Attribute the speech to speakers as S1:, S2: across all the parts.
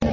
S1: the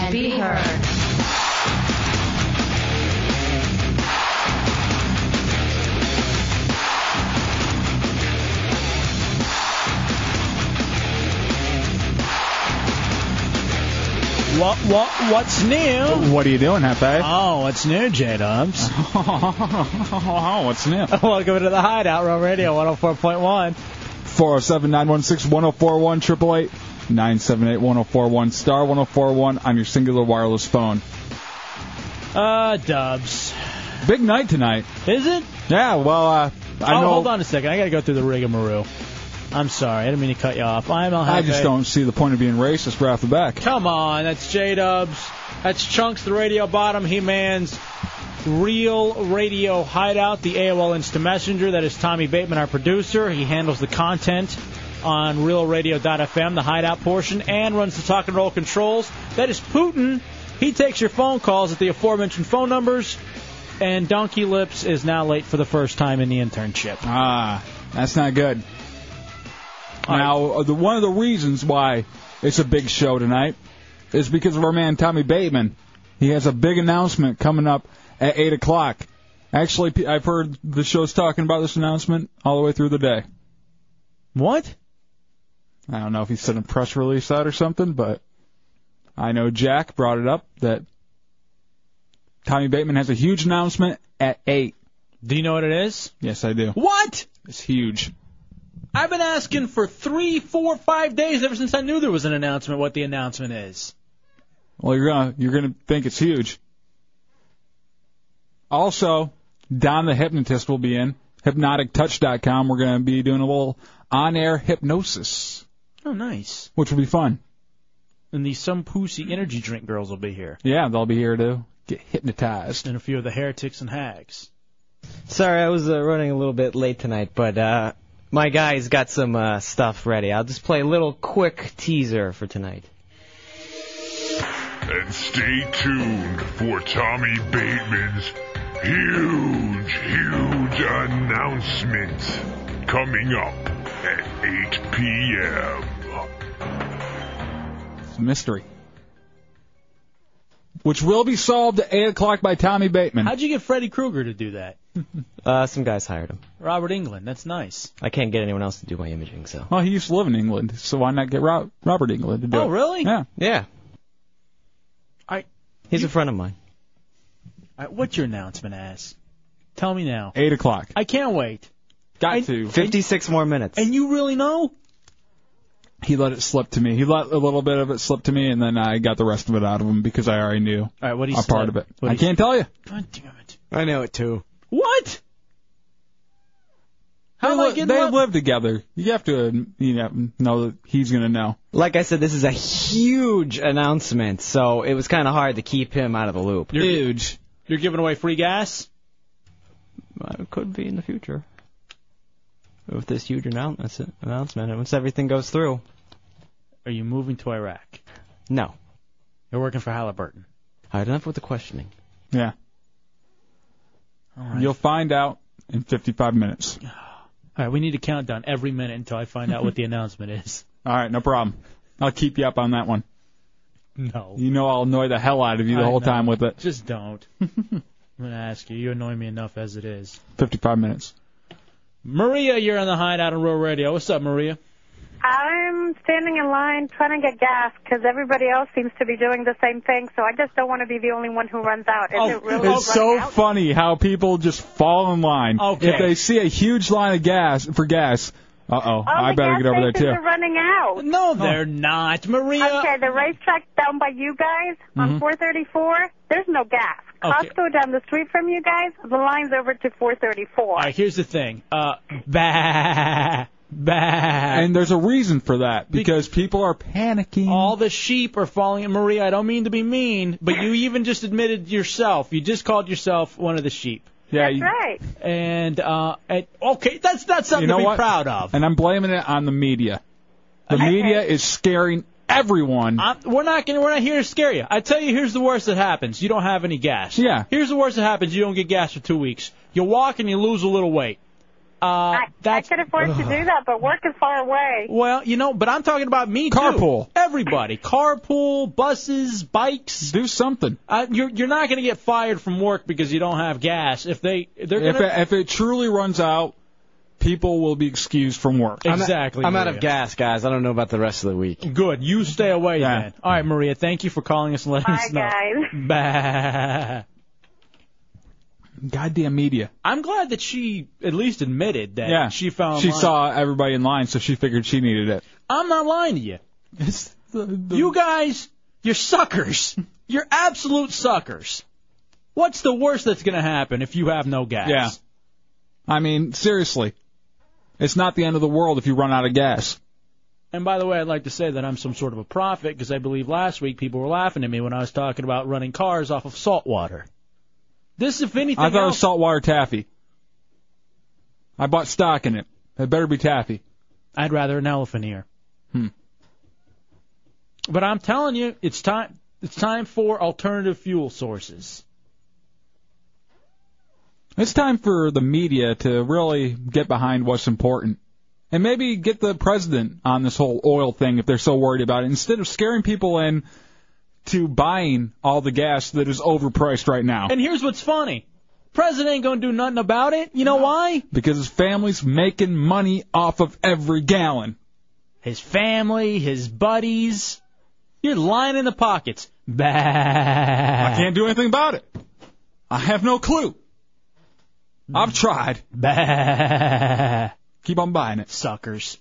S1: And be heard.
S2: What what what's new?
S3: What are you doing, Hefe?
S2: Oh, what's new, J Dubs?
S3: Oh, What's new?
S2: Welcome to the Hideout Row Radio 104.1.
S3: 407 916 1041 888 978 1041 star 1041 on your singular wireless phone.
S2: Uh, Dubs,
S3: Big night tonight.
S2: is it?
S3: Yeah, well, uh, I
S2: oh,
S3: know.
S2: hold on a second. I gotta go through the rigmarole. I'm sorry, I didn't mean to cut you off. I'm El
S3: I
S2: Jefe.
S3: just don't see the point of being racist right off the back.
S2: Oh, Come on, that's J Dubs. That's Chunks, the radio bottom. He mans Real Radio Hideout, the AOL Instant Messenger. That is Tommy Bateman, our producer. He handles the content on RealRadio.fm, the Hideout portion, and runs the talk and roll controls. That is Putin. He takes your phone calls at the aforementioned phone numbers. And Donkey Lips is now late for the first time in the internship.
S3: Ah, that's not good. Now, uh, the, one of the reasons why it's a big show tonight is because of our man Tommy Bateman. He has a big announcement coming up at eight o'clock. Actually, pe- I've heard the show's talking about this announcement all the way through the day.
S2: What?
S3: I don't know if he sent a press release out or something, but I know Jack brought it up that Tommy Bateman has a huge announcement at eight.
S2: Do you know what it is?
S3: Yes, I do.
S2: What?
S3: It's huge.
S2: I've been asking for three, four, five days ever since I knew there was an announcement what the announcement is.
S3: Well, you're gonna you're gonna think it's huge. Also, Don the hypnotist will be in hypnotictouch.com. We're gonna be doing a little on-air hypnosis,
S2: Oh, nice.
S3: which will be fun.
S2: And the Some Pussy Energy Drink girls will be here.
S3: Yeah, they'll be here to get hypnotized.
S2: And a few of the heretics and hags.
S4: Sorry, I was uh, running a little bit late tonight, but uh, my guy's got some uh, stuff ready. I'll just play a little quick teaser for tonight.
S5: And stay tuned for Tommy Bateman's huge, huge announcement coming up at 8 p.m.
S3: It's a mystery, which will be solved at eight o'clock by Tommy Bateman.
S2: How'd you get Freddy Krueger to do that?
S4: Uh, some guys hired him.
S2: Robert England, that's nice.
S4: I can't get anyone else to do my imaging, so.
S3: Well, he used to live in England, so why not get Rob, Robert England to do
S2: Oh,
S3: it?
S2: really?
S3: Yeah.
S4: Yeah,
S2: I,
S4: he's a friend of mine.
S2: I, what's your announcement, ass? Tell me now.
S3: Eight o'clock.
S2: I can't wait.
S3: Got
S2: I-
S3: to.
S4: 56 more minutes.
S2: And you really know?
S3: He let it slip to me. He let a little bit of it slip to me, and then I got the rest of it out of him because I already knew.
S2: All right, what do you
S3: a part of it. I can't tell you.
S2: God damn it.
S4: I know it too.
S2: What? How
S3: they
S2: am I
S3: li-
S2: getting
S3: they
S2: what-
S3: live together. You have to, you know, know that he's gonna know.
S4: Like I said, this is a huge announcement, so it was kind of hard to keep him out of the loop.
S3: Huge.
S2: You're giving away free gas?
S4: Uh, It could be in the future. With this huge annou- announcement, and once everything goes through.
S2: Are you moving to Iraq?
S4: No.
S2: You're working for Halliburton.
S4: Alright, enough with the questioning.
S3: Yeah.
S2: All right.
S3: You'll find out in 55 minutes.
S2: All right, we need a countdown every minute until I find out what the announcement is.
S3: All right, no problem. I'll keep you up on that one.
S2: No.
S3: You know I'll annoy the hell out of you the
S2: Oh. I
S3: whole
S2: know.
S3: time with it.
S2: Just don't. I'm going to ask you. You annoy me enough as it is.
S3: 55 minutes.
S2: Maria, you're on the hideout on Rural Radio. What's up, Maria?
S6: I'm standing in line trying to get gas because everybody else seems to be doing the same thing. So I just don't want to be the only one who runs out. Is
S2: Oh,
S6: it really
S3: It's so
S6: running out?
S3: funny how people just fall in line.
S2: Okay.
S3: If they see a huge line of gas for gas, uh oh,
S6: All
S3: I
S6: the
S3: better
S6: gas
S3: get over there
S6: stations
S3: too.
S6: Are running out.
S2: No, they're not. Maria.
S6: Okay, the racetrack down by you guys
S3: Mm-hmm.
S6: on 434. There's no gas.
S2: Okay.
S6: Costco down the street from you guys. The line's over to 434.
S2: All right, here's the thing. Uh, bah. Bad.
S3: And there's a reason for that because people are panicking.
S2: All the sheep are falling. Maria, I don't mean to be mean, but you even just admitted yourself. You just called yourself one of the sheep.
S3: Yeah,
S6: That's right.
S2: And uh, and, okay, that's that's something to be proud of.
S3: And I'm blaming it on the media. The media is scaring everyone.
S2: I'm, we're not gonna, we're not here to scare you. I tell you, here's the worst that happens: you don't have any gas.
S3: Yeah.
S2: Here's the worst that happens: you don't get gas for two weeks. You walk and you lose a little weight. Uh, that's
S6: I could afford to do that, but work is far away.
S2: well, you know, but I'm talking about me
S3: Carpool.
S2: too. Everybody, carpool, buses, bikes.
S3: Do something.
S2: Uh, you're you're not going to get fired from work because you don't have gas. If they they're
S3: If
S2: gonna
S3: it, if it truly runs out, people will be excused from work.
S2: exactly.
S4: I'm out of
S2: Maria.
S4: gas, guys. I don't know about the rest of the week.
S2: Good. You stay away
S3: Yeah.
S2: then. All right, Maria. Thank you for calling us and letting
S6: Bye,
S2: us know.
S6: guys.
S2: Bah.
S3: Goddamn media.
S2: I'm glad that she at least admitted that
S3: Yeah.
S2: she found.
S3: She
S2: lying.
S3: saw everybody in line, so she figured she needed it.
S2: I'm not lying to you.
S3: It's the, the-
S2: You guys, you're suckers. You're absolute suckers. What's the worst that's going to happen if you have no gas?
S3: Yeah. I mean, seriously. It's not the end of the world if you run out of gas.
S2: And by the way, I'd like to say that I'm some sort of a prophet because I believe last week people were laughing at me when I was talking about running cars off of salt water. This, if anything,
S3: I thought it was
S2: else,
S3: saltwater taffy. I bought stock in it. It better be taffy.
S2: I'd rather an elephant ear.
S3: Hmm.
S2: But I'm telling you, it's time. It's time for alternative fuel sources.
S3: It's time for the media to really get behind what's important. And maybe get the president on this whole oil thing if they're so worried about it, instead of scaring people in to buying all the gas that is overpriced right now.
S2: And here's what's funny: president ain't gonna do nothing about it. You know why?
S3: Because his family's making money off of every gallon.
S2: His family, his buddies. You're lying in the pockets. Bah.
S3: I can't do anything about it. I have no clue. I've tried.
S2: Bah.
S3: Keep on buying it.
S2: suckers.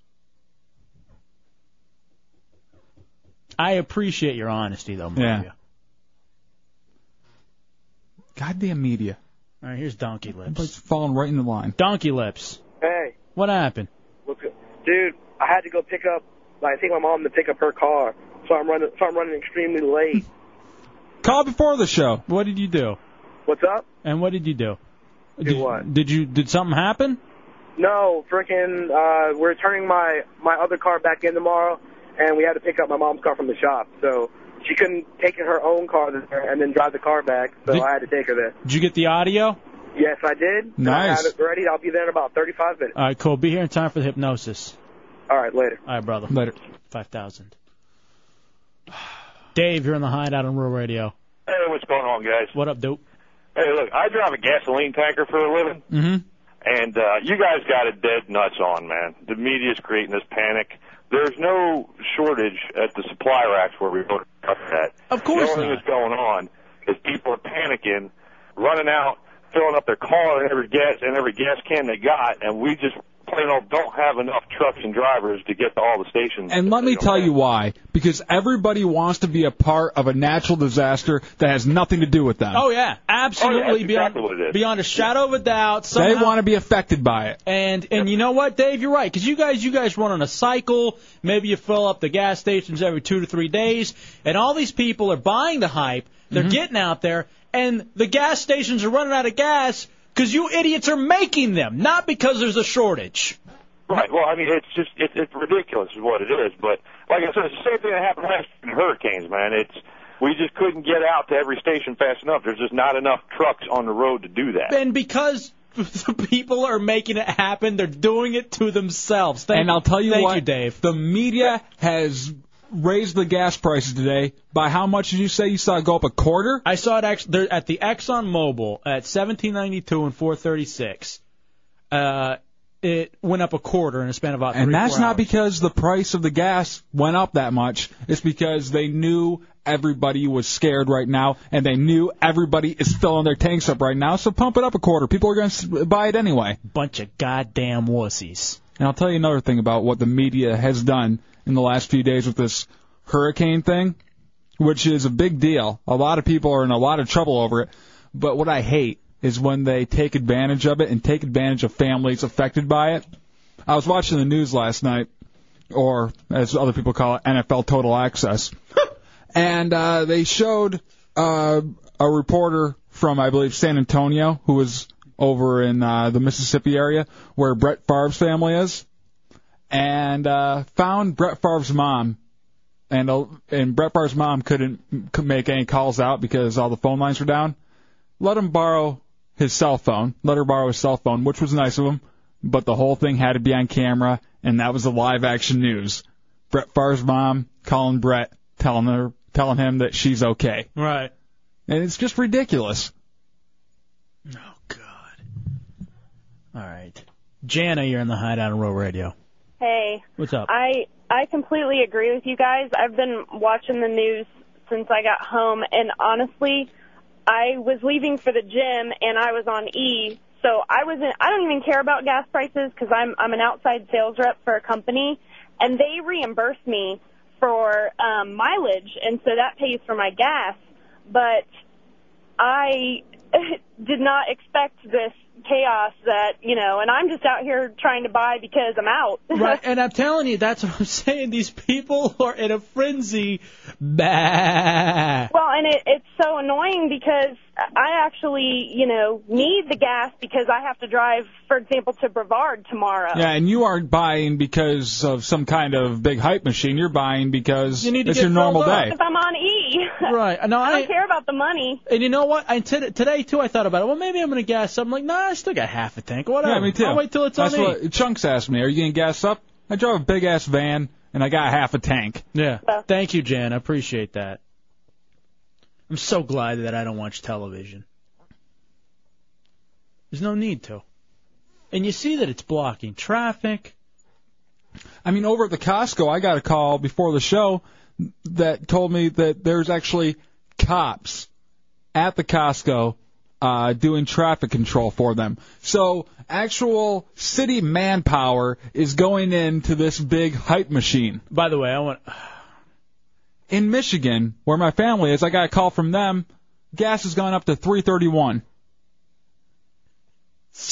S2: I appreciate your honesty, though, Maria.
S3: Yeah. Goddamn media.
S2: All right, here's Donkey Lips.
S3: Everybody's falling right in the line.
S2: Donkey Lips,
S7: Hey,
S2: what happened?
S7: what's good? Dude, I had to go pick up, like, take my mom to pick up her car, so I'm running, so I'm running extremely late.
S3: Call before the show.
S2: What did you do?
S7: What's up?
S2: And what did you do? did,
S7: what?
S2: Did you did something happen?
S7: No, frickin', uh, we're turning my my other car back in tomorrow, and we had to pick up my mom's car from the shop, so she couldn't take her own car there and then drive the car back, so
S2: Did-
S7: I had to take her there.
S2: Did you get the audio?
S7: Yes, I did. and I
S3: Nice.
S7: have it ready. I'll be there in about 35 minutes.
S2: All right, cool. Be here in time for the hypnosis.
S7: All right, later.
S2: All right, brother.
S3: Later.
S2: Five thousand. Dave, you're in the hideout on Rural Radio.
S8: Hey, what's going on, guys?
S2: What up, dude?
S8: Hey, look, I drive a gasoline tanker for a living,
S3: Mm-hmm.
S8: and uh, you guys got it dead nuts on, man. The media's creating this panic. There's no shortage at the supply racks where we order stuff at.
S2: Of course
S8: The only
S2: not.
S8: thing that's going on is people are panicking, running out, filling up their car and every gas and every gas can they got, and we just plain old don't have enough trucks and drivers to get to all the stations.
S3: And let
S8: that
S3: me
S8: they don't
S3: tell
S8: have.
S3: you why. Because everybody wants to be a part of a natural disaster that has nothing to do with them.
S2: Oh yeah, absolutely
S8: Oh, yeah, that's
S2: beyond
S8: exactly what it is.
S2: beyond a shadow of a doubt.
S3: they
S2: Somehow,
S3: want to be affected by it.
S2: And and you know what, Dave, you're right. 'Cause you guys you guys run on a cycle. Maybe you fill up the gas stations every two to three days, and all these people are buying the hype. They're
S3: Mm-hmm.
S2: getting out there, and the gas stations are running out of gas 'cause you idiots are making them, not because there's a shortage.
S8: Right. Well, I mean, it's just it, it's ridiculous is what it is. But like I said, it's the same thing that happened last year in hurricanes, man. It's we just couldn't get out to every station fast enough. There's just not enough trucks on the road to do that.
S2: And because the people are making it happen, they're doing it to themselves. Thank,
S3: And I'll tell you
S2: thank
S3: what,
S2: you, Dave.
S3: The media has raised the gas prices today by how much did you say you saw it go up a quarter?
S2: I saw it actually there at the Exxon Mobil at 1792 and 436. Uh, it went up a quarter in a span of about
S3: And
S2: three,
S3: that's
S2: four
S3: not
S2: hours.
S3: because the price of the gas went up that much. It's because they knew everybody was scared right now, and they knew everybody is filling their tanks up right now. So pump it up a quarter. People are going to buy it anyway.
S2: bunch of goddamn wussies.
S3: And I'll tell you another thing about what the media has done in the last few days with this hurricane thing, which is a big deal. A lot of people are in a lot of trouble over it. But what I hate is when they take advantage of it and take advantage of families affected by it. I was watching the news last night, or as other people call it, NFL Total Access, and uh, they showed uh, a reporter from, I believe, San Antonio, who was over in uh, the Mississippi area where Brett Favre's family is, and uh, found Brett Favre's mom. And uh, and Brett Favre's mom couldn't m- could make any calls out because all the phone lines were down. Let him borrow his cell phone. Let her borrow his cell phone, which was nice of him. But the whole thing had to be on camera, and that was the live action news. Brett Favre's mom calling Brett, telling her, telling him that she's okay.
S2: Right.
S3: And it's just ridiculous.
S2: All right. Jana, you're in the hideout on Row Radio.
S9: Hey.
S2: What's up?
S9: I I completely agree with you guys. I've been watching the news since I got home, and honestly, I was leaving for the gym, and I was on E. So I wasn't. I don't even care about gas prices because I'm I'm an outside sales rep for a company, and they reimburse me for um, mileage, and so that pays for my gas. But I did not expect this chaos that you know, and I'm just out here trying to buy because I'm out.
S2: Right, and I'm telling you, that's what I'm saying. These people are in a frenzy. Bah.
S9: Well, and it, it's so annoying because I actually, you know, need the gas because I have to drive, for example, to Brevard tomorrow.
S3: Yeah, and you aren't buying because of some kind of big hype machine. You're buying because it's your normal day.
S9: If I'm on E.
S2: Right. No,
S9: I
S2: I-
S9: don't care about the money.
S2: And you know what? I t- today too, I thought about it. Well, maybe I'm gonna gas up. I'm like, nah, I still got half a tank. Whatever.
S3: Yeah, me too.
S2: I'll wait till it's
S3: That's
S2: on E.
S3: what Chunks asked me. Are you gonna gas up? I drove a big ass van and I got half a tank.
S2: Yeah. Thank you, Jan. I appreciate that. I'm so glad that I don't watch television. There's no need to. And you see that it's blocking traffic.
S3: I mean, over at the Costco, I got a call before the show that told me that there's actually cops at the Costco uh, doing traffic control for them. So actual city manpower is going into this big hype machine.
S2: By the way, I want
S3: in Michigan, where my family is, I got a call from them. Gas has gone up to 331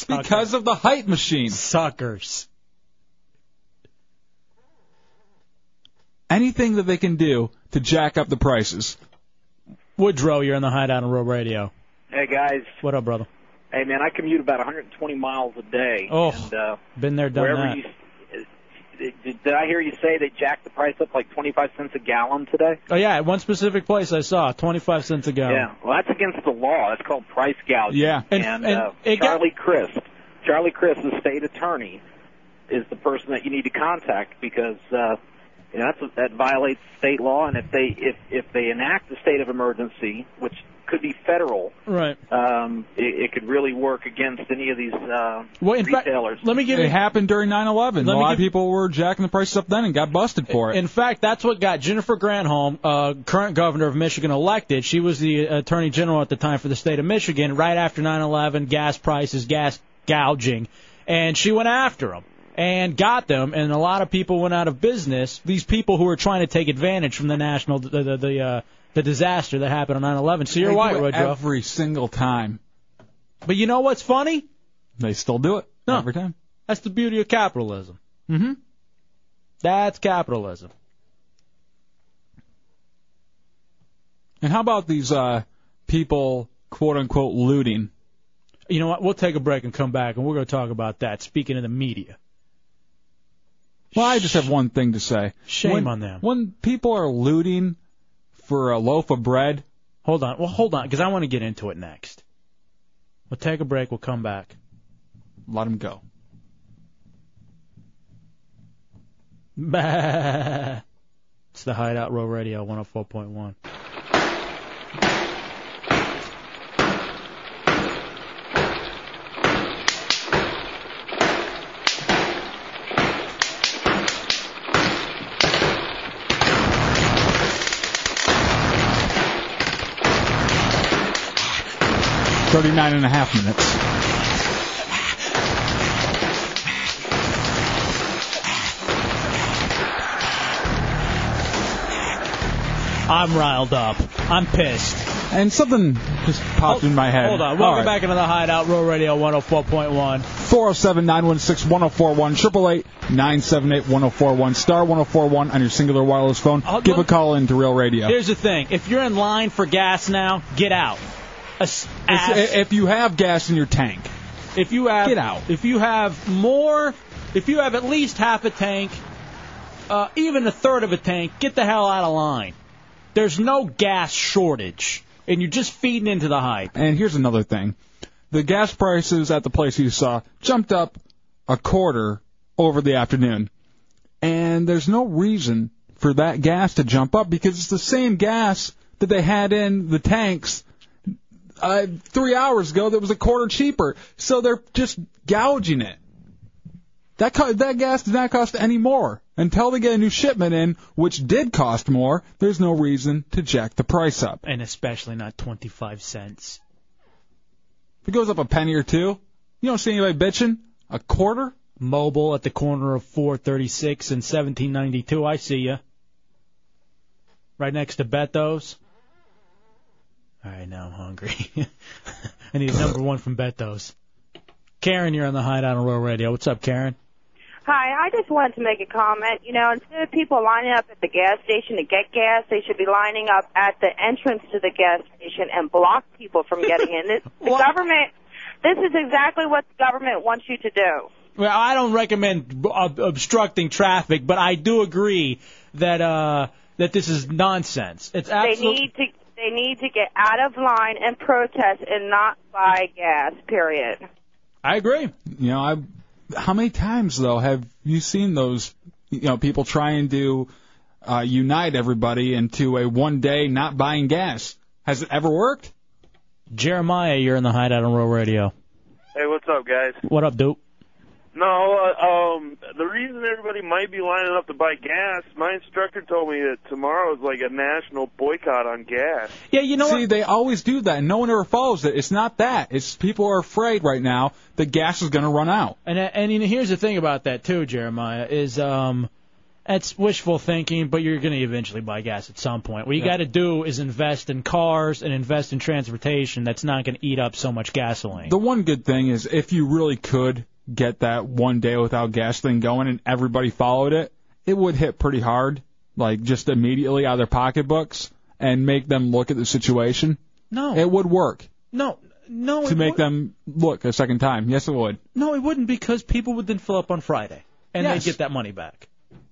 S3: because of the hype machine.
S2: Suckers.
S3: Anything that they can do to jack up the prices.
S2: Woodrow, you're in the hideout on Road Radio.
S10: Hey guys,
S2: What up, brother?
S10: hey man, I commute about 120 miles a day.
S2: Oh,
S10: and, uh,
S2: Been there, done
S10: wherever
S2: that.
S10: you, did, did I hear you say they jacked the price up like 25 cents a gallon today?
S2: Oh yeah, at one specific place I saw 25 cents a gallon.
S10: Yeah, well, that's against the law. That's called price gouging.
S2: Yeah.
S10: and,
S2: And- and
S10: uh,
S2: it got-
S10: Charlie Crist, Charlie Crist, the state attorney, is the person that you need to contact because uh, you know that's that violates state law. And if they if if they enact a state of emergency, which could be federal,
S2: Right.
S10: um, it, it could really work against any of these uh,
S2: Well, in fact,
S10: retailers.
S2: let me give
S3: it
S2: you.
S3: happened during 9/11.
S2: Let
S3: a
S2: me
S3: lot of
S2: give-
S3: people were jacking the prices up then and got busted for it.
S2: In fact, that's what got Jennifer Granholm, uh, current governor of Michigan, elected. She was the attorney general at the time for the state of Michigan. Right after 9/11, gas prices, gas gouging, and she went after them and got them. And a lot of people went out of business. These people who were trying to take advantage from the national the the the, uh, the disaster that happened on 9/11. So you're
S3: They do
S2: right,
S3: it
S2: Woodrow.
S3: Every single time
S2: But you know what's funny?
S3: they still do it.
S2: No.
S3: Every time.
S2: That's the beauty of capitalism.
S3: Mm-hmm.
S2: That's capitalism.
S3: And how about these uh, people, quote unquote, looting?
S2: You know what? We'll take a break and come back, and we're going to talk about that. Speaking of the media.
S3: Well, I just have one thing to say.
S2: Shame
S3: when,
S2: on them.
S3: When people are looting for a loaf of bread,
S2: Hold on. Well, hold on, because I want to get into it next. We'll take a break. We'll come back.
S3: let them go.
S2: Bah. It's the Hideout Row Radio 104.1.
S3: Thirty-nine and a half minutes.
S2: I'm riled up. I'm pissed. Oh,
S3: And something just popped in my head.
S2: Hold on.
S3: All
S2: Welcome
S3: right.
S2: back into the Hideout, Roll Radio 104.1.
S3: 407 916 1041, 888 978 1041, star 1041 on your singular wireless phone. Give a call in to Real Radio.
S2: Here's the thing: if you're in line for gas now, get out. As-
S3: It's-
S2: ass-
S3: i- if you have gas in your tank,
S2: if you have
S3: get out.
S2: If you have more, if you have at least half a tank, uh, even a third of a tank, get the hell out of line. There's no gas shortage, and you're just feeding into the hype.
S3: And here's another thing the gas prices at the place you saw jumped up a quarter over the afternoon. And there's no reason for that gas to jump up because it's the same gas that they had in the tanks uh, three hours ago that was a quarter cheaper. So they're just gouging it. That co- that gas did not cost any more. Until they get a new shipment in, which did cost more, there's no reason to jack the price up.
S2: And especially not 25 cents.
S3: If it goes up a penny or two, you don't see anybody bitching. A quarter?
S2: Mobile at the corner of 436 and 1792. I see ya. Right next to Beto's. All right, now I'm hungry. I need a number one from Beto's. Karen, you're on the Hideout on Royal Radio. What's up, Karen?
S11: Hi, I just wanted to make a comment. You know, instead of people lining up at the gas station to get gas, they should be lining up at the entrance to the gas station and block people from getting in. This, the government, this is exactly what the government wants you to do.
S2: Well, I don't recommend b- ob- obstructing traffic, but I do agree that uh, that this is nonsense. It's
S11: They
S2: absolutely.
S11: need to, they need to get out of line and protest and not buy gas. Period.
S2: I agree.
S3: You know, I. How many times though have you seen those? You know, people trying to uh, unite everybody into a one day not buying gas. Has it ever worked?
S2: Jeremiah, you're in the Hideout on Royal Radio.
S12: Hey, what's up, guys?
S2: What up, dude?
S12: No, uh, um, the reason everybody might be lining up to buy gas, my instructor told me that tomorrow is like a national boycott on gas.
S2: Yeah, you know
S3: See, they always do that, and no one ever follows it. It's not that. It's people are afraid right now that gas is going to run out.
S2: And and you know, here's the thing about that too, Jeremiah, is um, that's wishful thinking, but you're going to eventually buy gas at some point. What you
S3: Yeah.
S2: got to do is invest in cars and invest in transportation that's not going to eat up so much gasoline.
S3: The one good thing is if you really could get that one day without gas thing going and everybody followed it, it would hit pretty hard, like just immediately out of their pocketbooks and make them look at the situation.
S2: No.
S3: It would work
S2: No, no,
S3: to
S2: it
S3: make
S2: would-
S3: them look a second time. Yes, it would.
S2: no, it wouldn't because people would then fill up on Friday and
S3: Yes.
S2: they'd get that money back,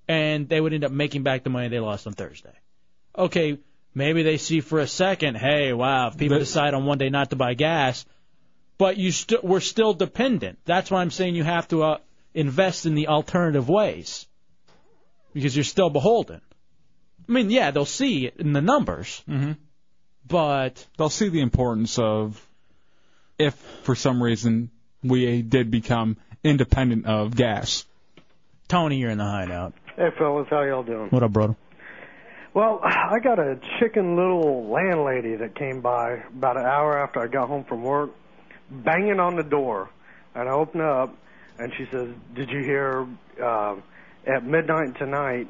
S2: and they would end up making back the money they lost on Thursday. Okay, maybe they see for a second, hey, wow, if people decide on one day not to buy gas, but you st- we're still dependent. That's why I'm saying you have to uh, invest in the alternative ways because you're still beholden. I mean, yeah, they'll see it in the numbers,
S3: Mm-hmm.
S2: but
S3: They'll see the importance of if for some reason we did become independent of gas.
S2: Tony, you're in the hideout.
S13: Hey fellas, how y'all doing?
S2: What up, brother?
S13: Well, I got a chicken little landlady that came by about an hour after I got home from work, banging on the door, and I open up, and she says, "Did you hear? Uh, at midnight tonight,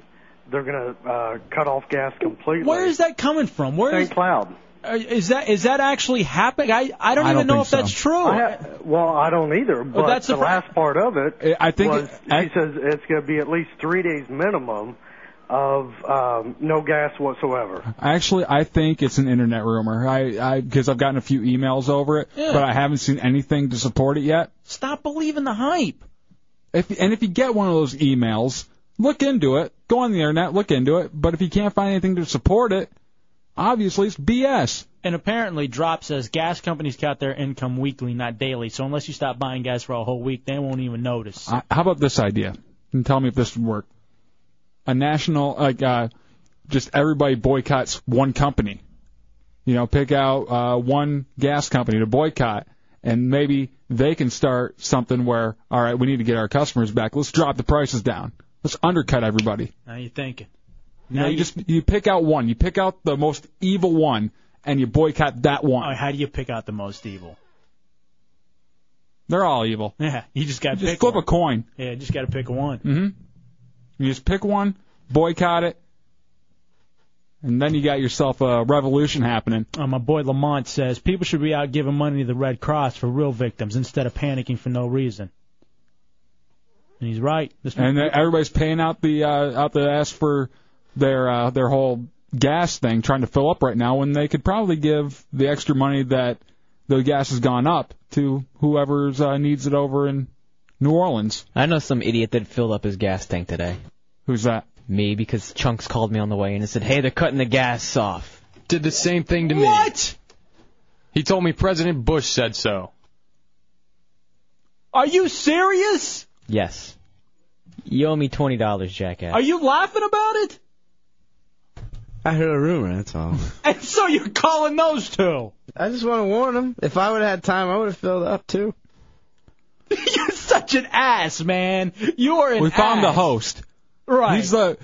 S13: they're gonna uh, cut off gas completely."
S2: Where is that coming from? Where is
S13: St. Cloud?
S2: Uh, Is that is that actually happening? I I don't even know if that's true.
S13: I ha- well, I don't either. But
S2: Well, that's
S13: the
S2: the pro-
S13: last part of it.
S3: I think
S13: was,
S3: it-
S13: she says it's going to be at least three days minimum of um, no gas whatsoever.
S3: Actually, I think it's an internet rumor. I I because I've gotten a few emails over it,
S2: Yeah.
S3: but I haven't seen anything to support it yet.
S2: Stop believing the hype.
S3: If and if you get one of those emails, look into it. Go on the internet, look into it. But if you can't find anything to support it, obviously it's BS.
S2: And apparently, Drop says gas companies count their income weekly, not daily. So unless you stop buying gas for a whole week, they won't even notice.
S3: I, Uh, how about this idea? And tell me if this would work. A national like uh, just everybody boycotts one company. You know, pick out uh, one gas company to boycott, and maybe they can start something where, all right, we need to get our customers back. Let's drop the prices down. Let's undercut everybody.
S2: Now you're thinking.
S3: You know, you, just you pick out one. You pick out the most evil one, and you boycott that one.
S2: All right, how do you pick out the most evil?
S3: They're all evil.
S2: Yeah, you just got to
S3: Just
S2: pick.
S3: flip
S2: one.
S3: a coin. Mm-hmm.
S2: Yeah, you just got to pick one.
S3: hmm You just pick one, boycott it, and then you got yourself a revolution happening.
S2: Uh, my boy Lamont says people should be out giving money to the Red Cross for real victims instead of panicking for no reason. And he's right. This
S3: And then everybody's paying out the uh, out the ass for their uh, their whole gas thing, trying to fill up right now, when they could probably give the extra money that the gas has gone up to whoever's uh, needs it over in New Orleans.
S4: I know some idiot that filled up his gas tank today.
S3: Who's that?
S4: Me, because Chunks called me on the way and said, "Hey, they're cutting the gas off."
S14: Did the same thing to me. What? He told me President Bush said so.
S2: Are you serious?
S4: Yes. You owe me twenty dollars, jackass.
S2: Are you laughing about it?
S15: I heard a rumor, that's all.
S2: And so you're calling those two?
S15: I just want to warn them. If I would have had time, I would have filled up too.
S2: You're such an ass, man. You are an
S3: we found the
S2: ass.
S3: host.
S2: Right.
S3: He's the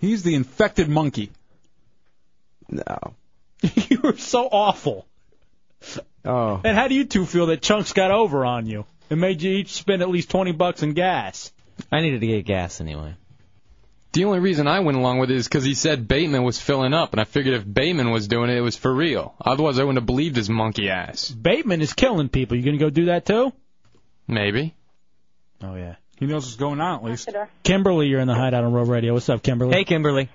S3: he's the infected monkey.
S15: No.
S2: you were so awful.
S15: Oh.
S2: And how do you two feel that Chunks got over on you? It made you each spend at least twenty bucks in gas.
S4: I needed to get gas anyway.
S14: The only reason I went along with it is because he said Bateman was filling up, and I figured if Bateman was doing it, it was for real. Otherwise, I wouldn't have believed his monkey ass.
S2: Bateman is killing people. You gonna go do that too?
S14: Maybe.
S2: Oh yeah.
S3: He knows what's going on at least.
S2: Kimberly, you're in the hideout on Row Radio. What's up, Kimberly? Hey,
S4: Kimberly.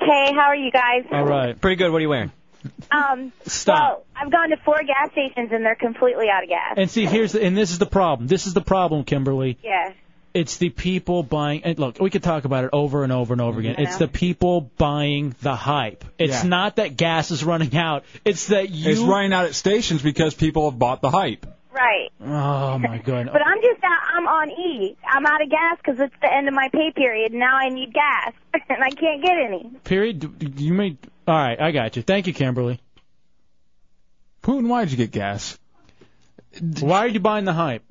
S5: Hey, how are you guys?
S2: All right.
S4: Pretty good. What are you wearing?
S5: Um,
S2: Stop.
S5: Well, I've gone to four gas stations and they're completely out of gas.
S2: And see, here's the, and this is the problem. This is the problem, Kimberly.
S5: Yeah.
S2: It's the people buying. And look, we could talk about it over and over and over again.
S5: I
S2: It's
S5: know.
S2: the people buying the hype. It's
S3: Yeah.
S2: not that gas is running out. It's that you.
S3: It's running out at stations because people have bought the hype.
S5: Right.
S2: Oh my god.
S5: But I'm just out, I'm on E. I'm out of gas because it's the end of my pay period. Now I need gas and I can't get any.
S2: Period. Do- do You made. All right, I got you. Thank you, Kimberly.
S3: Putin, why'd you get gas?
S2: Why are you buying the hype?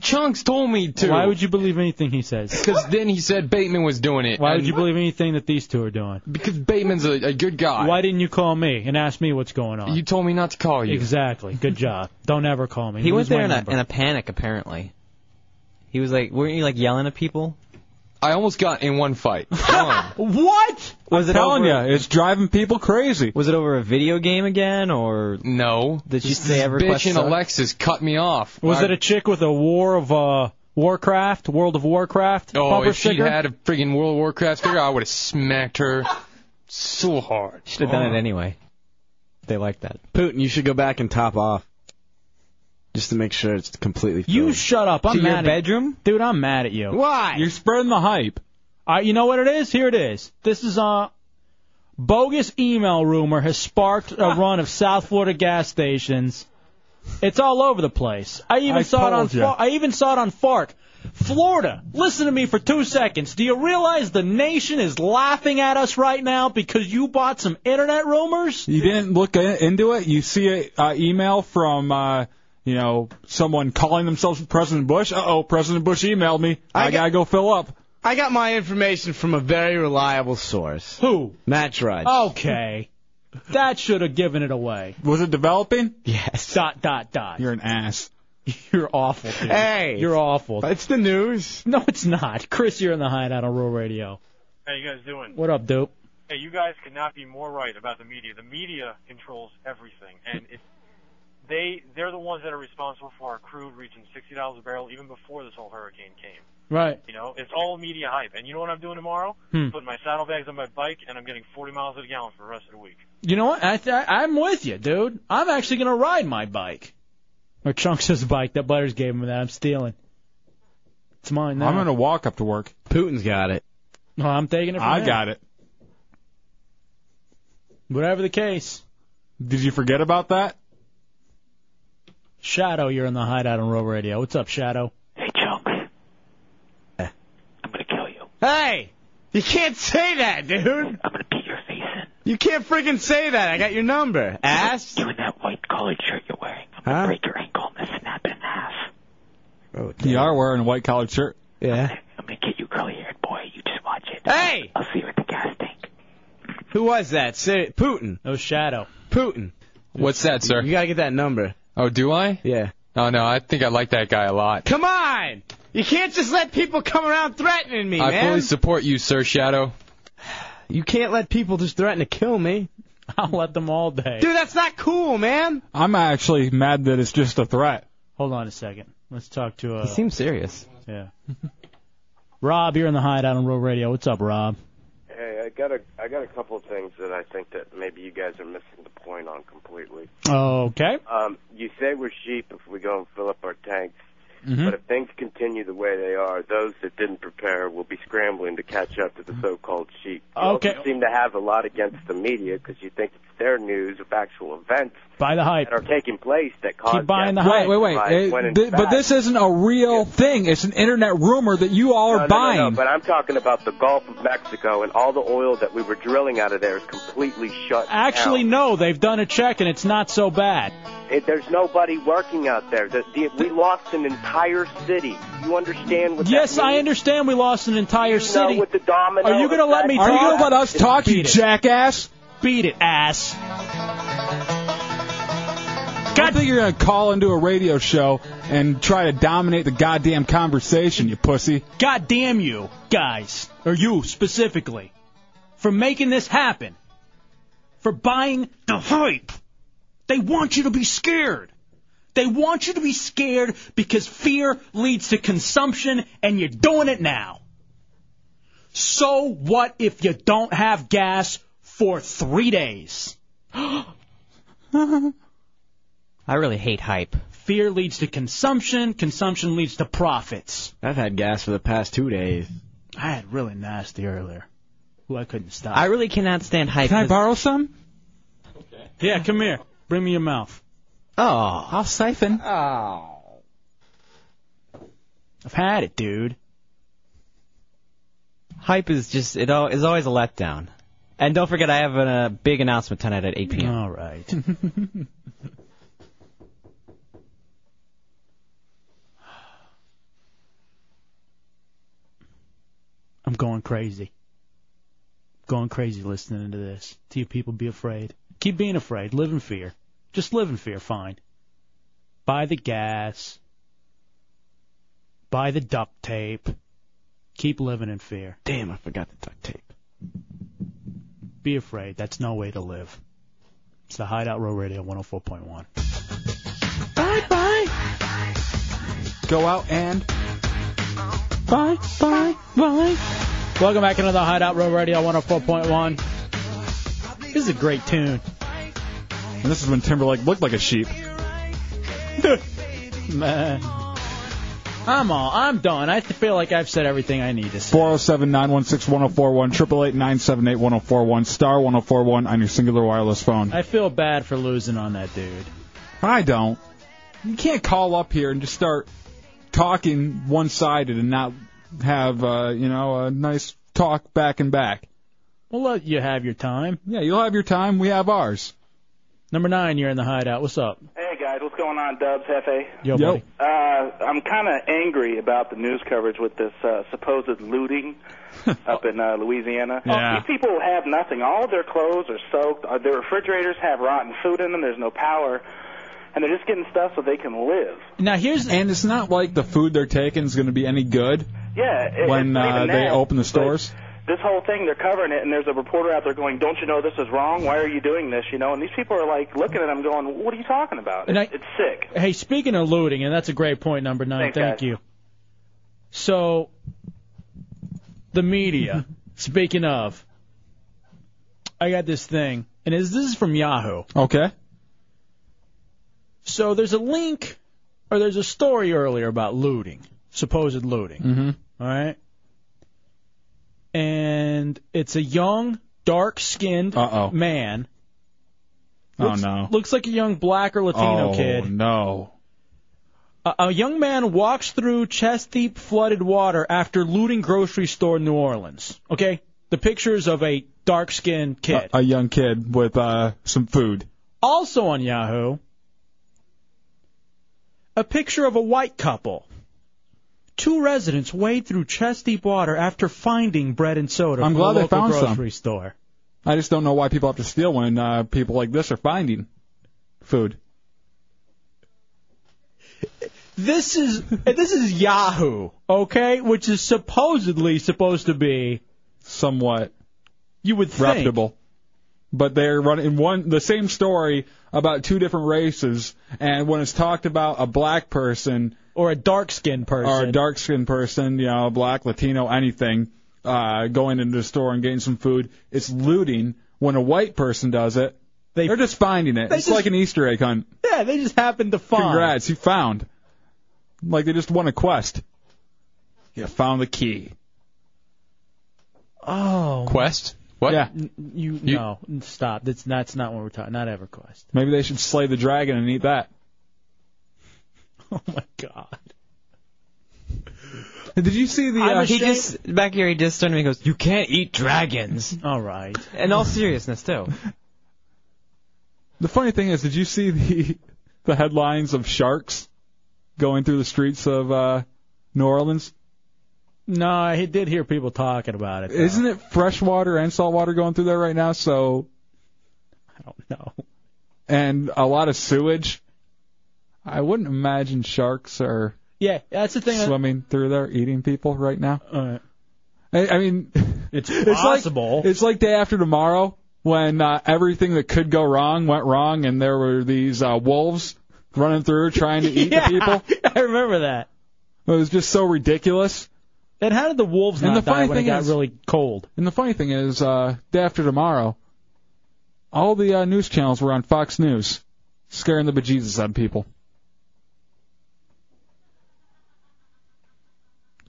S14: Chunks told me to.
S2: Why would you believe anything he says?
S14: Because then he said Bateman was doing it.
S2: Why would
S14: and-
S2: you believe anything that these two are doing?
S14: Because Bateman's a, a good guy.
S2: Why didn't you call me and ask me what's going on?
S14: You told me not to call you.
S2: Exactly. Good job. Don't ever call me.
S4: He
S2: Lose
S4: went there
S2: my
S4: in a,
S2: number.
S4: in a panic, apparently. He was like, weren't you like yelling at people?
S14: I almost got in one fight.
S2: What?
S4: Was it
S3: telling
S4: over-
S3: you, it's driving people crazy.
S4: Was it over a video game again, or
S14: no?
S4: Did you say ever
S14: Bitch and Alexis cut me off.
S2: Was
S14: I-
S2: it a chick with a War of uh, Warcraft, World of Warcraft
S14: Oh,
S2: bumper
S14: if she
S2: sticker?
S14: had a friggin' World of Warcraft figure, I would have smacked her so hard.
S4: Should have done it anyway. They like that.
S15: Putin, you should go back and top off. Just to make sure it's completely filled.
S2: you shut up. I'm
S15: To your
S2: mad
S4: bedroom,
S2: dude. I'm mad at you.
S15: Why?
S3: You're spreading the hype.
S2: Uh, you know what it is? Here it is. This is uh bogus email rumor has sparked a run of South Florida gas stations. It's all over the place. I even
S3: I
S2: saw it on.
S3: told ya.
S2: Fa- I even saw it on FARC. Florida, listen to me for two seconds. Do you realize the nation is laughing at us right now because you bought some internet rumors?
S3: You didn't look in- into it. You see a uh, email from uh, you know someone calling themselves President Bush. Uh oh, President Bush emailed me. I, gotta go fill up.
S15: I got my information from a very reliable source.
S2: Who? Oh,
S15: Matt Drudge.
S2: Okay. That should have given it away.
S3: Was it developing?
S15: Yes.
S2: Dot, dot, dot.
S3: You're an ass.
S2: You're awful, dude.
S15: Hey.
S2: You're awful.
S15: It's the news.
S2: No, it's not. Chris, you're in the hideout on Rural Radio.
S8: How you guys doing?
S2: What up, dope?
S8: Hey, you guys could not be more right about the media. The media controls everything, and if they they're the ones that are responsible for our crude reaching sixty dollars a barrel even before this whole hurricane came.
S2: Right.
S8: You know, it's all media hype. And you know what I'm doing tomorrow?
S2: Hmm.
S8: Putting my saddlebags on my bike, and I'm getting forty miles to the gallon for the rest of the week.
S2: You know what? I th- I'm with you, dude. I'm actually gonna ride my bike. Or Chunks' his bike. That Butters gave him that. I'm stealing. It's mine now.
S3: I'm gonna walk up to work.
S15: Putin's got it.
S2: No, I'm taking it. From
S3: I
S2: him.
S3: got it.
S2: Whatever the case.
S3: Did you forget about that?
S2: Shadow, you're in the hideout on Rural Radio. What's up, Shadow?
S15: Eh. Hey! You can't say that, dude! I'm gonna beat your face in. You can't freaking say that. I got your number. Ass? You in that white collared shirt you're wearing. I'm gonna break your ankle and snap it in half.
S2: Oh,
S3: You are wearing a white collared shirt.
S15: Yeah.
S16: I'm gonna get you curly haired boy. You just watch it.
S15: Hey!
S16: I'll see you at the gas tank.
S15: Who was that? Say, Putin.
S2: No shadow.
S15: Putin.
S14: What's that, sir? You
S15: gotta get that number.
S14: Oh, do I?
S15: Yeah.
S14: Oh no, I think I like that guy a lot.
S15: Come on! You can't just let people come around threatening me,
S14: I
S15: man.
S14: fully support you, sir Shadow.
S17: You can't let people just threaten to kill me.
S2: I'll let them all day.
S17: Dude, that's not cool, man.
S3: I'm actually mad that it's just a threat.
S2: Hold on a second. Let's talk to. Uh,
S3: He seems
S17: serious.
S2: Yeah. Rob, you're in the hideout on Road Radio. What's up, Rob?
S18: Hey, I got a I got a couple of things that I think that maybe you guys are missing the point on completely.
S2: Okay.
S18: Um, you say we're sheep if we go and fill up our tanks,
S2: Mhm.
S18: but if things continue the way they are, those that didn't prepare will be scrambling to catch up to the so-called sheep. You
S2: Okay.
S18: also seem to have a lot against the media because you think it's their news of actual events
S2: Buy the hype.
S18: that are taking place that cause death.
S3: Wait, wait, wait.
S18: Right,
S3: Eh,
S18: when in
S3: thi- but
S18: fact-
S3: this isn't a real thing. It's an internet rumor that you all are
S18: no, no,
S3: buying.
S18: no, no, but I'm talking about the Gulf of Mexico and all the oil that we were drilling out of there is completely shut
S2: Actually,
S18: down.
S2: no. They've done a check, and it's not so bad.
S18: It, there's nobody working out there. The, the, we lost an entire city. You understand what
S2: Yes,
S18: that
S2: I
S18: means?
S2: understand we lost an entire
S18: You
S2: city.
S18: Know, with the domino
S2: Are you
S18: going
S2: gonna
S18: to
S2: let me
S3: Are you
S2: talk?
S3: gonna let us talk, you
S2: Beat it.
S3: jackass?
S2: Beat it, ass.
S3: I think you're gonna call into a radio show and try to dominate the goddamn conversation, you pussy.
S2: God damn you, guys, or you specifically, for making this happen, for buying the hype. They want you to be scared. They want you to be scared because fear leads to consumption, and you're doing it now. So what if you don't have gas for three days?
S4: I really hate hype.
S2: Fear leads to consumption. Consumption leads to profits.
S17: I've had gas for the past two days.
S2: I had really nasty earlier. Who I couldn't stop.
S4: I really cannot stand hype.
S2: Can I
S3: borrow some?
S2: Yeah, come here. Bring me your mouth.
S4: Oh,
S3: I'll siphon.
S4: Oh.
S2: I've had it, dude.
S4: Hype is just it all is always a letdown. And don't forget, I have a big announcement tonight at 8 p.m.
S2: All right. I'm going crazy. Going crazy listening to this. To you people, be afraid. Keep being afraid. Live in fear. Just live in fear. Fine. Buy the gas. Buy the duct tape. Keep living in fear.
S17: Damn, I forgot the duct tape.
S2: Be afraid. That's no way to live. It's the Hideout Row Radio 104.1.
S3: Bye bye. Go out and bye bye bye.
S2: Welcome back into the Hideout Row Radio 104.1. This is a great tune.
S3: And this is when Timberlake looked like a sheep.
S2: Man. I'm all. I'm done. I feel like I've said everything I need to say.
S3: 407 916 1041, 888 978 1041, star 1041 on your singular wireless phone.
S2: I feel bad for losing on that dude.
S3: I don't. You can't call up here and just start talking one sided and not have, uh, you know, a nice talk back and back.
S2: We'll let you have your time.
S3: Yeah, you'll have your time. We have ours.
S2: Number nine, you're in the Hideout. What's up?
S19: Hey guys, what's going on, Dubs, Hefe?
S2: Yo, Yo. buddy.
S19: Uh, I'm kind of angry about the news coverage with this uh, supposed looting up in uh, Louisiana.
S20: Yeah.
S19: These people have nothing. All of their clothes are soaked. Uh, Their refrigerators have rotten food in them. There's no power, and they're just getting stuff so they can live.
S2: Now here's
S3: and it's not like the food they're taking is going to be any good
S19: Yeah. it-
S3: when
S19: it's not
S3: uh,
S19: even
S3: they
S19: that,
S3: open the
S19: but
S3: stores.
S19: This whole thing, they're covering it, and there's a reporter out there going, "Don't you know this is wrong? Why are you doing this?" You know, and these people are like looking at them, going, "What are you talking about?
S2: And I-
S19: it's sick."
S2: Hey, speaking of looting, and that's a great point, number nine. Thank
S19: Thanks, guys.
S2: you. So, the media. speaking of, I got this thing, and is this is from Yahoo?
S3: Okay.
S2: So there's a link, or there's a story earlier about looting, supposed looting.
S3: Mm-hmm.
S2: All right. And it's a young, dark-skinned
S3: Uh-oh.
S2: man.
S3: Oh,
S2: Looks-
S3: no.
S2: Looks like a young black or Latino
S3: oh,
S2: kid.
S3: no.
S2: A, a young man walks through chest deep flooded water after looting grocery store in New Orleans. Okay? The pictures of a dark skinned kid.
S3: A young kid with uh, some food.
S2: also on Yahoo, a picture of a white couple. Two residents wade through chest deep water after finding bread and soda
S3: I'm
S2: from
S3: glad
S2: a
S3: they
S2: local
S3: found some.
S2: grocery store.
S3: I just don't know why people have to steal when uh, people like this are finding food.
S2: This is this is Yahoo, okay, which is supposedly supposed to be
S3: somewhat
S2: You would think.
S3: reputable. But they're running one the same story about two different races, and when it's talked about a black person
S2: or a dark skinned person
S3: or a dark skinned person, you know, black, Latino, anything, uh, going into the store and getting some food, it's looting. When a white person does it, they, are just finding it.
S2: they
S3: It's
S2: just-
S3: like an Easter egg hunt.
S2: Yeah, they just happened to find.
S3: Congrats, you found. Like they just won a quest. You found the key.
S2: Oh.
S14: Quest? What?
S3: Yeah.
S2: N- You,
S3: You-
S2: no, stop. That's that's not what we're talking. Not EverQuest.
S3: Maybe they should slay the dragon and eat that.
S2: Oh my God.
S3: Did you see the?
S2: I'm
S4: uh, he
S2: ashamed-
S4: just back here. He just turned to me and goes, "You can't eat dragons."
S2: All right.
S4: In all seriousness, too.
S3: The funny thing is, did you see the the headlines of sharks going through the streets of uh, New Orleans?
S2: No, I did hear people talking about it. though.
S3: Isn't it freshwater and saltwater going through there right now? So
S2: I don't know.
S3: and a lot of sewage. I wouldn't imagine sharks are
S2: Yeah, that's the thing. that-
S3: swimming through there eating people right now.
S2: Uh,
S3: I, I mean,
S2: it's
S3: possible. It's like, day after tomorrow when uh, everything that could go wrong went wrong, and there were these uh, wolves running through trying to eat
S2: yeah,
S3: the people.
S2: I remember that.
S3: It was just so ridiculous.
S2: And how did the wolves
S3: and
S2: not
S3: the
S2: die
S3: funny
S2: when it
S3: thing
S2: got
S3: is-
S2: really cold?
S3: And the funny thing is, uh, day after tomorrow, all the uh, news channels were on Fox News, scaring the bejesus out of people.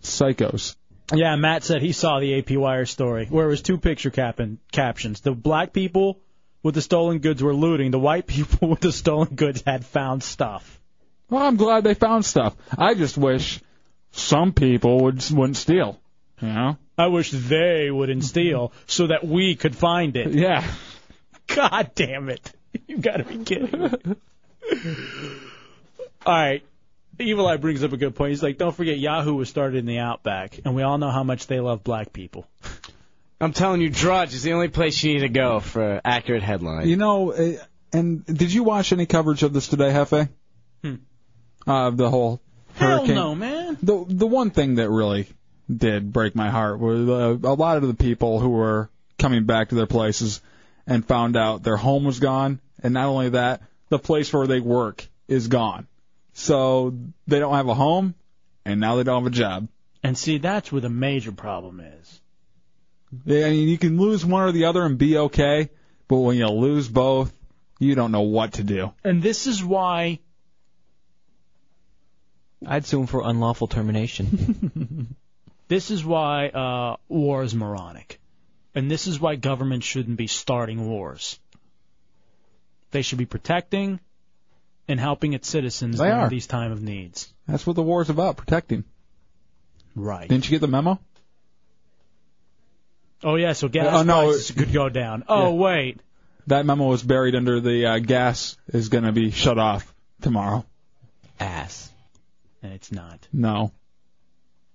S3: Psychos.
S2: Yeah, Matt said he saw the AP Wire story where it was two picture cap- captions. The black people with the stolen goods were looting. The white people with the stolen goods had found stuff.
S3: Well, I'm glad they found stuff. I just wish some people would wouldn't steal. You know?
S2: I wish they wouldn't steal so that we could find it.
S3: Yeah.
S2: God damn it. You gotta be kidding me. All right. Evil Eye brings up a good point. He's like, don't forget Yahoo was started in the Outback, and we all know how much they love black people.
S17: I'm telling you, Drudge is the only place you need to go for accurate headlines.
S3: You know, eh, and did you watch any coverage of this today, Hefe?
S2: Hmm.
S3: Uh, the whole
S2: Hell
S3: hurricane.
S2: no, man.
S3: The the one thing that really did break my heart was uh, a lot of the people who were coming back to their places and found out their home was gone, and not only that, the place where they work is gone. So they don't have a home, and now they don't have a job.
S2: And see, that's where the major problem is.
S3: Yeah, I mean, you can lose one or the other and be okay, but when you lose both, you don't know what to do.
S2: And this is why
S4: I'd sue him for unlawful termination.
S2: this is why uh, war is moronic, and this is why governments shouldn't be starting wars. They should be protecting and helping its citizens
S3: They
S2: during
S3: are.
S2: these time of needs.
S3: That's what the war's about, protecting.
S2: Right.
S3: Didn't you get the memo?
S2: Oh yeah, so gas
S3: Oh, no,
S2: prices could go down. Oh wait,
S3: That memo was buried under the uh, gas is going to be shut off tomorrow.
S4: ass.
S2: and it's not.
S3: No.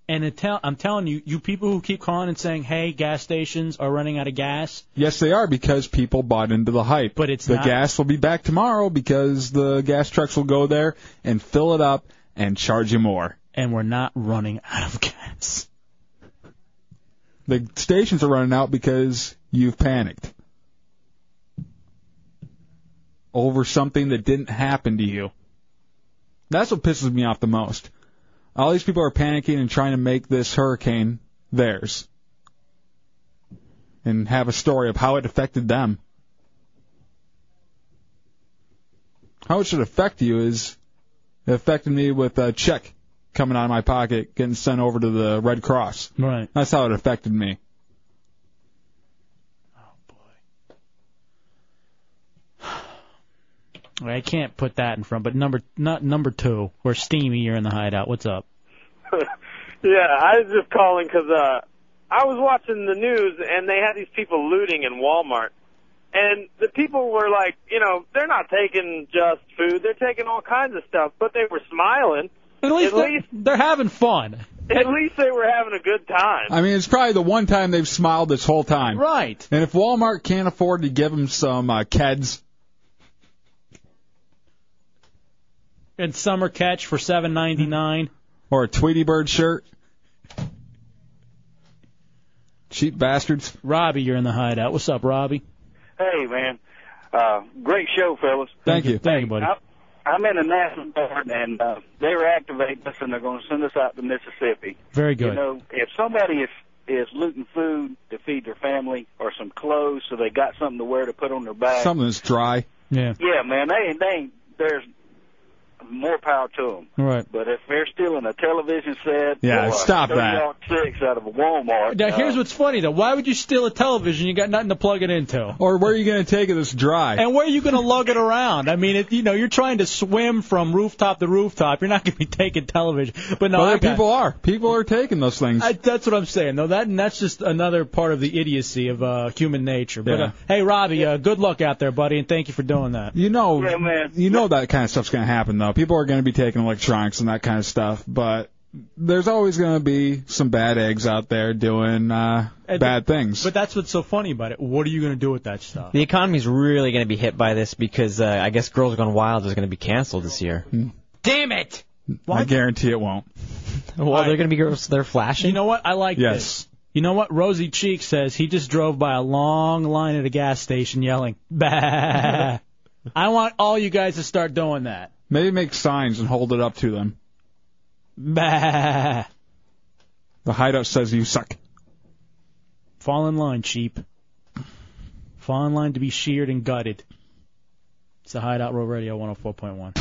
S2: And it tell, I'm telling you, you people who keep calling and saying, "Hey, gas stations are running out of gas,"
S3: Yes, they are because people bought into the hype. But
S2: it's
S3: the
S2: not-
S3: gas will be back tomorrow because the gas trucks will go there and fill it up and charge you more.
S2: and we're not running out of gas.
S3: The stations are running out because you've panicked over something that didn't happen to you. That's what pisses me off the most. All these people are panicking and trying to make this hurricane theirs and have a story of how it affected them. How it should affect you is it affected me with a check coming out of my pocket getting sent over to the Red Cross.
S2: Right.
S3: That's how it affected me.
S2: I can't put that in front. But number not number two, or Steamy, you're in the hideout. What's up?
S12: yeah, I was just calling 'cause uh, I was watching the news and they had these people looting in Walmart, and the people were like, you know, they're not taking just food, they're taking all kinds of stuff, but they were smiling.
S2: At least,
S12: At
S2: they're,
S12: least-
S2: they're having fun.
S12: At least they were having a good time.
S3: I mean, it's probably the one time they've smiled this whole time.
S2: Right.
S3: And if Walmart can't afford to give them some uh, KEDs,
S2: And summer catch for seven ninety nine.
S3: or a Tweety Bird shirt. Cheap bastards.
S2: Robbie, you're in the hideout. What's up, Robbie?
S21: Hey, man. Uh, great show, fellas.
S3: Thank you.
S2: Thank you, buddy.
S21: I, I'm in the national board, and uh, they were activating us, and they're going to send us out to Mississippi.
S2: Very
S21: You
S2: good.
S21: know, if somebody is is looting food to feed their family or some clothes so they got something to wear to put on their back.
S3: Something that's dry. Yeah.
S21: Yeah, man, they ain't, they ain't, there's more power to them.
S3: Right.
S21: But if they're stealing a television set,
S3: Yeah,
S21: or a
S3: stop that.
S21: 30-06 out of a Walmart.
S2: Now, here's
S21: uh,
S2: what's funny, though. Why would you steal a television? You got nothing to plug it into.
S3: Or where are you going to take it that's dry?
S2: And where are you going to lug it around? I mean, it, you know, you're trying to swim from rooftop to rooftop. You're not going to be taking television. But no,
S3: Other
S2: I got-
S3: people are. People are taking those things.
S2: I, that's what I'm saying. No, that and that's just another part of the idiocy of uh, human nature. But uh,
S3: Yeah.
S2: hey, Robbie, uh, good luck out there, buddy, and thank you for doing that.
S3: You know,
S2: Yeah, man.
S3: you know that kind of stuff's going to happen though. People are going to be taking electronics and that kind of stuff, but there's always going to be some bad eggs out there doing uh,
S2: And-
S3: bad things.
S2: But that's what's so funny about it. What are you going to do with that stuff?
S4: The economy's really going to be hit by this because uh, I guess Girls Gone Wild is going to be canceled this year.
S2: Hmm. Damn it!
S3: I guarantee it won't.
S4: Well, they're going to be girls. They're flashing.
S2: You know what? I like
S4: Yes.
S2: this. You know what? Rosie Cheek says he just drove by a long line at a gas station yelling, "Bah!" I want all you guys to start doing that.
S3: Maybe make signs and hold it up to them.
S2: Bah!
S3: The hideout says you suck.
S2: Fall in line, cheap. Fall in line to be sheared and gutted. It's the Hideout Row Radio 104.1.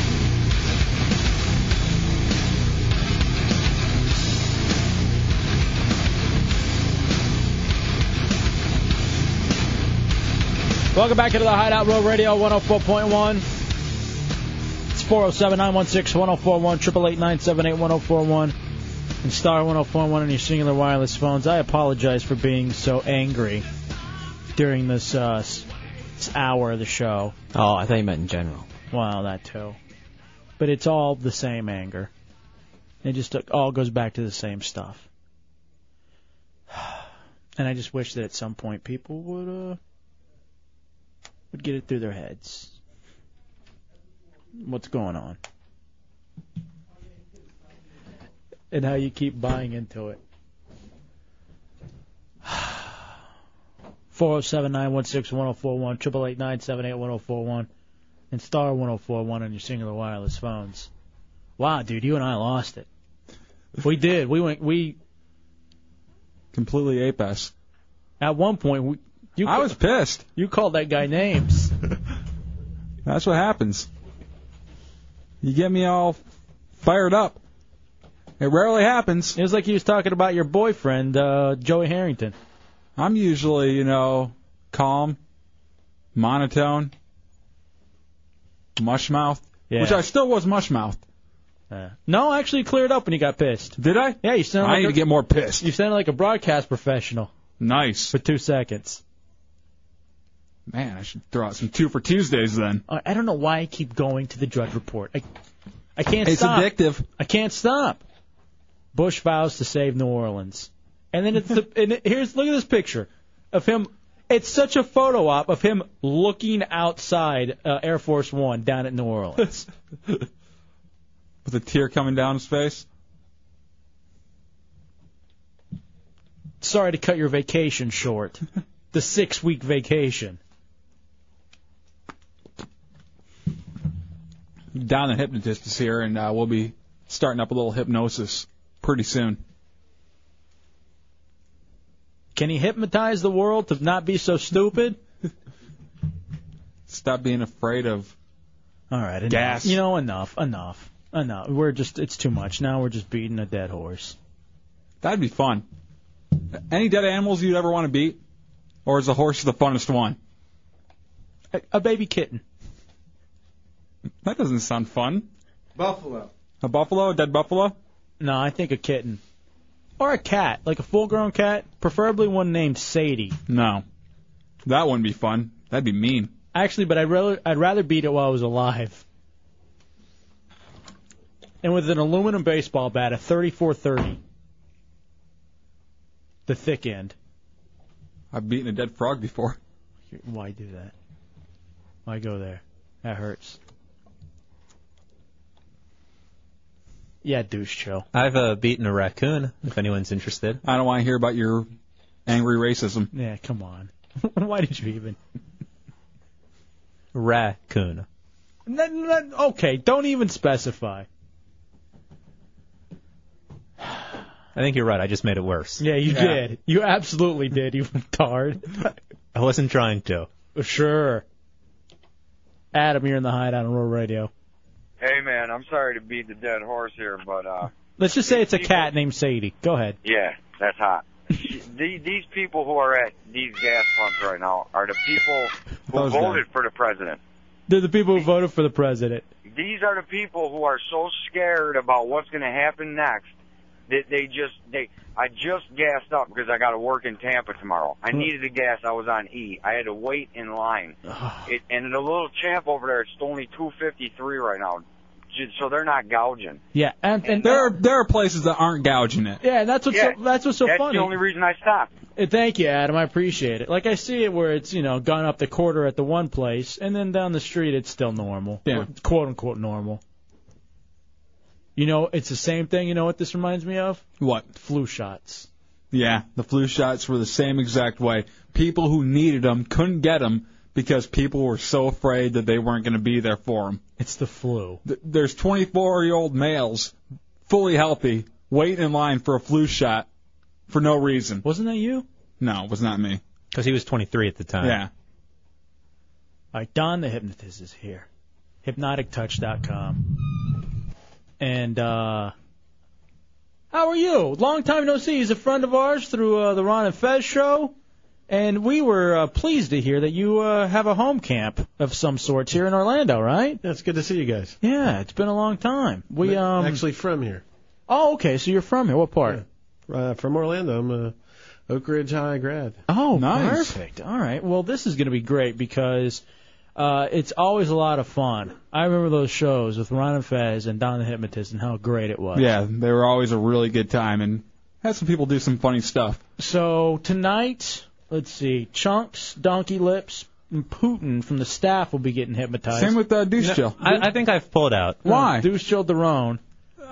S2: Welcome back into the Hideout Row Radio 104.1. It's 407 916 1041, 888 978 1041, and star 1041 on your singular wireless phones. I apologize for being so angry during this, uh, s- this hour of the show.
S4: Oh, I thought you meant in general.
S2: Wow, that too. But it's all the same anger. It just uh, all goes back to the same stuff. And I just wish that at some point people would uh, would get it through their heads. What's going on? And how you keep buying into it. 407 916 1041, 888 978 1041 and star 1041 on your singular wireless phones. Wow, dude, you and I lost it. We did. We went. We
S3: completely ape us.
S2: At one point, we, you.
S3: I was pissed.
S2: You called that guy names.
S3: That's what happens. You get me all fired up. It rarely happens.
S2: It was like he was talking about your boyfriend, uh, Joey Harrington.
S3: I'm usually, you know, calm, monotone, mushmouth.
S2: Yeah.
S3: Which I still was mushmouth.
S2: Uh, no, actually, you cleared up when you got pissed.
S3: Did I?
S2: Yeah, you sounded.
S3: I
S2: like
S3: need
S2: a-
S3: to get more pissed.
S2: You sounded like a broadcast professional.
S3: Nice.
S2: For two seconds.
S3: Man, I should throw out some two for Tuesdays then.
S2: I I don't know why I keep going to the Drudge Report. I, I can't
S3: It's
S2: stop.
S3: addictive.
S2: I can't stop. Bush vows to save New Orleans, and then it's the, and it- here's look at this picture of him. It's such a photo op of him looking outside uh, Air Force One down at New Orleans.
S3: With a tear coming down his face.
S2: Sorry to cut your vacation short, the six week vacation.
S3: Down the hypnotist is here, and uh, we'll be starting up a little hypnosis pretty soon.
S2: Can he hypnotize the world to not be so stupid?
S3: Stop being afraid of.
S2: All right, enough.
S3: Gas.
S2: You know, enough, enough, enough. We're just—it's too much. Now we're just beating a dead horse.
S3: That'd be fun. Any dead animals you'd ever want to beat, or is the horse the funnest one?
S2: A, a baby kitten.
S3: That doesn't sound fun.
S13: Buffalo.
S3: A buffalo, a dead buffalo.
S2: No, I think a kitten. Or a cat, like a full grown cat, preferably one named Sadie.
S3: No, that wouldn't be fun. That'd be mean.
S2: Actually, but I'd rather, I'd rather beat it while I was alive. And with an aluminum baseball bat, a 3430. The thick end.
S3: I've beaten a dead frog before.
S2: Why do that? Why go there? That hurts. Yeah, douche chill.
S20: I've uh, beaten a raccoon, if anyone's interested.
S3: I don't want to hear about your Angry racism.
S2: Yeah, come on. Why did you even?
S4: Raccoon.
S2: No, no, okay, don't even specify.
S1: I think you're right. I just made it worse.
S2: Yeah, you
S1: Yeah.
S2: did. You absolutely did. You tard.
S1: I wasn't trying to.
S2: Sure. Adam, you're in the hideout on Rural Radio.
S20: Hey man, I'm sorry to beat the dead horse here, but uh
S2: Let's just say it's a cat named Sadie. Go ahead.
S20: yeah, that's hot. the, these people who are at these gas pumps right now are the people who
S2: Those guys.
S20: voted for the president.
S2: They're the people who voted for the president.
S20: These are the people who are so scared about what's going to happen next that they just they I just gassed up because I got to work in Tampa tomorrow.
S2: Hmm.
S20: I needed a gas. I was on E. I had to wait in line. It, and the little champ over there, it's only two fifty three right now, J- so they're not gouging.
S2: Yeah, and, and
S3: there are there are places that aren't gouging it.
S2: Yeah, that's what's
S20: Yeah,
S2: so, that's what's so
S20: that's
S2: funny.
S20: the only reason I stopped.
S2: Uh, Thank you, Adam. I appreciate it. Like I see it where it's you know gone up the quarter at the one place, and then down the street it's still normal,
S3: Yeah.
S2: Or quote unquote normal. You know, it's the same thing. You know what this reminds me of?
S3: What?
S2: Flu shots.
S3: Yeah, the flu shots were the same exact way. People who needed them couldn't get them because people were so afraid that they weren't going to be there for them.
S2: It's the
S1: Oh.
S2: flu.
S3: There's 24 year old males, fully healthy, waiting in line for a flu shot for no reason.
S2: Wasn't that you?
S3: No, it was not me.
S1: Because he was 23 at the time.
S3: Yeah.
S2: All right, Don the hypnotist is here. HypnoticTouch.com. And uh, how are you? Long time no see. He's a friend of ours through uh, the Ron and Fez show, and we were uh, pleased to hear that you uh, have a home camp of some sorts here in Orlando, right?
S22: That's good to see you guys.
S2: Yeah, it's been a long time. We um
S22: actually from here.
S2: Oh, okay. So you're from here. What part?
S22: Uh, from Orlando. I'm a Oak Ridge High grad.
S2: Oh,
S22: Nice.
S2: perfect. All right. Well, this is going to be great because uh, it's always a lot of fun. I remember those shows with Ron and Fez and Don the Hypnotist and how great it was.
S3: Yeah, they were always a really good time and had some people do some funny stuff.
S2: So tonight, let's see, Chunks, Donkey Lips, and Putin from the staff will be getting hypnotized.
S3: Same with uh, Deuce
S2: You know,
S3: Chill.
S1: I, I think I've pulled out.
S2: Why? Deuce Chill Derone.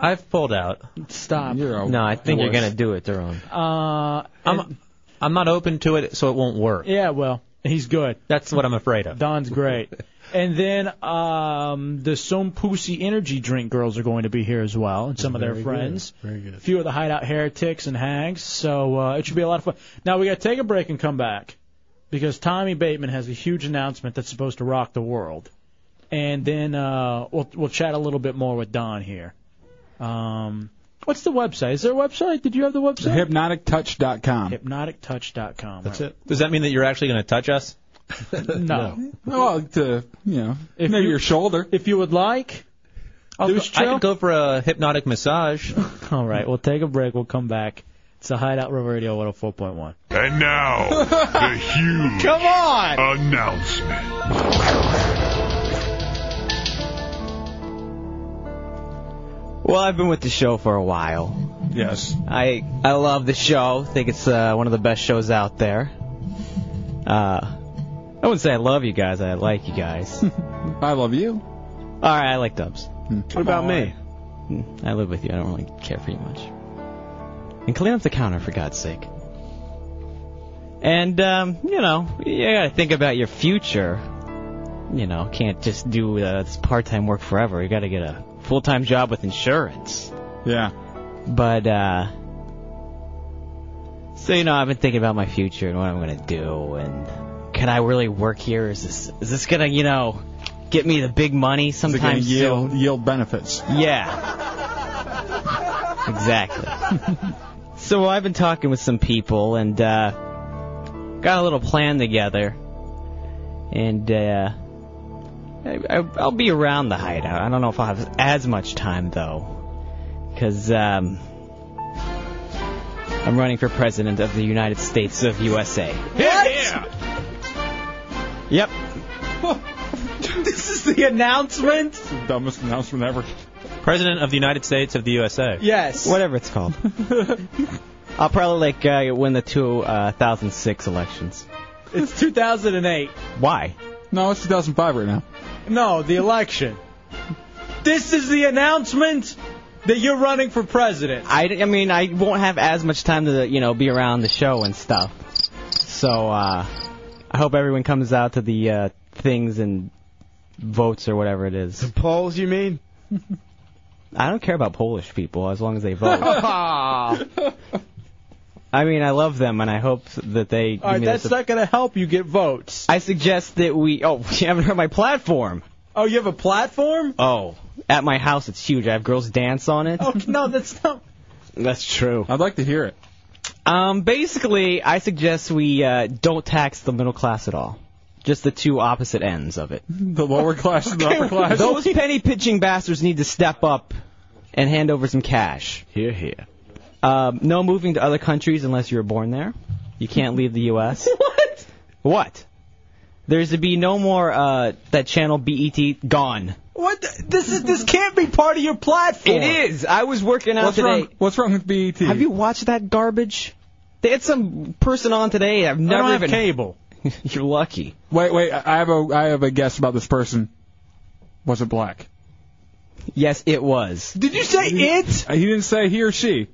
S1: I've pulled out.
S2: Stop.
S4: No, I think you're
S1: worse.
S4: gonna do it, Daron.
S2: Uh, and-
S1: I'm not open to it, so it won't work.
S2: yeah, well, he's good.
S1: That's what I'm afraid of.
S2: Don's great. and then um, the Sompusi Energy Drink girls are going to be here as well, and some of their
S22: Very good.
S2: friends.
S22: Very good.
S2: A few of the hideout heretics and hags. So uh, it should be a lot of fun. Now we got to take a break and come back because Tommy Bateman has a huge announcement that's supposed to rock the world. And then uh, we'll we'll chat a little bit more with Don here. Um, what's the website? Is there a website? Did you have the website?
S3: HypnoticTouch.com.
S2: HypnoticTouch.com. That's it.
S1: Does that mean that you're actually going to touch us?
S2: No.
S3: Well, to, you know, maybe your shoulder.
S2: If you would like.
S1: I'll
S2: Deuce
S1: go- I
S2: Chill?
S1: could go for a hypnotic massage.
S2: All right, we'll take a break. We'll come back. It's a Hideout River Radio 104.1.
S5: And now, the huge
S2: Come on!
S5: announcement.
S4: Well, I've been with the show for a while.
S3: Yes.
S4: I I love the show. Think it's uh, one of the best shows out there. Uh, I wouldn't say I love you guys. I like you guys.
S3: I love you. All
S4: right, I like Dubs. Hmm.
S22: What about me?
S4: I live with you. I don't really care for you much. And clean up the counter for God's sake. And um, you know, you gotta think about your future. You know, can't just do uh, this part-time work forever. You gotta get a full-time job with insurance.
S3: Yeah.
S4: But uh, so you know, I've been thinking about my future and what I'm gonna do, and can I really work here? Is this is this gonna you know get me the big money
S3: Is it gonna
S4: sometime soon?
S3: yield, yield benefits.
S4: Yeah. Exactly. so I've been talking with some people and uh, got a little plan together. And uh, I, I, I'll be around the hideout. I don't know if I'll have as much time though, because um, I'm running for president of the United States of USA. Yep.
S2: this is the announcement.
S3: dumbest announcement ever.
S1: President of the United States of the USA.
S2: Yes.
S4: Whatever it's called. I'll probably like uh, win the 2006 elections.
S2: It's 2008.
S4: Why?
S3: No, it's 2005 right now.
S2: No, the election. This is the announcement. that you're running for president.
S4: I, I mean, I won't have as much time to, you know, be around the show and stuff. So, uh, I hope everyone comes out to the, uh, things and votes or whatever it is. The polls, you mean? I don't care about Polish people as long as they vote. I mean, I love them and I hope that they. give
S2: All right,
S4: me the
S2: that's
S4: sup-
S2: not going to help you get votes.
S4: I suggest that we. Oh, you haven't heard my platform.
S2: Oh, you have a platform?
S4: Oh, at my house it's huge. I have girls dance on it.
S2: Oh, no, that's not.
S4: That's true.
S3: I'd like to hear it.
S4: Um, basically, I suggest we uh, don't tax the middle class at all. Just the two opposite ends of it.
S3: The lower class and the upper class.
S4: Those penny pitching bastards need to step up and hand over some cash. Here, here. Um, no moving to other countries unless you were born there. You can't leave the U.S. what? What? There's to be no more uh, that channel BET gone.
S2: What? the- This is this can't be part of your platform.
S4: It is. I was working out
S2: What's
S4: today.
S2: wrong-
S3: what's wrong with E BET?
S4: Have you watched that garbage? They had some person on today. I've never
S3: have
S4: even
S3: cable.
S4: You're lucky.
S3: Wait, wait. I I have a I have a guess about this person. Was it black?
S4: Yes, it was.
S2: Did you say it?
S3: He didn't say he or she.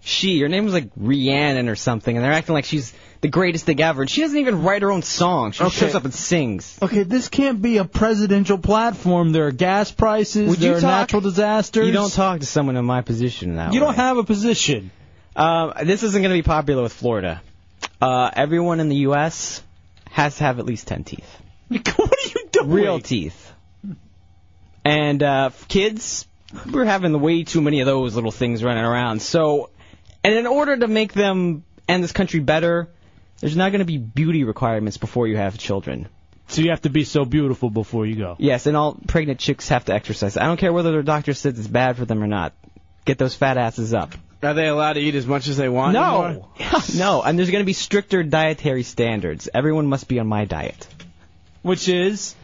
S4: She. Her name was like Rhiannon or something, and they're acting like she's the greatest thing ever. And she doesn't even write her own song. She just
S6: Okay.
S4: shows up and sings.
S6: Okay, this can't be a presidential platform. There are gas prices.
S4: Would you
S6: there are
S4: talk-
S6: natural disasters.
S4: You don't talk to someone in my position now.
S6: You don't
S4: have a position. Um, this isn't going to be popular with Florida. Uh, everyone in the U.S. has to have at least ten teeth. what are you doing? Real teeth. And uh, f- kids, we're having way too many of those little things running around. So, and in order to make them and this country better, there's not going to be beauty requirements before you have children.
S2: So you have to be so beautiful before you go.
S4: Yes, and all pregnant chicks have to exercise. I don't care whether their doctor says it's bad for them or not. Get those fat asses up.
S17: Are they allowed to eat as much as they want? anymore?
S4: No, no, and there's going to be stricter dietary standards. Everyone must be on my diet.
S2: Which is?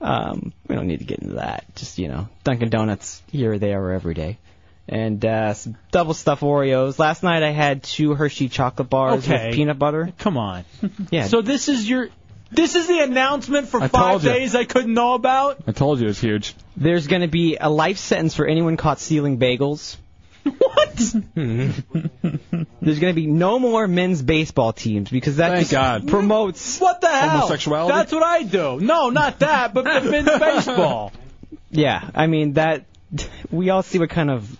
S4: Um, we don't need to get into that. Just you know, Dunkin' Donuts here or there or every day, and uh, some double stuffed Oreos. Last night I had two Hershey chocolate bars
S2: Okay.
S4: with peanut butter.
S2: Come on.
S4: Yeah.
S2: So this is your this is the announcement for
S4: I
S2: five
S4: told you.
S2: days I couldn't know about.
S3: I told you it was huge.
S4: There's going to be a life sentence for anyone caught stealing bagels.
S2: What?
S4: There's going to be no more men's baseball teams because that just promotes
S2: What the hell?
S4: homosexuality.
S2: That's what I do. No, not that, but the men's baseball.
S4: Yeah, I mean that. We all see what kind of,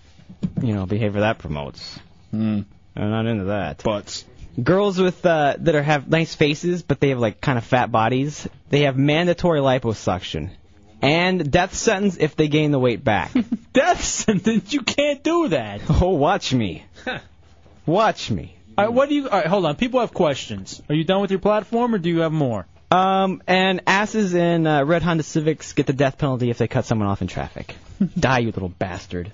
S4: you know, behavior that promotes. Mm. I'm not into that.
S3: But
S4: girls with uh, that are have nice faces, but they have like kind of fat bodies. They have mandatory liposuction and death sentence if they gain the weight back.
S2: death sentence? You can't do that.
S4: Oh, watch me. Watch me.
S2: All right, what do you? All right, hold on. People have questions. Are you done with your platform, or do you have more?
S4: Um, and asses in uh, red Honda Civics get the death penalty if they cut someone off in traffic. Die, you little bastard.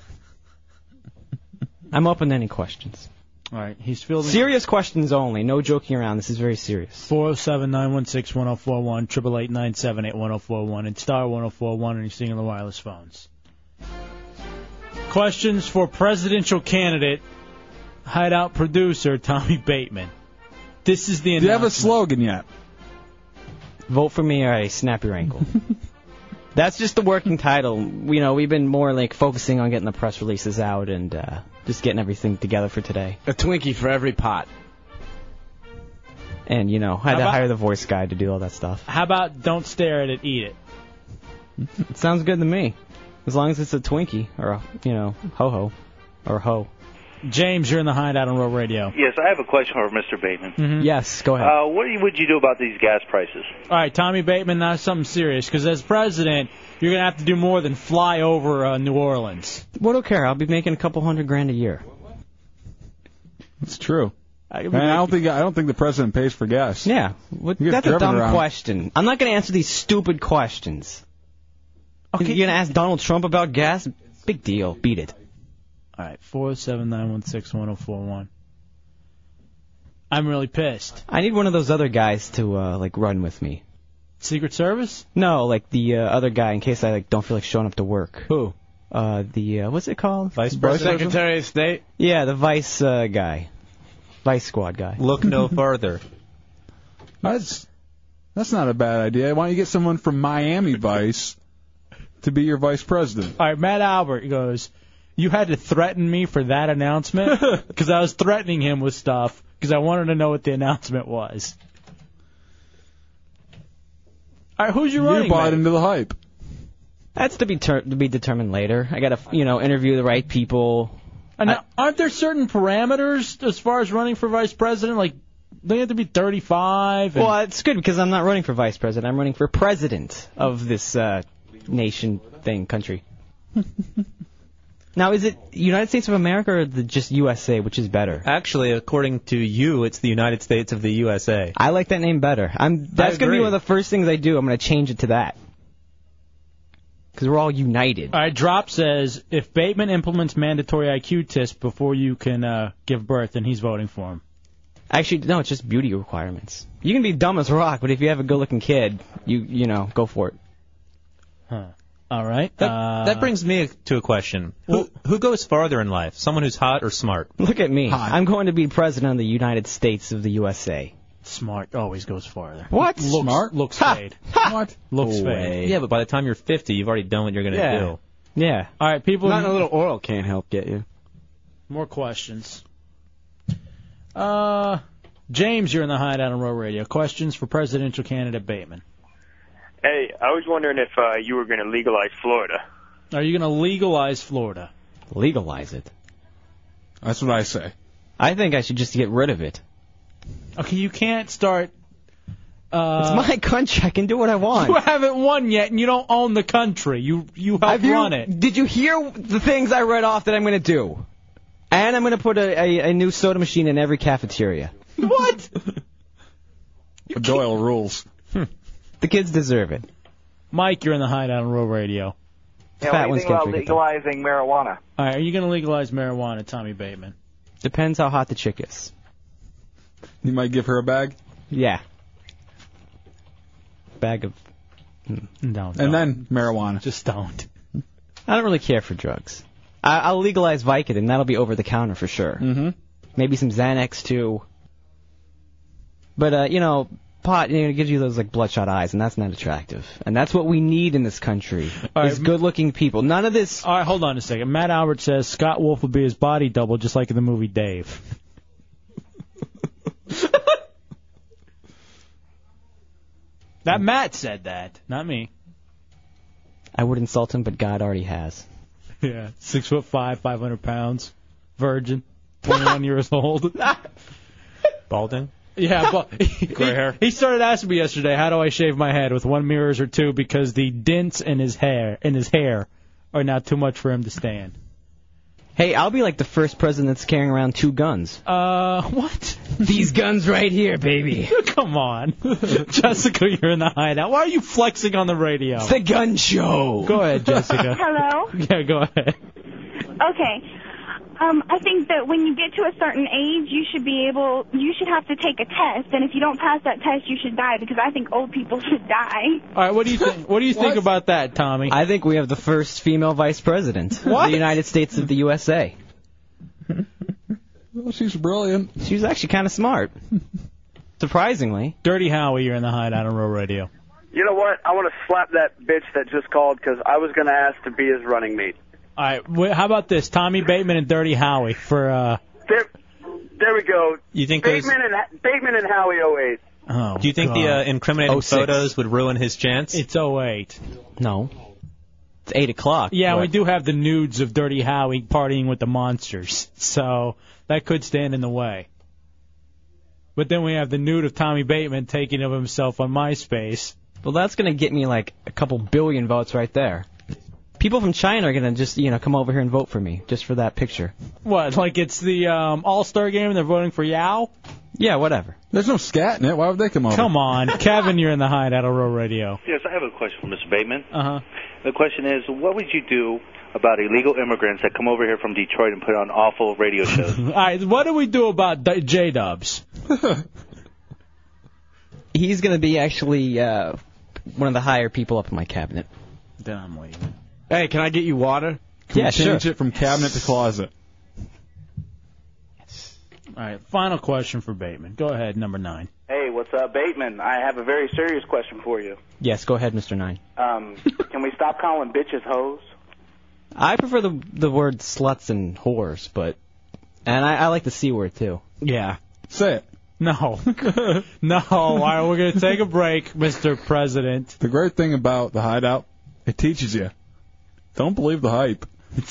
S4: I'm open to any questions.
S2: All right, he's fielding
S4: serious questions only. No joking around. This is very serious.
S2: Four zero seven nine one six one zero four one triple eight nine seven eight one zero four one and star one zero four one, and you're seeing on the wireless phones. Questions for presidential candidate, hideout producer Tommy Bateman. This is the
S3: Do you have a
S2: announcement.
S3: slogan yet?
S4: Vote for me or I snap your ankle. That's just the working title. You know, we've been more like focusing on getting the press releases out and uh, just getting everything together for today.
S17: A Twinkie for every pot.
S4: And you know, I had
S2: How
S4: to
S2: about-
S4: hire the voice guy to do all that stuff.
S2: How about don't stare at it, eat it?
S4: It sounds good to me, as long as it's a Twinkie or a, you know, ho ho, or ho.
S2: James, you're in the hideout on Real Radio.
S7: Yes, I have a question for Mr. Bateman.
S2: Mm-hmm.
S4: Yes, go ahead.
S7: Uh, what would you do about these gas prices?
S2: All right, Tommy Bateman, now something serious, because as president, you're going to have to do more than fly over uh, New Orleans.
S4: What do I care? I'll be making a couple hundred grand a year.
S3: It's true.
S4: I,
S3: and I don't think I don't think the president pays for gas.
S4: Yeah, what,
S3: You get
S4: that's a
S3: driven
S4: dumb
S3: around.
S4: question. I'm not going to answer these stupid questions. Okay. You're going to ask Donald Trump about gas? Big deal. Beat it.
S2: All right, four seven nine one six one zero four one. I'm really pissed.
S4: I need one of those other guys to uh, like run with me.
S2: Secret Service?
S4: No, like the uh, other guy in case I like don't feel like showing up to work. Who? Uh, the uh, what's it called? Vice
S17: Secretary of State.
S4: Yeah, the vice uh, guy, vice squad guy.
S1: Look no further.
S3: That's that's not a bad idea. Why don't you get someone from Miami Vice to be your vice president?
S2: All right, Matt Albert goes, you had to threaten me for that announcement because I was threatening him with stuff because I wanted to know what the announcement was. All right, who's your running mate?
S4: into the hype. That's to be ter- to be determined later. I gotta, you know, interview the right people.
S2: And now, aren't there certain parameters as far as running for vice president? Like, they have to be 35. And
S4: Well, it's good because I'm not running for vice president. I'm running for president of this uh, nation thing, country. now, is it United States of America or the, just USA, which is better?
S1: Actually, according to you, it's the United States of the USA.
S4: I like that name better. I'm that's gonna be
S1: agree.
S4: one of the first things I do. I'm gonna change it to that because we're all united.
S2: All right, Drop says if Bateman implements mandatory IQ test before you can uh, give birth, then he's voting for him.
S4: Actually, no, it's just beauty requirements. You can be dumb as rock, but if you have a good-looking kid, you you know, go for it.
S2: Huh. All right.
S1: That, that brings me to a question. Who, who goes farther in life? Someone who's hot or smart?
S4: Look at me. I'm going to be president of the United States of the USA.
S2: Smart always goes farther.
S4: What?
S2: Looks,
S4: Smart?
S2: Looks fade.
S4: What?
S2: Looks fade.
S1: Way. Yeah, but by the time you're 50, you've already done what you're going to
S2: Yeah.
S1: do.
S4: Yeah.
S2: All right, people.
S1: Not a little
S4: oral can't help get you.
S2: More questions. Uh, James, you're in the hideout on Row Radio. Questions for presidential candidate Bateman.
S8: Hey, I was wondering if uh, you were going to legalize Florida.
S2: Are you going to legalize Florida?
S4: Legalize it.
S3: That's what I say.
S4: I think I should just get rid of it.
S2: Okay, you can't start. Uh,
S4: it's my country. I can do what I want.
S2: You haven't won yet, and you don't own the country. You you helped
S4: Have you-
S2: run it.
S4: Did you hear the things I read off that I'm going to do? And I'm going to put a, a, a new soda machine in every cafeteria.
S2: What?
S4: Doyle rules. the kids deserve it.
S2: Mike, you're in the hideout on Row Radio.
S9: Yeah,
S4: Fat
S9: what do
S4: ones
S9: you think about
S4: can't drink it. though.
S9: legalizing marijuana?
S2: All right, are you going to legalize marijuana, Tommy Bateman?
S4: Depends how hot the chick is.
S3: You might give her a bag.
S4: Yeah. Bag of.
S2: No.
S3: And then marijuana.
S2: Just don't.
S4: I don't really care for drugs. I, I'll legalize Vicodin. That'll be over the counter for sure. Mm-hmm. Maybe some Xanax too. But uh, you know, pot you know, it gives you those like bloodshot eyes, and that's not attractive. And that's what we need in this country
S2: right,
S4: is good-looking people. None of this.
S2: All right, hold on a second. Matt Albert says Scott Wolf will be his body double, just like in the movie Dave. that Matt said that, not me.
S4: I would insult him, but God already has.
S2: Yeah, six foot five, five hundred pounds, virgin, twenty-one years old.
S1: Balding?
S2: Yeah, but he, he started asking me yesterday, "How do I shave my head with one mirrors or two because the dents in his hair in his hair are now too much for him to stand."
S4: Hey, I'll be like the first president that's carrying around two guns.
S2: Uh, what?
S4: These guns right here, baby.
S2: Come on, Jessica, you're in the hideout. Why are you flexing on the radio? It's
S4: the gun show.
S2: Go ahead, Jessica.
S10: Hello.
S2: yeah, go ahead.
S10: Okay. Um, I think that when you get to a certain age, you should be able, you should have to take a test, and if you don't pass that test, you should die because I think old people should die.
S2: All right, what do you think? What do you think about that, Tommy?
S4: I think we have the first female vice president of the United States of the USA.
S3: Well, she's brilliant.
S4: She's actually kind of smart. Surprisingly.
S2: Dirty Howie, you're in the hideout on Row Radio.
S23: You know what? I want to slap that bitch that just called because I was going to ask to be his running mate.
S2: All right, wh- how about this? Tommy Bateman and Dirty Howie for uh.
S23: There, there we go.
S1: You think those-
S23: Bateman and Bateman and Howie 08.
S2: Oh,
S1: Do you think the uh,
S2: God.
S1: incriminating
S2: 06.
S1: photos would ruin his chance?
S2: It's 08.
S4: No. It's 8 o'clock.
S2: Yeah,
S1: but-
S2: we do have the nudes of Dirty Howie partying with the monsters, so that could stand in the way. But then we have the nude of Tommy Bateman taking of himself on MySpace.
S4: Well, that's going to get me like a couple billion votes right there. People from China are going to just, you know, come over here and vote for me just for that picture.
S2: What, like it's the um, All Star game and they're voting for Yao?
S4: Yeah, whatever.
S3: There's no scat in it. Why would they come over?
S2: Come on, Kevin, you're in the hideout on Row Radio.
S7: Yes, I have a question for Mr. Bateman.
S2: Uh huh.
S4: Uh-huh.
S7: The question is, what would you do about illegal immigrants that come over here from Detroit and put on awful radio shows?
S2: All right, what do we do about J Dubs?
S4: He's going to be actually uh, one of the higher people up in my cabinet.
S2: Then I'm waiting.
S4: Hey, can I get you water?
S3: Can
S4: yeah,
S3: we
S4: sure.
S3: change it from cabinet to closet.
S2: All right, final question for Bateman. Go ahead, number nine.
S19: Hey, what's up, Bateman? I have a very serious question for you.
S4: Yes, go ahead, Mr. Nine.
S19: Um, can we stop calling bitches hoes?
S4: I prefer the the word sluts and whores, but and I, I like the c word too.
S2: Yeah. Say it. No. no. All right, we're going to take a break, Mr. President.
S3: The great thing about the hideout, it teaches you. Don't believe the hype.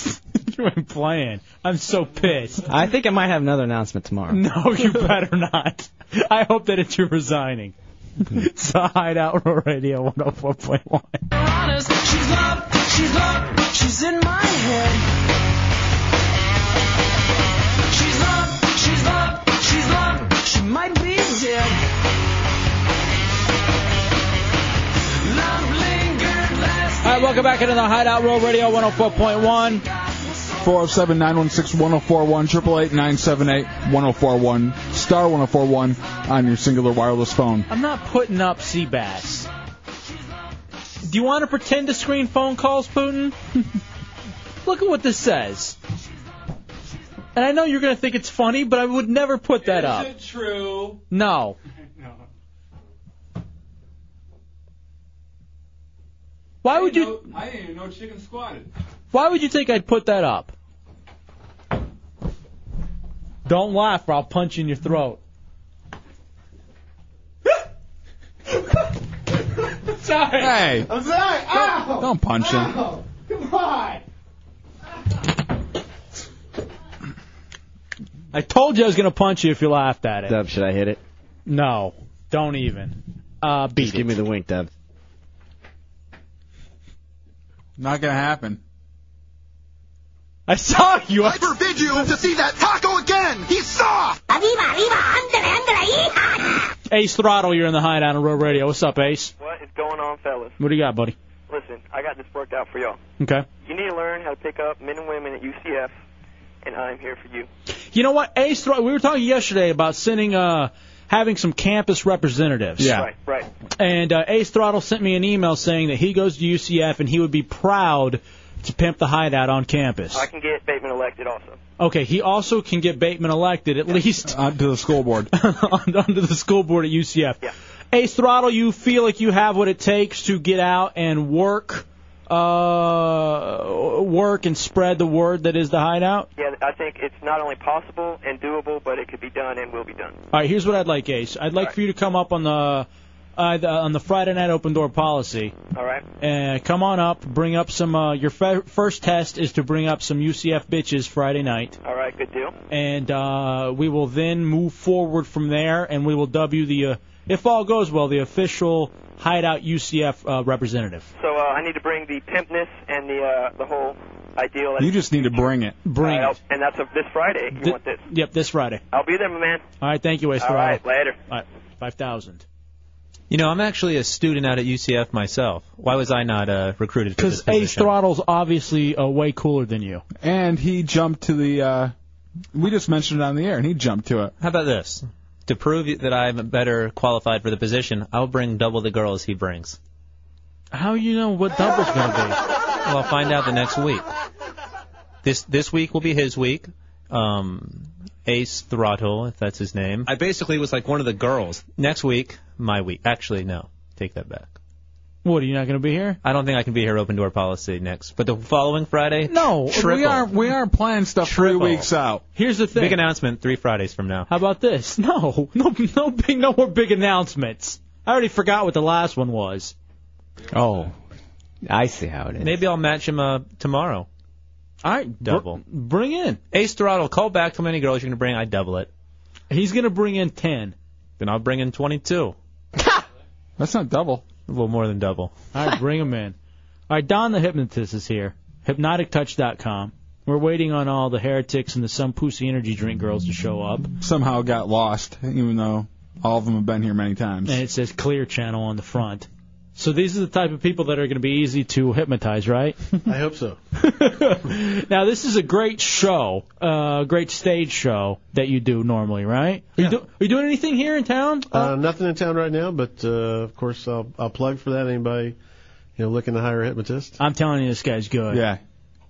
S2: you ain't playing. I'm so pissed.
S4: I think I might have another announcement tomorrow.
S2: No, you better not. I hope that it's you resigning. it's the Hideout Radio 104.1.
S9: honest. She's love, she's love, she's in my head. She's love, she's love, she's love, she might be dead. Love lingered last.
S2: All right, welcome back into the Hideout Road Radio 104.1.
S3: 407 916 1041, 888 978 1041, star 1041 on your singular wireless phone.
S2: I'm not putting up sea bass. Do you want to pretend to screen phone calls, Putin? Look at what this says. And I know you're going to think it's funny, but I would never put that up.
S3: true?
S2: No. Why would you
S3: I didn't even know chicken squatted.
S2: Why would you think I'd put that up? Don't laugh, or I'll punch you in your throat. sorry.
S3: Hey.
S17: I'm sorry.
S24: oh,
S17: Ow!
S3: Don't punch him.
S17: Ow! Come on.
S2: I told you I was going to punch you if you laughed at it.
S4: Dub, should I hit it?
S2: No, don't even. Uh, beat
S4: Just give me the wink, Dub.
S3: Not gonna happen.
S2: I saw you. I
S17: forbid you to see that taco again. He saw. Arriba, arriba, andere, andere,
S2: Ace Throttle, you're in the hideout on Road Radio. What's up, Ace?
S11: What is going on, fellas?
S2: What do you got, buddy?
S11: Listen, I got this worked out for y'all.
S2: Okay.
S11: You need to learn how to pick up men and women at UCF, and I'm here for you.
S2: You know what, Ace Throttle? We were talking yesterday about sending, uh, having some campus representatives.
S11: Right, right.
S2: And uh, Ace Throttle sent me an email saying that he goes to UCF and he would be proud to pimp the hideout on campus.
S11: I can get Bateman elected also.
S2: Okay, he also can get Bateman elected at least
S3: onto Uh, the school board.
S2: onto the school board at UCF. Ace Throttle, you feel like you have what it takes to get out and work, uh, work and spread the word that is the hideout.
S11: Yeah, I think it's not only possible and doable, but it could be done and will be done.
S2: All right, here's what I'd like, Ace. I'd like for you to come up on the uh, the- on the Friday night open door policy.
S11: All right.
S2: Uh, come on up. Bring up some. Uh, your fe- first test is to bring up some UCF bitches Friday night,
S11: All right, good deal.
S2: and uh, we will then move forward from there, and we will W the uh, if all goes well the official hideout UCF uh, representative.
S11: So uh, I need to bring the pimpness and the uh, the whole ideal.
S3: You just need to bring it.
S2: Bring
S11: All right, and that's a, this Friday. if You want this?
S2: Yep, this Friday.
S11: I'll be there, my man.
S2: All right, thank you, Ace.
S11: All right,
S2: Dorado.
S11: later.
S2: All right, five thousand.
S1: You know, I'm actually a student out at UCF myself. Why was I not uh, recruited for this
S2: Because Ace
S1: position?
S2: Throttle's obviously uh, way cooler than you.
S3: And he jumped to the. Uh, we just mentioned it on the air, and he jumped to it.
S1: How about this? To prove that I'm better qualified for the position, I'll bring double the girls he brings.
S2: How you know what double's going to be?
S1: Well, I'll find out the next week. This this week will be his week. Um, Ace Throttle, if that's his name. I basically was like one of the girls. Next week, my week. Actually, no, take that back.
S2: What are you not going to be here?
S1: I don't think I can be here open door policy next, but the following Friday.
S3: No,
S1: triple.
S3: we are we are planning stuff
S1: Triple.
S3: three weeks out.
S2: Here's the
S1: Big
S2: thing.
S1: announcement three Fridays from now.
S2: How about this? No, no, no big, no more big announcements. I already forgot what the last one was.
S4: Oh, I see how it is.
S1: Maybe I'll match him uh, tomorrow.
S2: All right,
S1: double.
S2: bring in
S1: Ace Throttle. Call back how many girls you're gonna bring. I double it.
S2: He's gonna bring in ten.
S1: Then I'll bring in 22.
S3: That's not double.
S1: A little more than double.
S2: All right, bring him in. All right, Don the hypnotist is here. HypnoticTouch.com. We're waiting on all the heretics and the some pussy energy drink girls to show up.
S3: Somehow got lost, even though all of them have been here many times.
S2: And it says clear channel on the front. So these are the type of people that are going to be easy to hypnotize, right?
S22: I hope so.
S2: now this is a great show, a uh, great stage show that you do normally, right? Are, you do, are you doing anything here in town?
S22: Uh, nothing in town right now, but uh, of course I'll, I'll plug for that. Anybody, you know, looking to hire a hypnotist?
S2: I'm telling you, this guy's good.
S3: Yeah,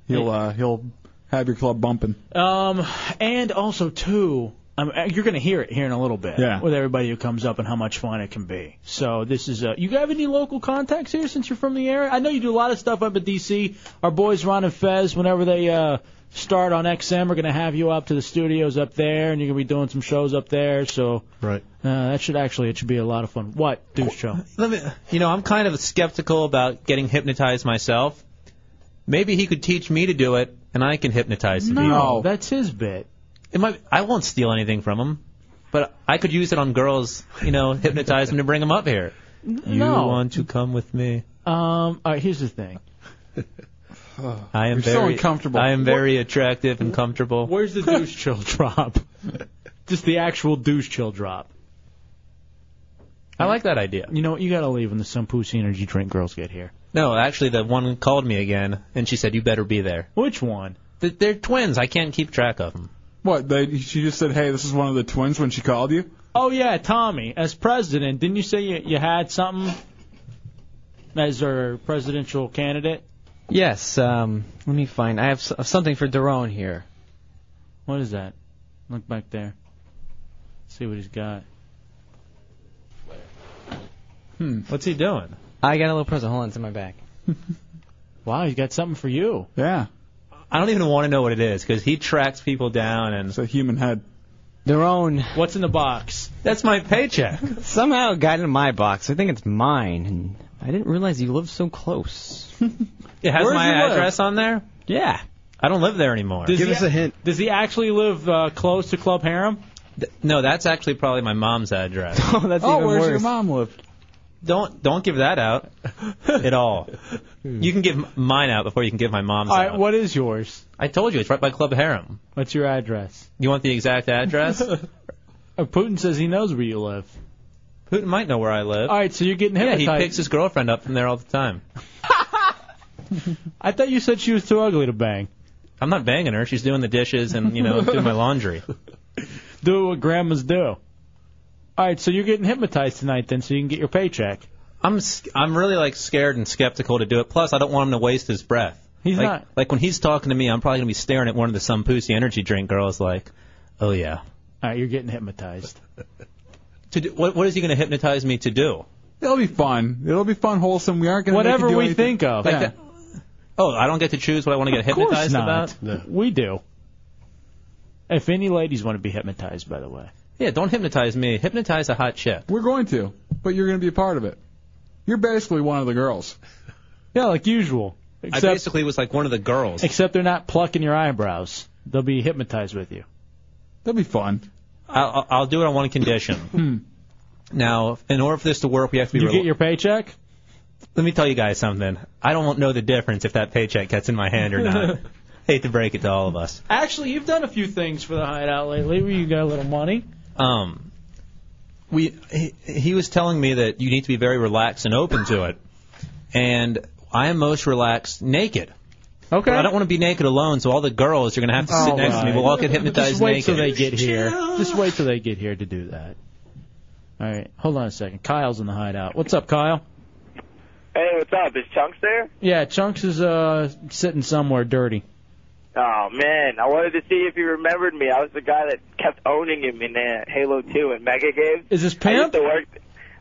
S3: he'll uh, he'll have your club bumping.
S2: Um, and also too, I'm, you're going to hear it here in a little bit
S3: Yeah.
S2: with everybody who comes up and how much fun it can be. So this is uh you have any local contacts here since you're from the area? I know you do a lot of stuff up at DC. Our boys Ron and Fez, whenever they uh, start on XM, are going to have you up to the studios up there, and you're going to be doing some shows up there. So
S22: right,
S2: uh, that should actually it should be a lot of fun. What douche show?
S1: Let me, you know, I'm kind of skeptical about getting hypnotized myself. Maybe he could teach me to do it, and I can hypnotize some
S2: No,
S1: people.
S2: that's his bit.
S1: It might. I won't steal anything from him, but I could use it on girls. You know, hypnotize them to bring them up here. You
S2: no.
S1: want to come with me?
S2: Um, all right, here's the thing.
S1: I am
S2: You're so
S1: very
S2: uncomfortable.
S1: I am very attractive and comfortable.
S2: Where's the douche chill drop? Just the actual douche chill drop.
S1: I like that idea.
S2: You know what? You got to leave when the some pussy energy drink girls get here.
S1: No, actually, the one called me again, and she said, "You better be there."
S2: Which one?
S1: They're twins. I can't keep track of them.
S3: What? They, she just said, "Hey, this is one of the twins." When she called you,
S2: Oh yeah, Tommy, as president, didn't you say you, you had something as our presidential candidate?
S4: Yes. Um, let me find. I have s- something for Daron here.
S2: What is that? Look back there. See what he's got. Hmm. What's he doing?
S4: I got a little present. Hold on, it's in my bag.
S2: Wow, he's got something for you.
S3: Yeah.
S1: I don't even want to know what it is because he tracks people down and. It's
S3: a human head.
S4: Their own.
S2: What's in the box?
S1: That's my paycheck.
S4: Somehow it got in my box. I think it's mine, and I didn't realize you lived so close.
S1: It has
S4: Where does he
S1: my
S4: live?
S1: address on there.
S4: Yeah.
S1: I don't live there anymore.
S2: hint. Does he actually live uh, close to Club Harem?
S1: No, that's actually probably my mom's address.
S4: oh, that's
S2: Oh, even where's your worse.
S3: mom lived?
S1: Don't don't give that out at all. You can give m- mine out before you can give my mom's
S2: All
S1: out.
S2: right, what is yours?
S1: I told you it's right by Club Harem.
S2: What's your address?
S1: You want the exact address?
S2: Uh, Putin says he knows where you live.
S1: Putin might know where I live.
S2: All right, so you're getting
S1: yeah,
S2: hypnotized.
S1: he picks his girlfriend up from there all the time.
S2: I thought you said she was too ugly to bang.
S1: I'm not banging her. She's doing the dishes and you know doing my laundry.
S2: Do what grandmas do. All right, so you're getting hypnotized tonight then, so you can get your paycheck.
S1: I'm s- I'm really like scared and skeptical to do it. Plus, I don't want him to waste his breath.
S2: He's
S1: like,
S2: not.
S1: Like when he's talking to me, I'm probably gonna be staring at one of the some pussy energy drink girls. Like, oh yeah.
S2: All right, you're getting hypnotized.
S1: To do, what what is he gonna hypnotize me to do?
S3: It'll be fun. It'll be fun, wholesome. We aren't gonna make you
S2: Whatever
S3: do
S2: we
S3: anything.
S2: think of.
S3: Yeah.
S1: Like that- oh, I don't get to choose what I want to get
S2: of course
S1: hypnotized
S2: not.
S1: about.
S2: We do. If any ladies want to be hypnotized, by the way.
S1: Yeah, don't hypnotize me. Hypnotize a hot chick.
S3: We're going to, but you're going to be a part of it. You're basically one of the girls.
S2: Yeah, like usual.
S1: I
S2: Except,
S1: basically was like one of the girls.
S2: except they're not plucking your eyebrows. They'll be hypnotized with you.
S3: That'd be fun.
S1: I'll, I'll- I'll do it on one condition. Now, in order for this to work, we have to be.
S2: Hmm. You
S1: rel-
S2: get your paycheck?
S1: Let me tell you guys something. I don't know the difference if that paycheck gets in my hand or not. Hate to break it to all of us.
S2: Actually, you've done a few things for the hideout lately where you got a little money.
S1: Um, we he, he was telling me that you need to be very relaxed and open to it, and I am most relaxed naked.
S2: Okay.
S1: But I don't want to be naked alone, so all the girls are gonna have to sit next to me. We'll all get hypnotized
S2: Oh, Just wait
S1: naked.
S2: till they get here. Just wait till they get here to do that. All right, hold on a second. Kyle's in the hideout. What's up, Kyle?
S11: Hey, what's up? Is Chunks there?
S2: Yeah, Chunks is uh sitting somewhere dirty.
S11: Oh man, I wanted to see if he remembered me. I was the guy that kept owning him in uh, Halo 2 and Mega Games.
S2: Is this
S11: I
S2: Pimp?
S11: used to work.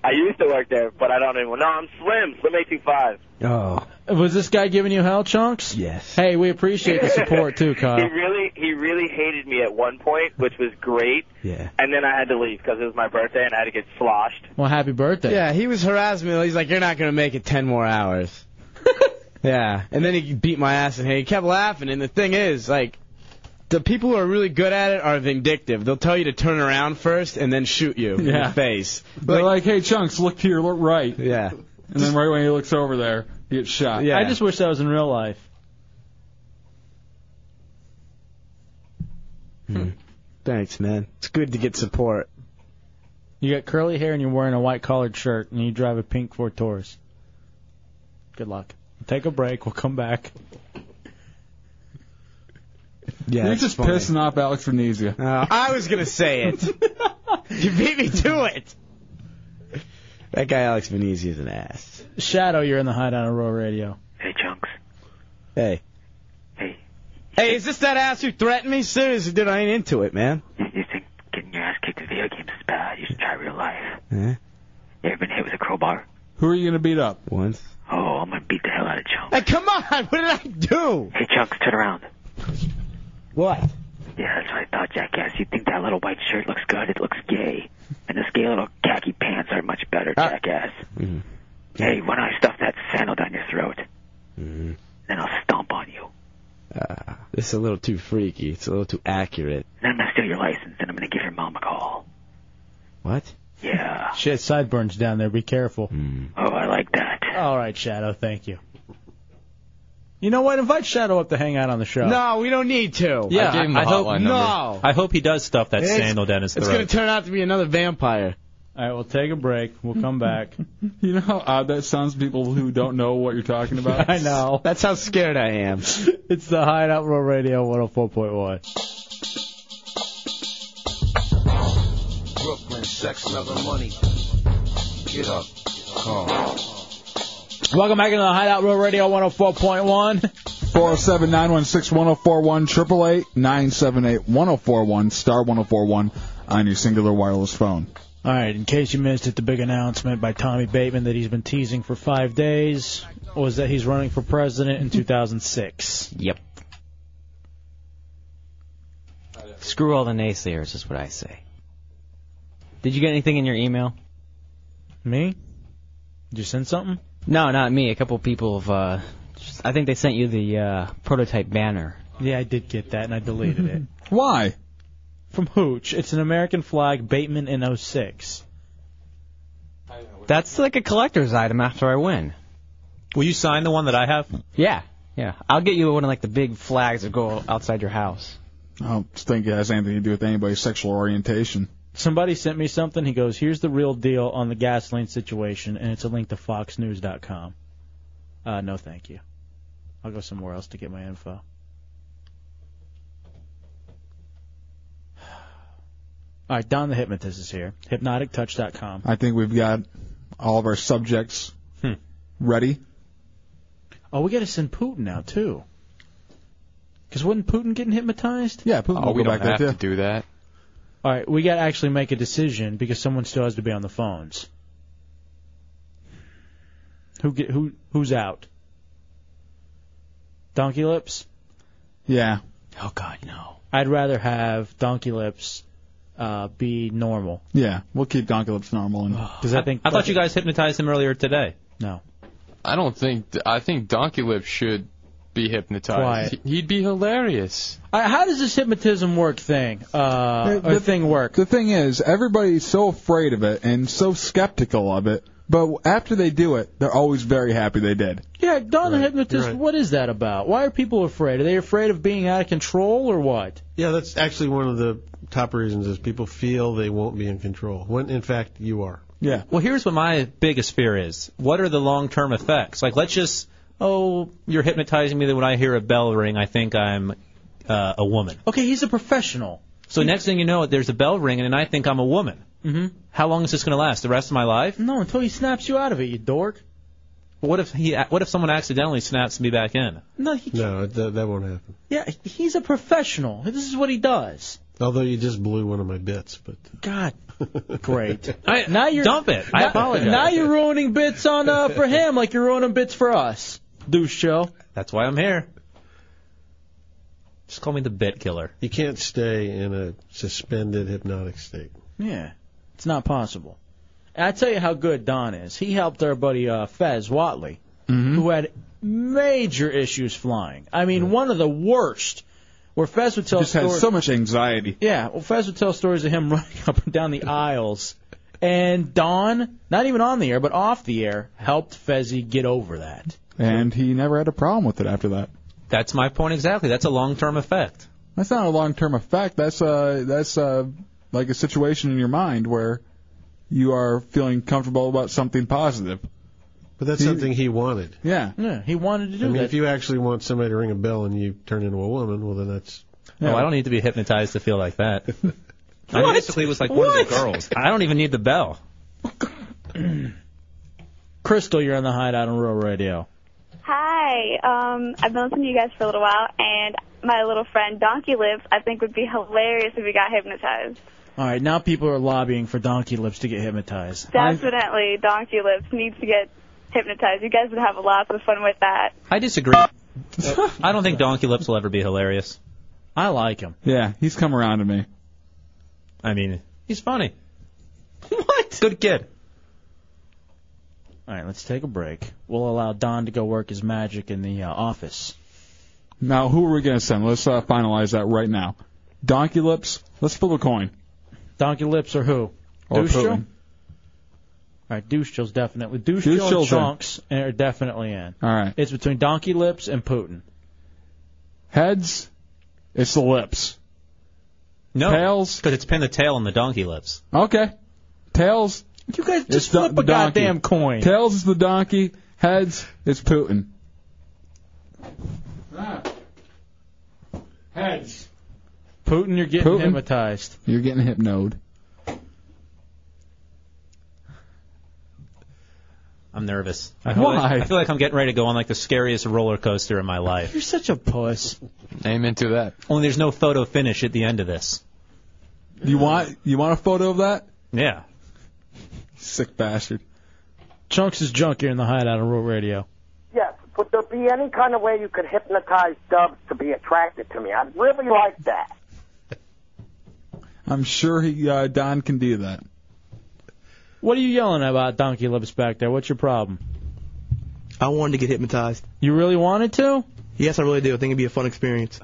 S11: I used to work there, but I don't anymore. No, I'm Slim. Slim 825.
S2: Oh. Was this guy giving you hell, Chunks? Yes. Hey, we appreciate the support too,
S11: He
S2: Kyle.
S11: really, he really hated me at one point, which was great.
S2: Yeah.
S11: And then I had to leave because it was my birthday and I had to get sloshed.
S2: Well, happy birthday.
S4: Yeah, he was harassing me. He's like, "You're not gonna make it ten more hours." yeah, and then he beat my ass, and he kept laughing. And the thing is, like, the people who are really good at it are vindictive. They'll tell you to turn around first and then shoot you in
S3: Yeah.
S4: the face.
S3: They're like, hey, Chunks, look to your l- right.
S4: Yeah.
S3: And then right when he looks over there, he gets shot.
S2: I just wish that was in real life.
S4: Thanks, man. It's good to get support.
S2: You got curly hair and you're wearing a white collared shirt and you drive a pink Ford Taurus. Good luck. Take a break. We'll come back.
S4: Yeah,
S3: You're
S4: it's
S3: just
S4: funny.
S3: pissing off Alex Venezia.
S4: Uh, I was gonna say it. you beat me to it. That guy Alex Venezia is an ass.
S2: Shadow, you're in the hideout on Royal Radio.
S4: Hey, Chunks. Hey. Hey. Hey, is this that ass who threatened me? Seriously, dude, I ain't into it, man.
S24: You, you think getting Eh?
S17: You ever been hit with a crowbar?
S3: Who are you going to beat up?
S17: Once. Oh, I'm gonna beat the hell out of Chunks.
S24: Hey, come on! What did I do?
S17: Hey, Chunks, turn around.
S24: What?
S17: Yeah, that's what I thought, jackass. You think that little white shirt looks good? It looks gay. And those gay little khaki pants are much better,
S2: Ah.
S17: jackass.
S2: Mm-hmm.
S17: Hey, why don't I stuff that sandal down your throat?
S15: Mhm.
S17: Then I'll stomp on you.
S15: Uh, this is a little too freaky. It's a little too accurate.
S17: Then I'm gonna steal your license, and I'm gonna give your mom a call.
S15: What?
S17: Yeah.
S2: Shit, sideburns down there. Be careful.
S17: Oh, I like that.
S2: All right, Shadow. Thank you. You know what? Invite Shadow up to hang out on the show.
S24: No, we don't need to.
S2: Yeah, I gave him the
S1: I hope,
S2: hotline number.
S24: No.
S1: I hope he does stuff that
S24: It's-
S1: sandal down his
S24: it's
S1: throat.
S24: gonna turn out to be another vampire.
S2: All right, we'll take a break. We'll come back.
S3: You know how odd that sounds to people who don't know what you're talking about?
S2: I know.
S24: That's how scared I am.
S2: it's the Hideout Row Radio 104.1.
S16: Brooklyn, sex, love, and money. Get up. Come.
S2: Welcome back into the Hideout Row Radio 104.1.
S3: 407 916 1041 888 978 1041 star 1041 on your singular wireless phone.
S2: All right, in case you missed it, the big announcement by Tommy Bateman that he's been teasing for five days was that he's running for president in 2006.
S4: Yep. Screw all the naysayers is what I say. Did you get anything in your email?
S2: Me? Did you send something?
S4: No, not me. A couple people have. Uh, I think they sent you the uh, prototype banner.
S2: Yeah, I did get that, and I deleted it.
S3: Why?
S2: From Hooch. It's an American flag, Bateman in 06.
S4: That's like a collector's item after I win.
S1: Will you sign the one that I have?
S4: Yeah, yeah. I'll get you one of like the big flags that go outside your house.
S3: I don't think it has anything to do with anybody's sexual orientation.
S2: Somebody sent me something. He goes, "Here's the real deal on the gasoline situation," and it's a link to FoxNews.com. Uh, no, thank you. I'll go somewhere else to get my info. All right, Don the Hypnotist is here. HypnoticTouch.com.
S3: I think we've got all of our subjects ready.
S2: Oh, we got to send Putin out too. Because wasn't Putin getting hypnotized?
S3: Yeah, Putin
S14: Oh, we don't have to do that.
S2: All right, we got to actually make a decision because someone still has to be on the phones. Who get who who's out? Donkey Lips.
S3: Yeah.
S4: Oh God, no.
S2: I'd rather have Donkey Lips uh, be normal
S3: Yeah, we'll keep Donkilips normal. And
S2: because I think
S1: I thought you guys hypnotized him earlier today.
S2: No.
S14: I don't think. I think Donkey Lip should be hypnotized.
S2: Quiet.
S14: He'd be hilarious.
S2: Uh, how does this hypnotism work thing? Uh, or thing work.
S3: The thing is, everybody's so afraid of it and so skeptical of it, but after they do it, they're always very happy they did.
S2: Yeah, Don the hypnotist.
S3: right.
S2: What is that about? Why are people afraid? Are they afraid of being out of control or what?
S22: Yeah, that's actually one of the top reasons is people feel they won't be in control when in fact you are.
S3: Yeah.
S1: Well, here's what my biggest fear is. What are the long-term effects? Like, let's just, oh, you're hypnotizing me that when I hear a bell ring, I think I'm uh, a woman.
S2: Okay, he's a professional.
S1: So next thing you know, there's a bell ringing, and I think I'm a woman.
S2: Mm-hmm.
S1: How long is this going to last? The rest of my life?
S2: No, until he snaps you out of it, you dork.
S1: But what if he? What if someone accidentally snaps me back in?
S2: No, he,
S22: No, that, that won't happen.
S2: yeah, he's a professional. This is what he does.
S22: Although you just blew one of my bits, but uh,
S2: God, great. now you're
S1: dump it. I
S2: now-
S1: apologize.
S2: Now you're ruining bits on uh, for him, like you're ruining bits for us. Douche show.
S1: That's why I'm here. Just call me the bit killer.
S22: you can't stay in a suspended hypnotic state.
S2: Yeah, it's not possible. And I tell you how good Don is. He helped our buddy uh, Fez Watley, who had major issues flying. I mean, one of the worst. Where Fez would tell
S3: Just
S2: stories.
S3: has so much anxiety.
S2: Yeah, well, Fez would tell stories of him running up and down the aisles. And Don, not even on the air, but off the air, helped Fezzi get over that.
S3: And he never had a problem with it after that.
S1: That's my point exactly. That's a long-term effect.
S3: That's not a long term effect. That's uh that's uh like a situation in your mind where you are feeling comfortable about something positive.
S22: But that's something he wanted.
S3: Yeah.
S2: Yeah, he wanted to
S22: I
S2: do
S22: mean,
S2: that.
S22: if you actually want somebody to ring a bell and you turn into a woman, well then that's
S1: No, I don't e- need to be hypnotized to feel like that. I
S22: What?
S1: basically was like one of the girls. I don't even need the bell.
S2: Crystal, you're on the hideout on Rural Radio.
S10: Hi. Um, I've been listening to you guys for a little while, and my little friend Donkey Lips, I think, would be hilarious if we got hypnotized.
S2: All right, now people are lobbying for Donkey Lips to get hypnotized.
S10: Definitely, Donkey Lips needs to get hypnotized. You guys would have lots of fun with that.
S1: I disagree. I don't think Donkey Lips will ever be hilarious.
S2: I like him.
S3: Yeah, he's come around to me.
S1: I mean, he's funny. What? Good kid.
S2: All right, let's take a break. We'll allow Don to go work his magic in the uh, office.
S3: Now, who are we going to send? Let's uh, finalize that right now. Donkey Lips, let's flip a coin.
S2: Donkey Lips or who?
S3: Or
S2: Deuce
S3: Putin.
S2: Joe? All right, Deuce Joe's definitely. Deuce,
S3: Deuce
S2: Joe and
S3: Joe's in.
S2: Chunks are definitely in.
S3: All right.
S2: It's between Donkey Lips and Putin.
S3: Heads, it's the lips.
S1: No. Tails? Because it's pin the tail on the donkey lips.
S3: Okay. Tails.
S2: You guys
S1: just flip a goddamn coin.
S3: Tails is the donkey. Heads, it's Putin. Heads.
S2: Putin, you're getting
S3: Putin.
S2: hypnotized.
S3: You're getting hypnoed.
S1: I'm nervous. I feel,
S3: Why?
S1: Like, I feel like I'm getting ready to go on like the scariest roller coaster in my life.
S2: You're such a puss.
S1: Amen to that. Only there's no photo finish at the end of this.
S3: You want you want a photo of that?
S1: Yeah.
S3: Sick bastard.
S2: Chunks is junk here in the hideout on Rule Radio.
S21: Yes, would there be any kind of way you could hypnotize Dubs to be attracted to me? I'd really like that.
S3: I'm sure he uh, Don can do that.
S2: What are you yelling about, Donkey Lips back there? What's your problem?
S15: I wanted to get hypnotized.
S2: You really wanted to?
S15: Yes, I really do. I think it'd be a fun experience.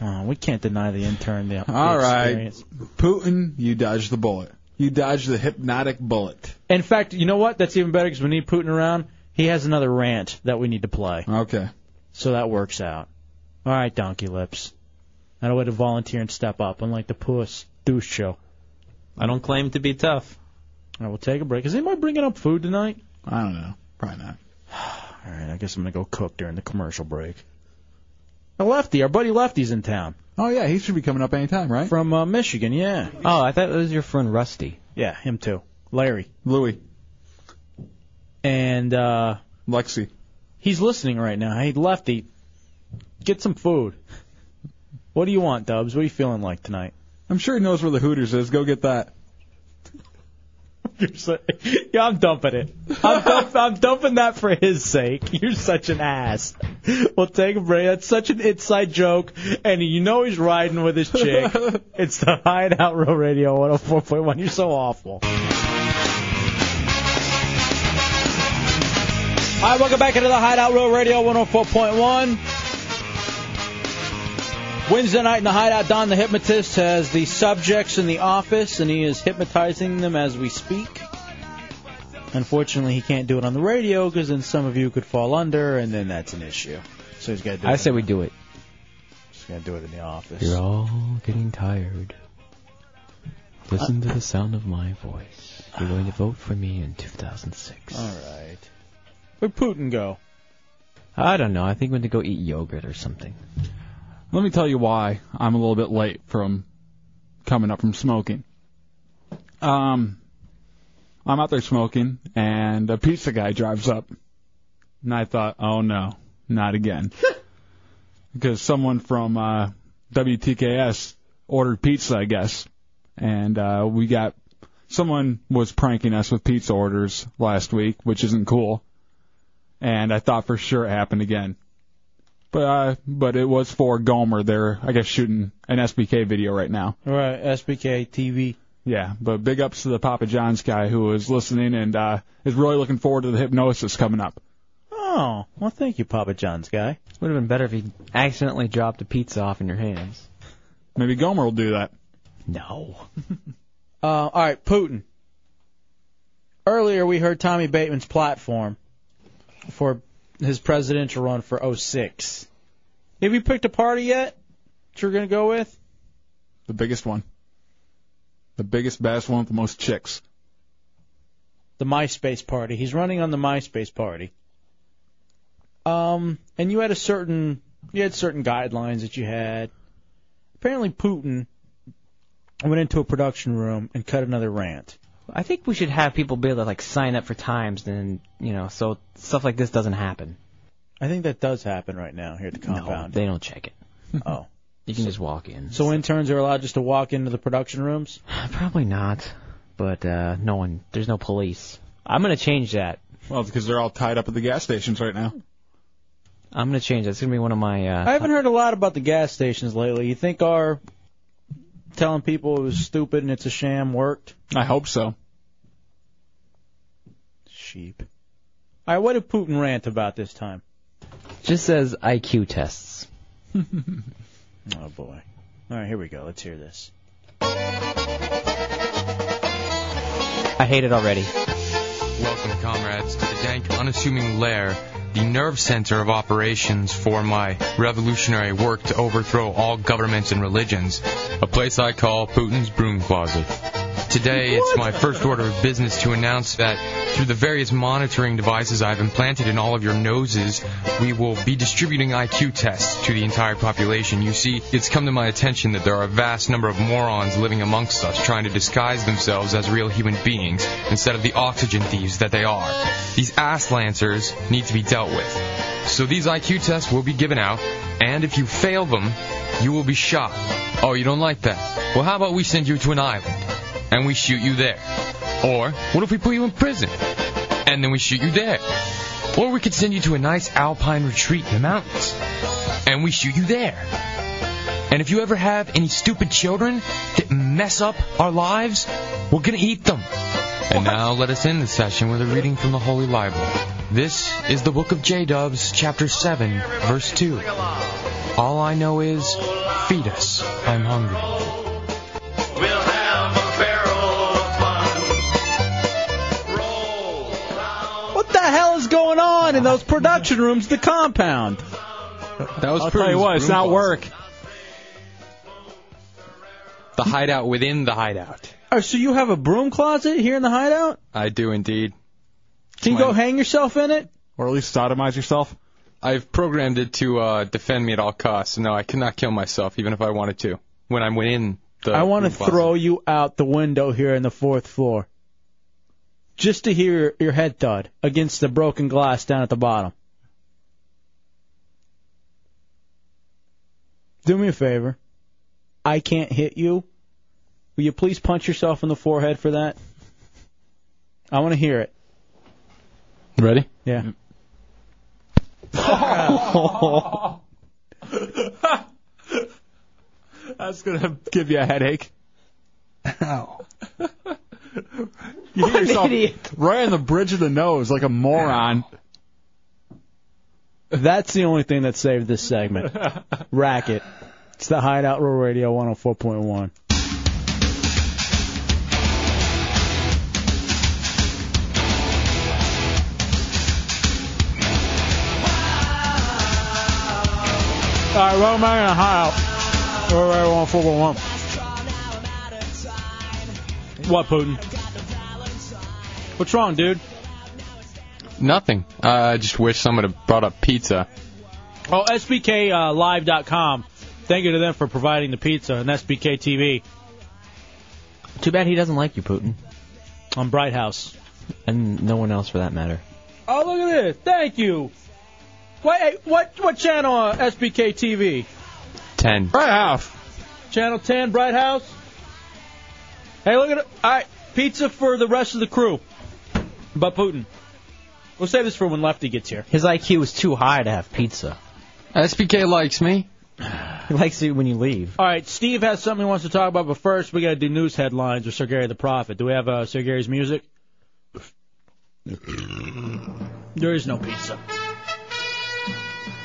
S2: Uh, we can't deny the intern the, the
S3: All right.
S2: experience.
S3: Putin, you dodged the bullet. You dodged the hypnotic bullet.
S2: In fact, you know what? That's even better because we need Putin around. He has another rant that we need to play.
S3: Okay.
S2: So that works out. All right, Donkey Lips. I don't want to volunteer and step up, unlike the puss douche show.
S1: I don't claim to be tough.
S2: I will take a break. Is anybody bringing up food tonight?
S3: I don't know. Probably not.
S2: All right, I guess I'm gonna go cook during the commercial break. Now, Lefty, our buddy Lefty's in town.
S3: Oh yeah, he should be coming up anytime, right?
S2: From uh, Michigan, yeah.
S4: Oh, I thought that was your friend Rusty.
S2: Yeah, him too. Larry.
S3: Louis.
S2: And uh
S3: Lexi.
S2: He's listening right now. Hey Lefty, get some food. What do you want, Dubs? What are you feeling like tonight?
S3: I'm sure he knows where the Hooters is. Go get that.
S2: You're so, yeah, I'm dumping it. I'm, dump, I'm dumping that for his sake. You're such an ass. We'll take a break. That's such an inside joke, and you know he's riding with his chick. it's the Hideout Row Radio 104.1. You're so awful. All right, welcome back into the Hideout Row Radio 104.1. Wednesday night in the Hideout, Don the Hypnotist has the subjects in the office, and he is hypnotizing them as we speak. Unfortunately, he can't do it on the radio because then some of you could fall under, and then that's an issue. So he's got to do
S4: I
S2: it.
S4: say we do it.
S2: He's got to do it in the office.
S4: You're all getting tired. Listen to the sound of my voice. You're going to vote for me in 2006.
S2: All right. Where'd Putin go?
S4: I don't know. I think we went to go eat yogurt or something.
S3: Let me tell you why I'm a little bit late from coming up from smoking. Um, I'm out there smoking, and a pizza guy drives up, and I thought, oh no, not again, because someone from uh, WTKS ordered pizza, I guess, and uh, we got someone was pranking us with pizza orders last week, which isn't cool, and I thought for sure it happened again. But uh, but it was for Gomer. They're I guess shooting an SBK video right now.
S2: All right, SBK TV.
S3: Yeah, but big ups to the Papa John's guy who is listening and uh, is really looking forward to the hypnosis coming up.
S2: Oh, well, thank you, Papa John's guy.
S4: Would have been better if he accidentally dropped a pizza off in your hands.
S3: Maybe Gomer will do that.
S4: No.
S2: Uh, all right, Putin. Earlier we heard Tommy Bateman's platform for his presidential run for 06. Have you picked a party yet that you're going to go with?
S3: The biggest one, the biggest, baddest one with the most chicks.
S2: The MySpace party. He's running on the MySpace party. Um, and you had a certain you had certain guidelines that you had. Apparently Putin went into a production room and cut another rant.
S4: I think we should have people be able to like sign up for times, and you know, so stuff like this doesn't happen.
S2: I think that does happen right now here at the compound.
S4: They don't check it.
S2: oh.
S15: You can just walk in.
S2: So interns are allowed just to walk into the production rooms?
S4: Probably not, but uh, no one. There's no police. I'm gonna change that.
S3: Well, because they're all tied up at the gas stations right now.
S4: I'm gonna change that. It's gonna be one of my. Uh,
S2: I haven't heard a lot about the gas stations lately. You think our telling people it was stupid and it's a sham worked?
S3: I hope so.
S2: Sheep. All right, what did Putin rant about this time?
S4: Just says IQ tests.
S2: Oh boy. All right, here we go. Let's hear this.
S4: I hate it already.
S14: Welcome, comrades, to the dank, unassuming lair, the nerve center of operations for my revolutionary work to overthrow all governments and religions, a place I call Putin's broom closet. Today, it's my first order of business to announce that through the various monitoring devices I've implanted in all of your noses, we will be distributing IQ tests to the entire population. You see, it's come to my attention that there are a vast number of morons living amongst us trying to disguise themselves as real human beings instead of the oxygen thieves that they are. These ass lancers need to be dealt with. So these IQ tests will be given out, and if you fail them, you will be shot. Oh, you don't like that? Well, how about we send you to an island? and we shoot you there. Or what if we put you in prison and then we shoot you there? Or we could send you to a nice alpine retreat in the mountains and we shoot you there. And if you ever have any stupid children that mess up our lives, we're going to eat them. And now let us end the session with a reading from the Holy Bible. This is the book of J Dubs, chapter 7, verse 2. All I know is, feed us, I'm hungry.
S2: What the hell is going on in those production rooms, the compound?
S14: That was
S3: I'll tell you what, it's not work.
S14: The hideout within the hideout.
S2: Oh, so you have a broom closet here in the hideout?
S14: I do indeed.
S2: Can you go hang yourself in it?
S14: Or at least sodomize yourself? I've programmed it to uh, defend me at all costs. No, I cannot kill myself, even if I wanted to, when I'm within the.
S2: I want to
S14: room closet.
S2: throw you out the window here in the fourth floor. Just to hear your, your head thud against the broken glass down at the bottom. Do me a favor. I can't hit you. Will you please punch yourself in the forehead for that? I want to hear it.
S14: Ready?
S2: Yeah.
S3: That's gonna give you a headache. You hit
S9: What an
S3: yourself
S9: idiot.
S3: right on the bridge of the nose, like a moron.
S2: That's the only thing that saved this segment. Racket. It's the Hideout Row Radio 104.1. All right, welcome back in the Hideout. Row Radio 104.1. What, Putin? What's wrong, dude?
S14: Nothing. I just wish someone had brought up pizza.
S2: Oh, SBKLive.com. Thank you to them for providing the pizza and SBK TV.
S4: Too bad he doesn't like you, Putin.
S2: On Bright House.
S4: And no one else for that matter.
S2: Oh, look at this. Thank you. What hey, what what channel uh, on SBK TV?
S14: Ten.
S2: Bright House. Channel 10, Bright House. Hey, look at it. All right, pizza for the rest of the crew. But Putin. We'll save this for when Lefty gets here.
S4: His IQ is too high to have pizza.
S14: SBK likes me.
S4: He likes you when you leave.
S2: All right, Steve has something he wants to talk about, but first we got to do news headlines with Sir Gary the Prophet. Do we have uh, Sir Gary's music? There is no pizza.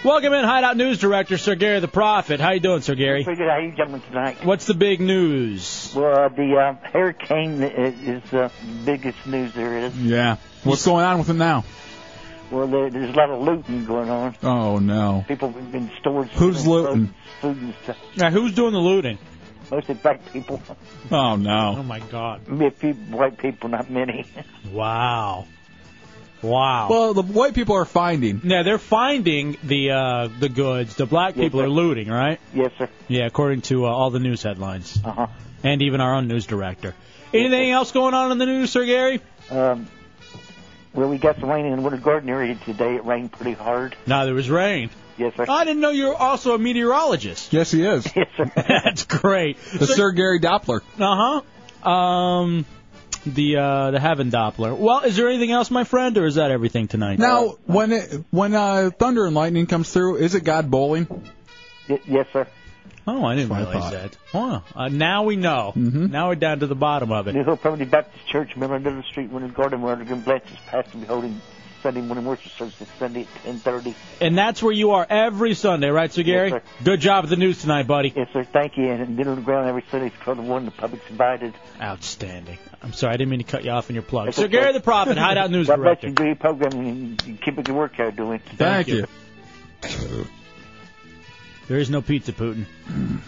S2: Welcome in, Hideout News Director Sir Gary the Prophet. How you doing, Sir Gary?
S12: Pretty good. How you gentlemen tonight?
S2: What's the big news?
S12: Well, uh, the uh, hurricane i- is the biggest news there is.
S3: Yeah. What's going on with him now?
S12: Well, there, there's a lot of looting going on.
S3: Oh no.
S12: People have been stored.
S3: Who's looting?
S12: Food and stuff.
S2: Now, who's doing the looting?
S12: Mostly black people.
S3: Oh no.
S2: Oh my God.
S12: A few white people, not many.
S2: Wow. Wow.
S3: Well, the white people are finding.
S2: Now they're finding the uh, the goods. The black
S12: Yes,
S2: people
S12: sir.
S2: are looting, right?
S12: Yes, sir.
S2: Yeah, according to uh, all the news headlines,
S12: Uh-huh.
S2: and even our own news director. Anything else going on in the news, Sir Gary?
S12: Um, well, we got some rain in the Winter Garden area today. It rained pretty hard.
S2: No, there was rain.
S12: Yes, sir.
S2: I didn't know you were also a meteorologist.
S3: Yes, he is.
S2: That's great.
S3: The Sir Gary Doppler.
S2: Uh huh. Um, the uh, the Heaven Doppler. Well, is there anything else, my friend, or is that everything tonight?
S3: Now, when it, when uh, thunder and lightning comes through, is it God bowling?
S12: yes, sir.
S2: Oh, I didn't realize that. Huh. Uh, now we know. Now we're down to the bottom of it.
S12: New Hope Family Baptist Church, Miller Little Street, Winter Garden, where Oregon Blanche is pastor be holding Sunday morning worship service this Sunday at 10:30.
S2: And that's where you are every Sunday, right, Sir Gary?
S12: sir.
S2: Good job at the news tonight, buddy.
S12: Yes, sir. Thank you. And then on the ground every Sunday from 12 to 1. The public's invited.
S2: Outstanding. I'm sorry, I didn't mean to cut you off in your plug.
S12: That's
S2: Sir
S12: okay.
S2: Gary the Prophet, Hideout News
S12: God bless
S2: Director.
S12: you. Do your programming and keep up your work you're doing.
S2: Thank you. There is no pizza, Putin.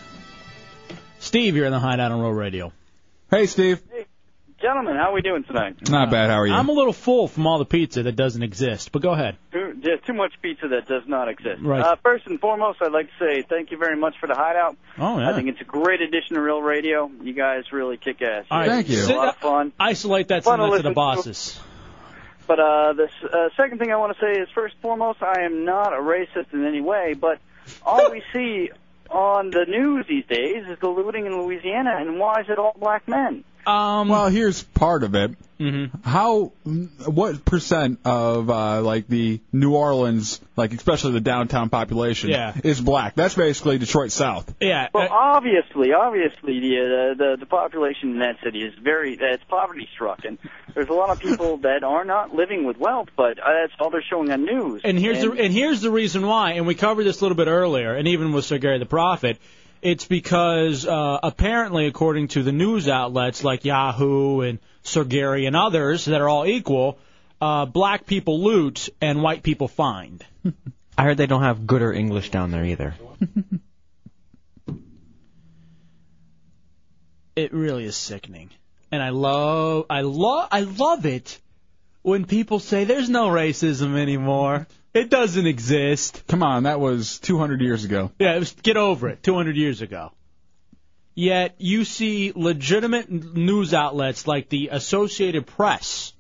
S2: Steve, you're in the Hideout on Roll Radio.
S3: Hey, Steve.
S5: Gentlemen, how are we doing tonight?
S3: Not bad. How are you?
S2: I'm a little full from all the pizza that doesn't exist, but go ahead.
S5: Too- There's too much pizza that does not exist.
S2: Right.
S5: Uh, first and foremost, I'd like to say thank you very much for the hideout.
S2: Oh, yeah.
S5: I think it's a great addition to Real Radio. You guys really kick ass.
S2: All right. Thank you.
S5: It's a lot of fun.
S2: Isolate that
S5: Fun to
S2: sentence to
S5: listen
S2: the
S5: to.
S2: bosses.
S5: But uh, the s- uh, second thing I want to say is, first and foremost, I am not a racist in any way, but all we see on the news these days is the looting in Louisiana, and why is it all black men?
S2: Um,
S3: well, here's part of it.
S2: Mm-hmm.
S3: How, what percent of uh, like the New Orleans, like especially the downtown population,
S5: Yeah.
S3: is black? That's basically Detroit South.
S2: Yeah. uh,
S5: Well, obviously, obviously, the, uh, the the population in that city is very that's poverty struck, and there's a lot of people that are not living with wealth, but uh, that's all they're showing on news.
S2: And here's the and here's the reason why. And we covered this a little bit earlier, and even with Sir Gary the Prophet, it's because uh, apparently, according to the news outlets like Yahoo and Sir Gary and others that are all equal, uh, black people loot and white people find.
S4: I heard they don't have gooder English down there either.
S2: It really is sickening, and I love I love I love it when people say there's no racism anymore. It doesn't exist.
S3: Come on, that was 200 years ago.
S2: Yeah, it was get over it. 200 years ago. Yet you see legitimate n- news outlets like the Associated Press,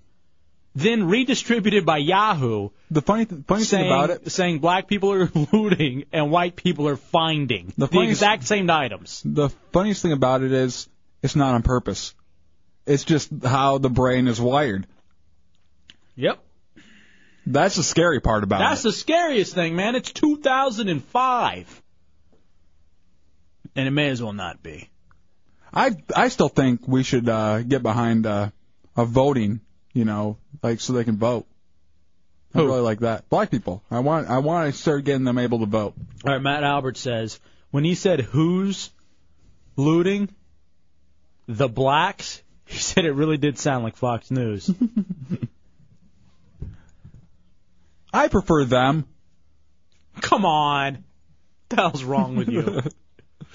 S2: then redistributed by Yahoo.
S3: The funny, th- funny
S2: saying,
S3: thing about it,
S2: saying black people are looting and white people are finding the,
S3: funniest-
S2: exact same items.
S3: the funniest thing about it is it's not on purpose. It's just how the brain is wired.
S2: Yep.
S3: That's the scary part about
S2: That's
S3: it.
S2: the scariest thing, man. It's 2005, and it may as well not be.
S3: I I still think we should uh, get behind uh, a voting, you know, like so they can vote. I really like that. Black people. I want I want to start getting them able to vote.
S2: All right, Matt Albert says when he said who's looting the blacks, he said it really did sound like Fox News.
S3: I prefer them.
S2: Come on, what the hell's wrong with you? oh,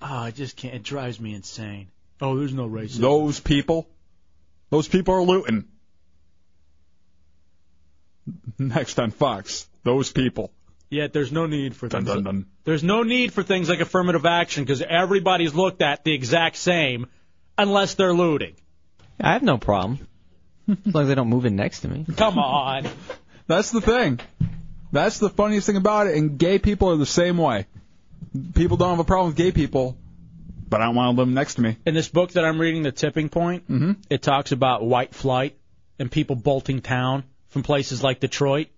S2: I just can't. It drives me insane. Oh, there's no racism.
S3: Those people. Those people are looting. Next on Fox. Those people.
S2: Yet there's no need for
S3: Dun
S2: things.
S3: dun dun.
S2: There's no need for things like affirmative action because everybody's looked at the exact same, unless they're looting.
S4: I have no problem. As long as they don't move in next to me.
S2: Come on.
S3: That's the thing. That's the funniest thing about it. And gay people are the same way. People don't have a problem with gay people, but I don't want them next to me.
S2: in this book that I'm reading, The Tipping Point,
S4: Mm-hmm.
S2: it talks about white flight and people bolting town from places like Detroit.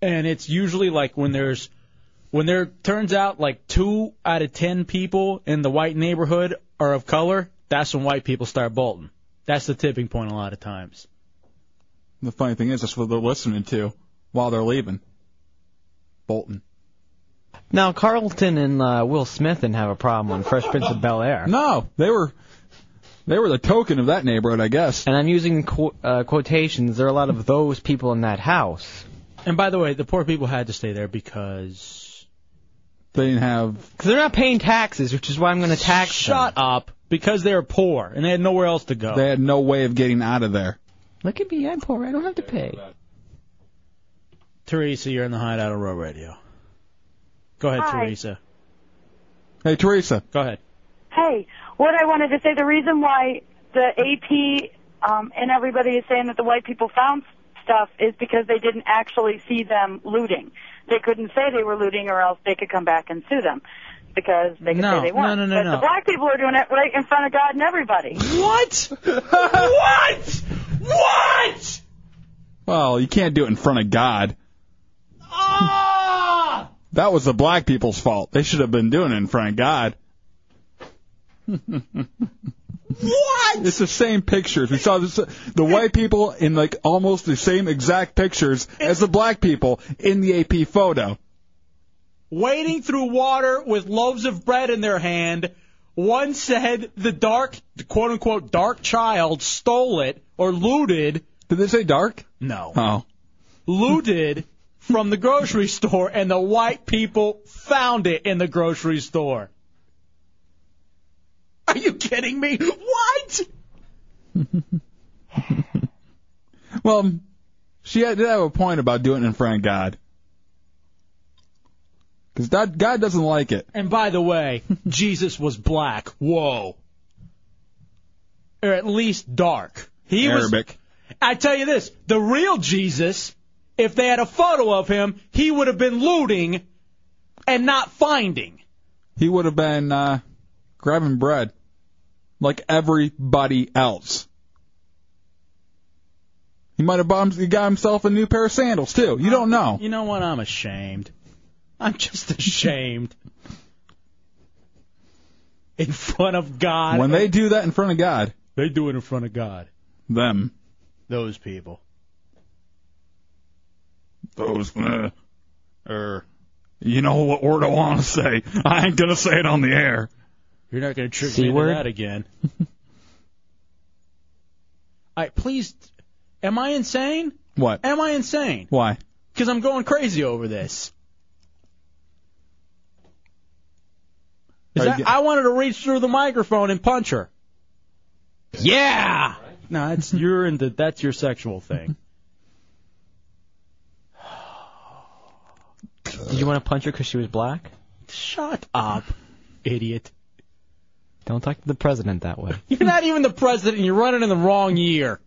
S2: And it's usually like when there's when there turns out like two out of ten people in the white neighborhood are of color, that's when white people start bolting. That's the tipping point a lot of times.
S3: The funny thing is, that's what they're listening to while they're leaving. Bolton.
S4: Now, Carlton and uh, Will Smith didn't have a problem on Fresh Prince of Bel Air.
S3: No, they were they were the token of that neighborhood, I guess.
S4: And I'm using qu- uh, quotations. There are a lot of those people in that house.
S2: And by the way, the poor people had to stay there because
S3: they didn't have.
S4: Because they're not paying taxes, which is why I'm going to tax
S2: Shut up, because they were poor and they had nowhere else to go.
S3: They had no way of getting out of there.
S4: Look at me, I'm poor. I don't have to pay.
S2: Teresa, you're in the hideout on Row Radio. Go ahead,
S13: Hi.
S2: Teresa.
S3: Hey, Teresa.
S2: Go ahead.
S13: Hey, what I wanted to say, the reason why the AP um, and everybody is saying that the white people found stuff is because they didn't actually see them looting. They couldn't say they were looting, or else they could come back and sue them because they could
S9: No,
S13: say they
S9: no,
S13: weren't.
S9: no, no,
S13: but
S9: no.
S13: the black people are doing it right in front of God and everybody.
S9: What? what? What?
S3: Well, you can't do it in front of God.
S9: Ah!
S3: That was the black people's fault. They should have been doing it in front of God.
S9: What?
S3: It's the same pictures. We saw this, the white people in like almost the same exact pictures as the black people in the AP photo.
S2: wading through water with loaves of bread in their hand. One said the dark, the quote unquote, dark child stole it or looted.
S3: Did they say dark?
S2: No.
S3: Oh.
S2: Looted from the grocery store, and the white people found it in the grocery store. Are you kidding me? What?
S3: Well, she had, did have a point about doing it in front of God. Because God doesn't like it.
S2: And by the way, Jesus was black. Whoa. Or at least dark. He
S3: Arabic.
S2: was. I tell you this, the real Jesus, if they had a photo of him, he would have been looting and not finding.
S3: He would have been uh, grabbing bread like everybody else. He might have bought, him- he got himself a new pair of sandals too. You don't know.
S2: You know what? I'm ashamed. I'm just ashamed. In front of God.
S3: When they do that in front of God,
S2: they do it in front of God.
S3: Them.
S22: Those people.
S3: Those. uh, er, You know what word I want to say. I ain't gonna say it on the air.
S2: You're not going to trick
S3: C
S2: me into
S3: word?
S2: that again. I please. Am I insane?
S3: What?
S2: Am I insane?
S3: Why?
S2: Because I'm going crazy over this. Is
S3: Are you
S2: that-
S3: ge-
S2: I wanted to reach through the microphone and punch her. Yeah. No, that's you're into that's your sexual thing.
S4: Did you want to punch her because she was black?
S2: Shut up, idiot.
S4: Don't talk to the president that way.
S2: You're not even the president. and You're running in the wrong year.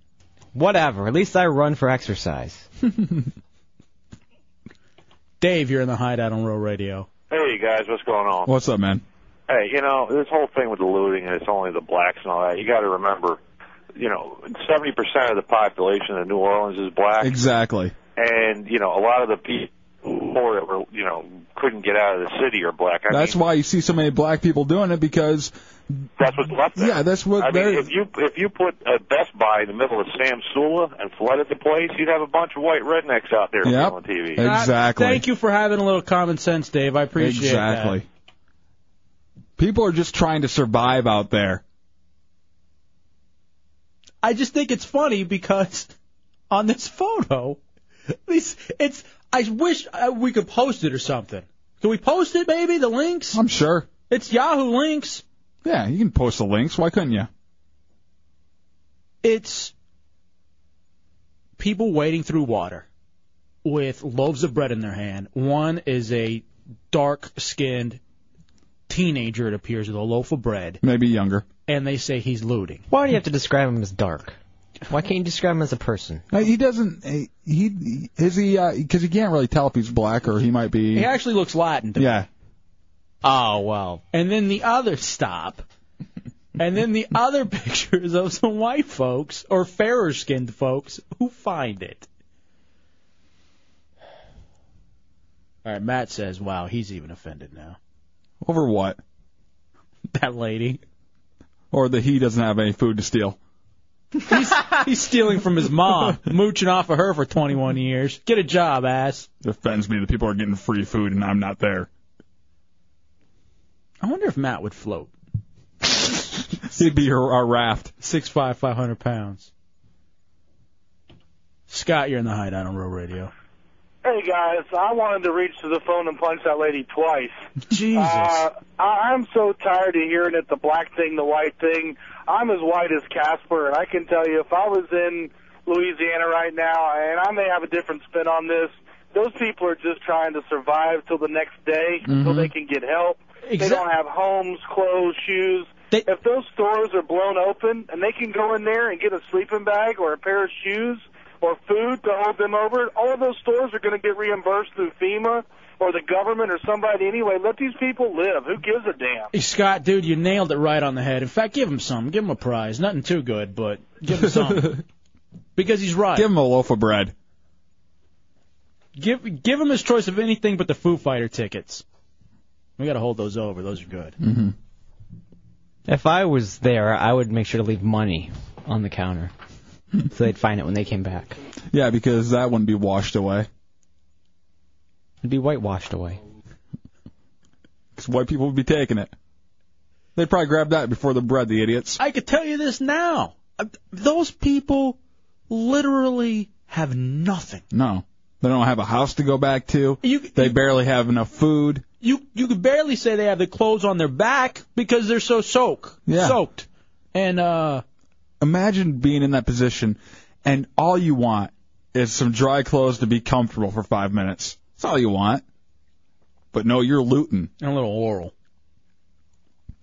S4: Whatever. At least I run for exercise.
S2: Dave, you're in the hideout on Row Radio.
S6: Hey guys, what's going on?
S3: What's up, man?
S6: Hey, you know this whole thing with the looting and it's only the blacks and all that. You got to remember, you know, seventy percent of the population of New Orleans is black,
S3: Exactly.
S6: and you know a lot of the people poor that were you know couldn't get out of the city are black. I
S3: That's
S6: mean,
S3: why you see so many black people doing it because
S6: that's what's left there.
S3: yeah, that's what
S6: I mean,
S3: they're-
S6: if you if you put a Best Buy in the middle of Sam Sula and flooded the place, you'd have a bunch of white rednecks out there
S3: Yep.
S6: on TV.
S3: Exactly.
S2: Thank you for having a little common sense, Dave. I appreciate
S3: exactly. People are just trying to survive out there.
S2: that. I just think it's funny because on this photo, this it's. I wish uh, we could post it or something. Can we post it? Maybe the links.
S3: I'm sure.
S2: It's Yahoo links.
S3: Yeah, you can post the links. Why couldn't you?
S2: It's people wading through water with loaves of bread in their hand. One is a dark-skinned teenager, it appears, with a loaf of bread,
S3: Maybe younger.
S2: and they say he's looting.
S4: Why do you have to describe him as dark? Why can't you describe him as a person?
S3: Uh, He doesn't. He he- is he because he can't really tell if he's black or he might be.
S2: He actually looks Latin. To
S3: Yeah.
S4: Oh well.
S2: And then the other stop. And then the other pictures of some white folks or fairer skinned folks who find it. All right, Matt says, "Wow, he's even offended now."
S3: Over what?
S2: That lady.
S3: Or that he doesn't have any food to steal.
S2: He's, he's stealing from his mom, mooching off of her for 21 years. Get a job, ass.
S3: It offends me that people are getting free food and I'm not there.
S2: I wonder if Matt would float.
S3: He'd be our, our raft.
S2: Six five, five hundred pounds. Scott, you're in the hideout on Real Radio.
S19: Hey guys, I wanted to reach to the phone and punch that lady twice.
S2: Jesus.
S19: Uh, I- I'm so tired of hearing it the black thing, the white thing. I'm as white as Casper, and I can tell you if I was in Louisiana right now, and I may have a different spin on this, those people are just trying to survive till the next day, till
S9: Mhm.
S19: they can get help. They
S9: Exact-
S19: don't have homes, clothes, shoes. if those stores are blown open and they can go in there and get a sleeping bag or a pair of shoes, or food to hold them over. All of those stores are going to get reimbursed through FEMA or the government or somebody anyway. Let these people live. Who gives a damn?
S2: Hey, Scott, dude, you nailed it right on the head. In fact, give him some. Give him a prize. Nothing too good, but give him some. because he's right. Give
S3: him a loaf of bread.
S2: Give give him his choice of anything but the Foo Fighter tickets. We got to hold those over. Those are good.
S4: Mm-hmm. If I was there, I would make sure to leave money on the counter, so they'd find it when they came back.
S3: Hmm. Yeah, because that wouldn't be washed away.
S4: It'd be whitewashed away.
S3: Because white people would be taking it. They'd probably grab that before the bread, the idiots.
S2: I could tell you this now. Uh, Those people literally have nothing.
S3: No. They don't have a house to go back to. they barely have enough food.
S2: You you could barely say they have the clothes on their back because they're so soaked.
S3: Yeah.
S2: Soaked. And uh
S3: Imagine being in that position and all you want is some dry clothes to be comfortable for five minutes. That's all you want. But no, you're looting.
S2: And a little oral.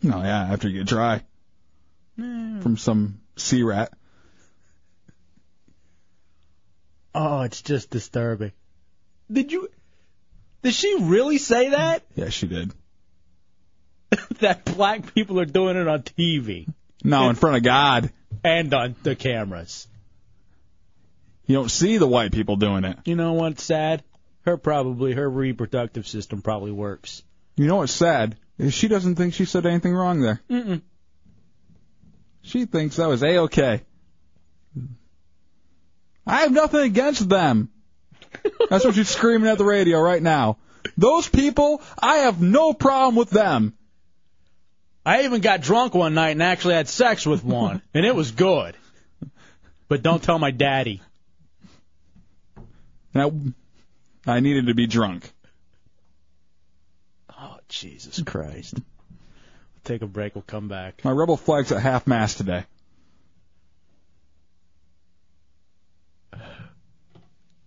S3: No, yeah, after you get dry.
S2: Hmm.
S3: From some sea rat.
S2: Oh, it's just disturbing. Did you? Did she really say that?
S3: Yeah, she did.
S2: that black people are doing it on TV
S3: No, in front of God.
S2: and on the cameras.
S3: You don't see the white people doing it.
S2: You know what's sad? Her probably her reproductive system probably works.
S3: You know what's sad? Is she doesn't think she said anything wrong there.
S2: Mm-mm.
S3: She thinks that was A-OK. I have nothing against them. That's what she's screaming at the radio right now. Those people, I have no problem with them.
S2: I even got drunk one night and actually had sex with one, and it was good. But don't tell my daddy.
S3: Now, I needed to be drunk.
S2: Oh Jesus Christ! Take a break. We'll come back.
S3: My rebel flag's at half mast today.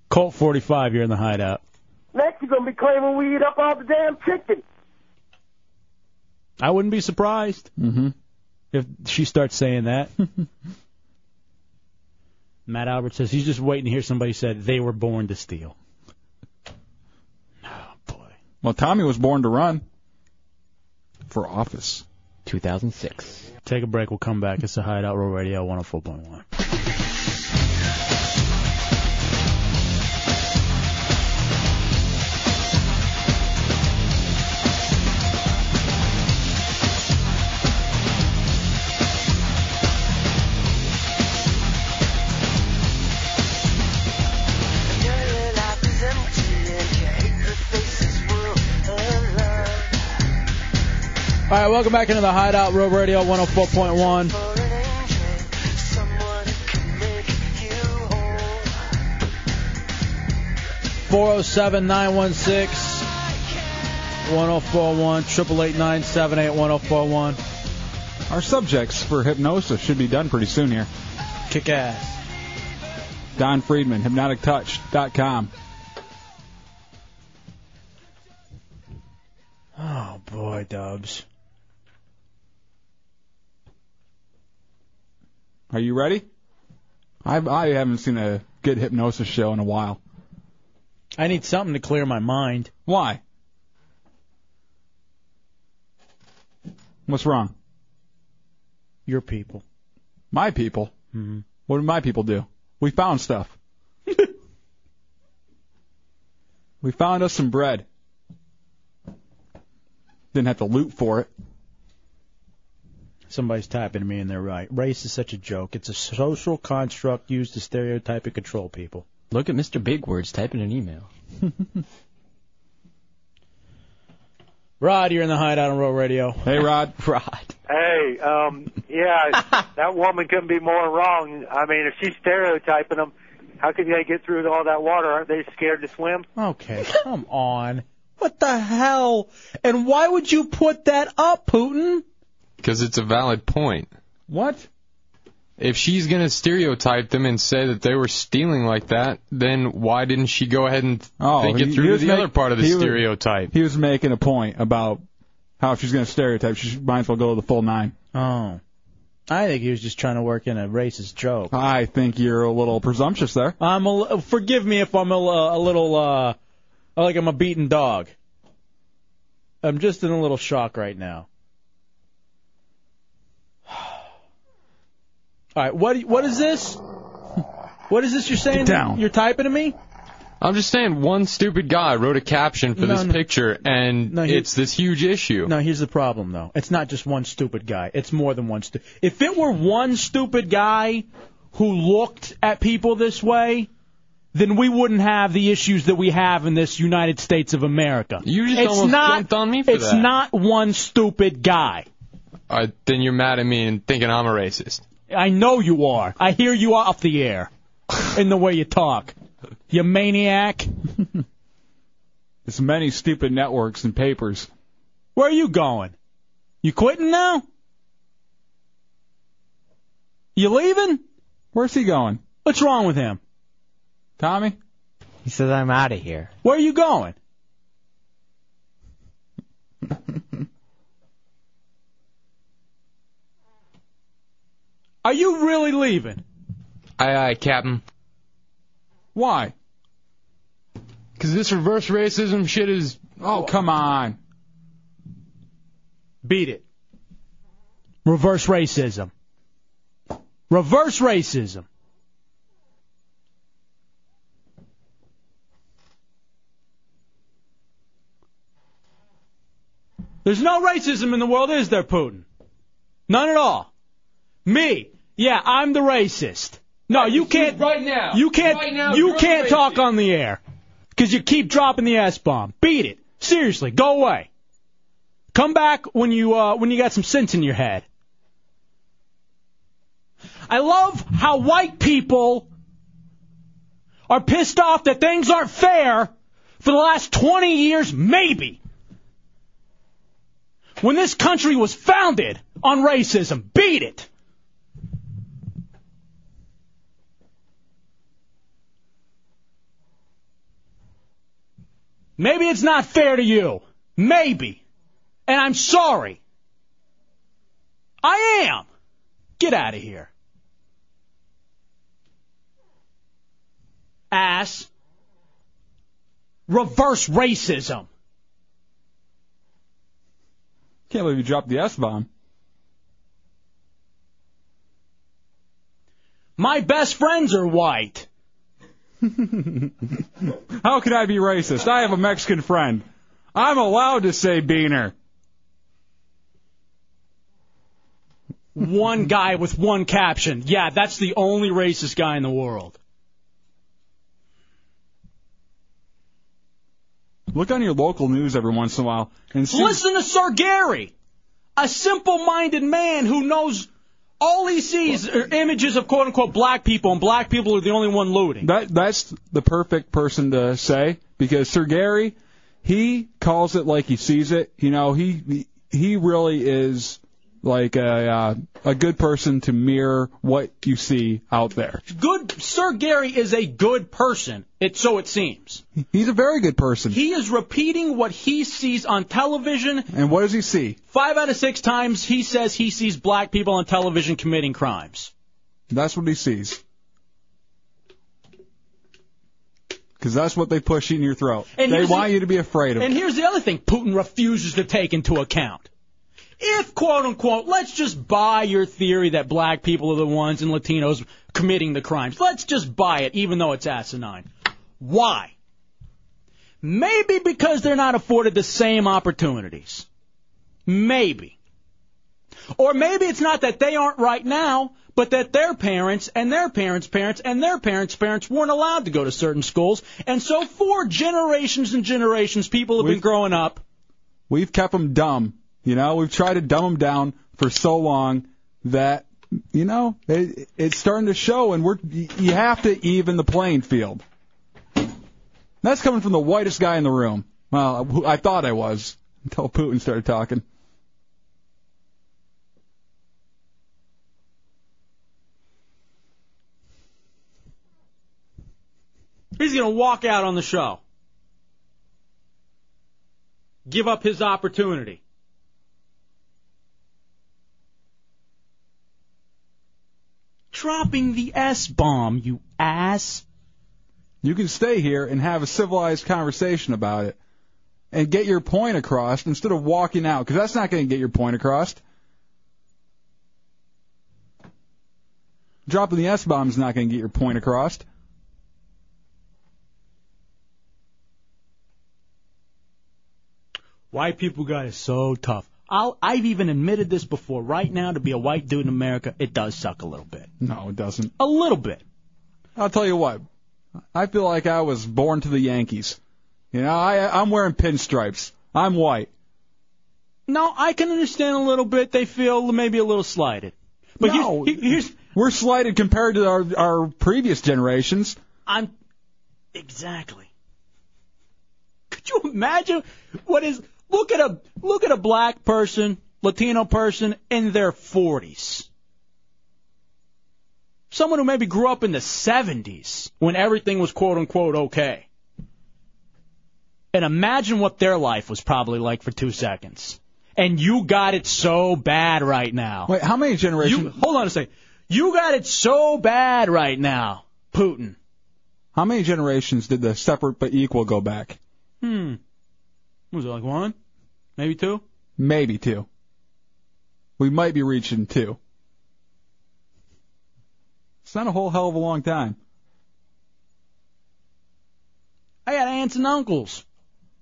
S2: Colt 45, you're in the hideout.
S21: Next, you're going to be claiming we eat up all the damn chicken.
S2: I wouldn't be surprised if she starts saying that. Matt Albert says he's just waiting to hear somebody said they were born to steal. Oh,
S3: Well, Tommy was born to run for office.
S4: 2006.
S2: Take a break. We'll come back. It's the Hideout Row Radio 104.1. All right, welcome back into the Hideout Row Radio 104.1. Four zero seven nine one six one zero four one triple eight nine seven eight one zero four one.
S3: Our subjects for hypnosis should be done pretty soon here.
S2: Kick ass.
S3: Don Friedman, hypnotictouch.com.
S2: Oh boy, Dubs.
S3: Are you ready? I've, I haven't seen a good hypnosis show in a while.
S2: I need something to clear my mind.
S3: Why? What's wrong?
S2: Your people.
S3: My people?
S2: Mhm.
S3: What did my people do? We found stuff. we found us some bread. Didn't have to loot for it.
S2: Somebody's typing to me and they're right. Race is such a joke. It's a social construct used to stereotype and control people.
S4: Look at Mr. Big Words typing an email.
S2: Rod, you're in the hideout on Roll Radio. Hey,
S3: Rod.
S4: Rod.
S8: Hey, um, yeah, that woman couldn't be more wrong. I mean, if she's stereotyping them, how could they get through all that water? Aren't they scared to swim?
S2: Okay, come on. What the hell? And why would you put that up, Putin?
S14: Because it's a valid point.
S3: What?
S14: If she's going to stereotype them and say that they were stealing like that, then why didn't she go ahead and
S2: Oh,
S14: think
S3: he-
S14: it
S3: he
S14: through to
S3: was
S14: the
S3: make-
S14: other part of the
S3: he was-
S14: stereotype?
S3: He was making a point about how if she's going to stereotype, she should- might as well go the full nine.
S2: Oh. I think he was just trying to work in a racist joke.
S3: I think you're a little presumptuous there.
S2: I'm a, li- forgive me if I'm a, li- a little uh, like I'm a beaten dog. I'm just in a little shock right now. All right, what what is this? What is this you're saying?
S14: down.
S2: You're typing to me?
S14: I'm just saying, one stupid guy wrote a caption for
S2: No,
S14: this
S2: no.
S14: picture, and
S2: No, he-
S14: it's this huge issue.
S2: No, here's the problem though. It's not just one stupid guy. It's more than one stupid. If it were one stupid guy who looked at people this way, then we wouldn't have the issues that we have in this United States of America. You
S14: just
S2: it's
S14: almost
S2: not,
S14: jumped on me for
S2: It's
S14: that.
S2: not one stupid guy.
S14: All right, Uh, then you're mad at me and thinking I'm a racist.
S2: I know you are. I hear you off the air in the way you talk. You maniac.
S3: It's many stupid networks and papers.
S2: Where are you going? You quitting now? You leaving?
S3: Where's he going?
S2: What's wrong with him?
S3: Tommy?
S4: He says I'm out of here.
S2: Where are you going? Are you really leaving?
S14: Aye, aye, Captain.
S3: Why?
S14: Because this reverse racism shit is.
S3: Oh, come on.
S2: Beat it. Reverse racism. Reverse racism. There's no racism in the world, is there, Putin? None at all. Me, yeah, I'm the racist. No, you can't.
S14: Right now.
S2: You can't.
S14: Right now,
S2: you
S14: you're
S2: can't
S14: racist.
S2: talk on the air because you keep dropping the s bomb. Beat it. Seriously, go away. Come back when you uh, when you got some sense in your head. I love how white people are pissed off that things aren't fair for the last 20 years, maybe. When this country was founded on racism, beat it. Maybe it's not fair to you. Maybe. And I'm sorry. I am. Get out of here. Ass. Reverse racism.
S3: Can't believe you dropped the S bomb.
S2: My best friends are white.
S3: How could I be racist? I have a Mexican friend. I'm allowed to say beaner.
S2: one guy with one caption. Yeah, that's the only racist guy in the world.
S3: Look on your local news every once in a while and see.
S2: Listen to Sir Gary, a simple-minded man who knows all he sees are images of quote-unquote black people, and black people are the only one looting.
S3: That that's the perfect person to say because Sir Gary, he calls it like he sees it. You know, he he really is like a uh, a good person to mirror what you see out there.
S2: Good Sir Gary is a good person. It so it seems.
S3: He's a very good person.
S2: He is repeating what he sees on television.
S3: And what does he see?
S2: Five out of six times he says he sees black people on television committing crimes.
S3: That's what he sees. Because that's what they push in your throat.
S2: And
S3: they
S2: here's the-
S3: want you to be afraid of.
S2: And
S3: it.
S2: here's the other thing Putin refuses to take into account. If, quote unquote, let's just buy your theory that black people are the ones and Latinos committing the crimes, let's just buy it, even though it's asinine. Why? Maybe because they're not afforded the same opportunities. Maybe. Or maybe it's not that they aren't right now, but that their parents and their parents' parents and their parents' parents weren't allowed to go to certain schools. And so for generations and generations, people have been growing up.
S3: We've kept them dumb. You know, we've tried to dumb them down for so long that you know it, it's starting to show, and we're you have to even the playing field. That's coming from the whitest guy in the room. Well, who I thought I was until Putin started talking.
S2: He's going to walk out on the show. Give up his opportunity. dropping the S bomb, you ass.
S3: You can stay here and have a civilized conversation about it and get your point across instead of walking out, because that's not going to get your point across. Dropping the S bomb is not going to get your point across.
S2: White people got it so tough. I'll, I've even admitted this before. Right now, to be a white dude in America, it does suck a little bit.
S3: No, it doesn't.
S2: A little bit.
S3: I'll tell you what. I feel like I was born to the Yankees. You know, I, I'm wearing pinstripes. I'm white.
S2: No, I can understand a little bit. They feel maybe a little slighted. But
S3: no,
S2: here's, here's
S3: we're slighted compared to our, our previous generations.
S2: I'm exactly. Could you imagine what is? Look at a look at a black person, Latino person in their 40s. Someone who maybe grew up in the 70s when everything was quote unquote okay. And imagine what their life was probably like for two seconds. And you got it so bad right now.
S3: Wait, how many generations?
S2: hold on a second. You got it so bad right now, Putin.
S3: How many generations did the separate but equal go back?
S2: Hmm. What was it like one? Maybe two?
S3: Maybe two. We might be reaching two. It's not a whole hell of a long time.
S2: I had aunts and uncles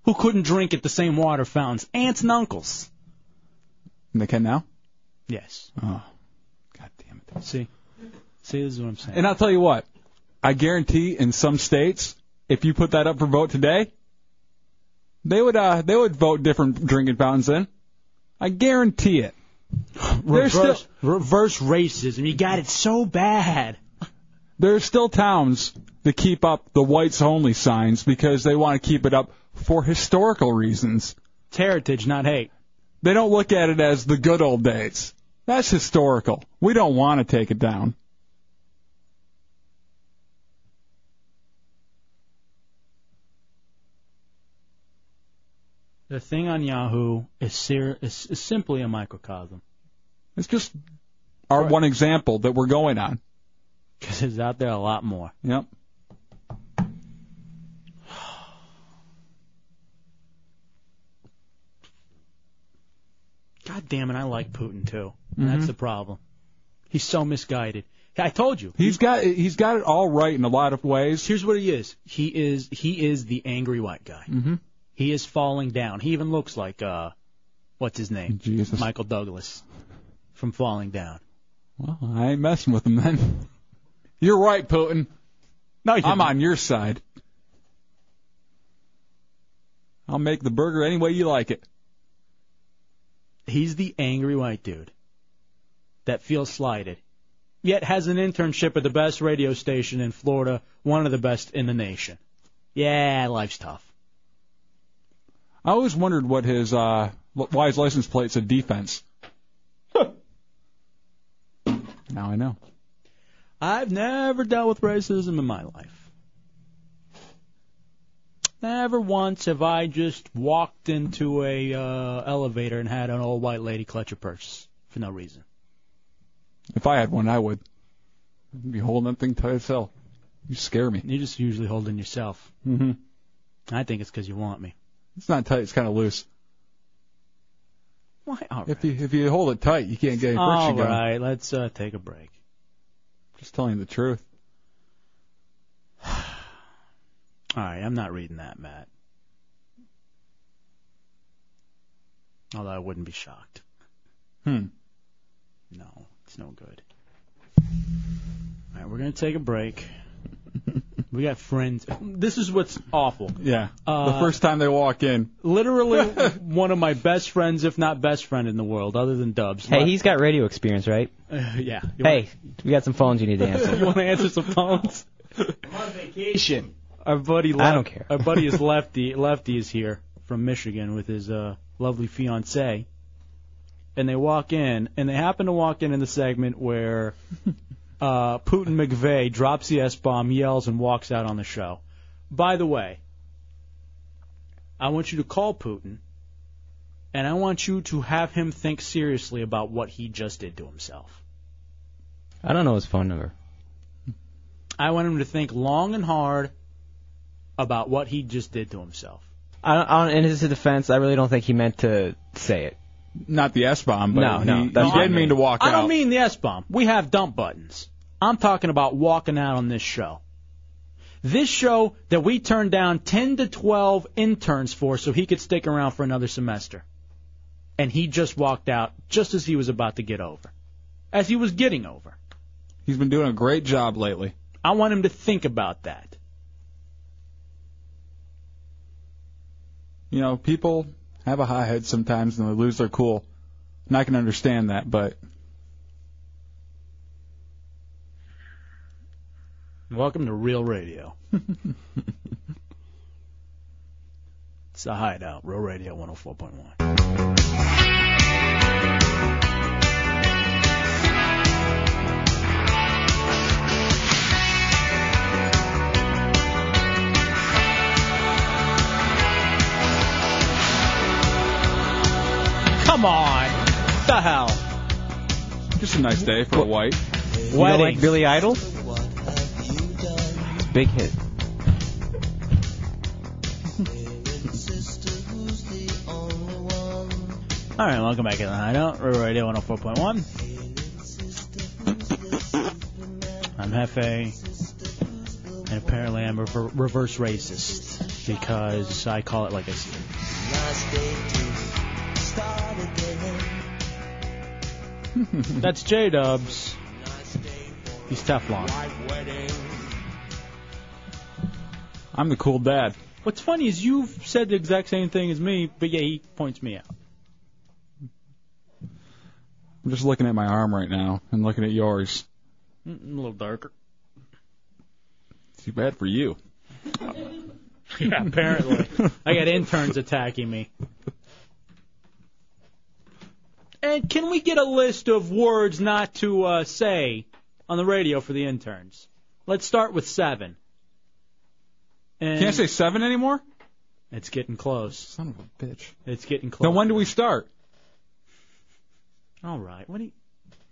S2: who couldn't drink at the same water fountains. Aunts and uncles.
S3: And they can now?
S2: Yes.
S3: Oh.
S2: See? See, this is what I'm saying.
S3: And I'll tell you what, I guarantee in some states, if you put that up for vote today, they would uh they would vote different drinking fountains in. I guarantee it. There's still
S2: reverse, reverse racism. You got it so bad.
S3: there's still towns that keep up the whites only signs because they want to keep it up for historical reasons.
S2: It's heritage, not hate.
S3: They don't look at it as the good old days. That's historical. We don't want to take it down.
S2: The thing on Yahoo is, ser- is, is simply a microcosm
S3: It's just our one example that we're going on.
S2: because it's out there a lot more.
S3: Yep.
S2: God damn it, I like Putin too.
S3: Mhm.
S2: That's the problem. He's so misguided. I told you.
S3: He's got he's got it all right in a lot of ways.
S2: Here's what he is. He is he is the angry white guy.
S3: Mm-hmm.
S2: He is falling down. He even looks like uh what's his name?
S3: Jesus.
S2: Michael Douglas from falling down.
S3: Well, I ain't messing with him then. You're right, Putin.
S2: No,
S3: I'm on your side. I'll make the burger any way you like it.
S2: He's the angry white dude that feels slighted, yet has an internship at the best radio station in Florida, one of the best in the nation. Yeah, life's tough.
S3: I always wondered what his uh why his license plate said defense. now I know.
S2: I've never dealt with racism in my life. Never once have I just walked into a uh, elevator and had an old white lady clutch a purse for no reason.
S3: If I had one, I would. I'd be holding that thing tight as hell. You scare me.
S2: You're just usually holding yourself.
S3: Mm-hmm.
S2: I think it's because you want me.
S3: It's not tight. It's kind of loose.
S2: Why? All
S3: If you if you hold it tight, you can't get any friction
S2: All
S3: going.
S2: right, let's uh, take a break.
S3: Just telling you the truth.
S2: All right, I'm not reading that, Matt. Although I wouldn't be shocked.
S3: Hmm.
S2: No, it's no good. All right, we're gonna take a break. we got friends. This is what's awful.
S3: Yeah.
S2: Uh,
S3: the first time they walk in.
S2: Literally one of my best friends, if not best friend in the world, other than Dubs.
S4: Hey, he's got radio experience, right?
S2: Uh, yeah. You
S4: Hey, we got some phones you need to answer.
S2: you want to answer some phones?
S4: Vacation.
S2: Our buddy.
S4: I don't care.
S2: Our buddy is lefty. Lefty is here from Michigan with his uh, lovely fiancee, and they walk in, and they happen to walk in in the segment where uh, Putin McVeigh drops the S bomb, yells, and walks out on the show. By the way, I want you to call Putin, and I want you to have him think seriously about what he just did to himself.
S4: I don't know his phone number.
S2: I want him to think long and hard about what he just did to himself.
S4: I don't, I don't, in his defense, I really don't think he meant to say it.
S3: Not the S bomb, but
S4: no, no,
S3: he,
S4: that's
S3: he
S4: what I
S3: did mean to walk
S2: I
S3: out.
S2: don't mean the S bomb. We have dump buttons. I'm talking about walking out on this show. This show that we turned down 10 to 12 interns for so he could stick around for another semester. And he just walked out just as he was about to get over. As he was getting over.
S3: He's been doing a great job lately.
S2: I want him to think about that.
S3: You know, people have a high head sometimes and they lose their cool. And I can understand that, but
S2: Welcome to Real Radio. it's the Hideout, Real Radio 104.1. Come on. The hell.
S3: just a nice day for a white.
S4: You know, like Billy Idol? Big hit.
S2: All right, welcome back to the Hideout, River Radio 104.1. I'm Hefe, and apparently I'm a rever- reverse racist because I call it like I see it. That's J Dubs. He's Teflon.
S3: I'm the cool dad.
S2: What's funny is you've said the exact same thing as me, but yeah, he points me out.
S3: I'm just looking at my arm right now and looking at yours.
S2: Mm, I'm a little darker.
S3: Too bad for you.
S2: Yeah, apparently. I got interns attacking me. And can we get a list of words not to uh, say on the radio for the interns? Let's start with seven. And
S3: Can't say seven anymore?
S2: It's getting close.
S3: Son of a bitch.
S2: It's getting close.
S3: Then when do we start?
S2: All right. What do you,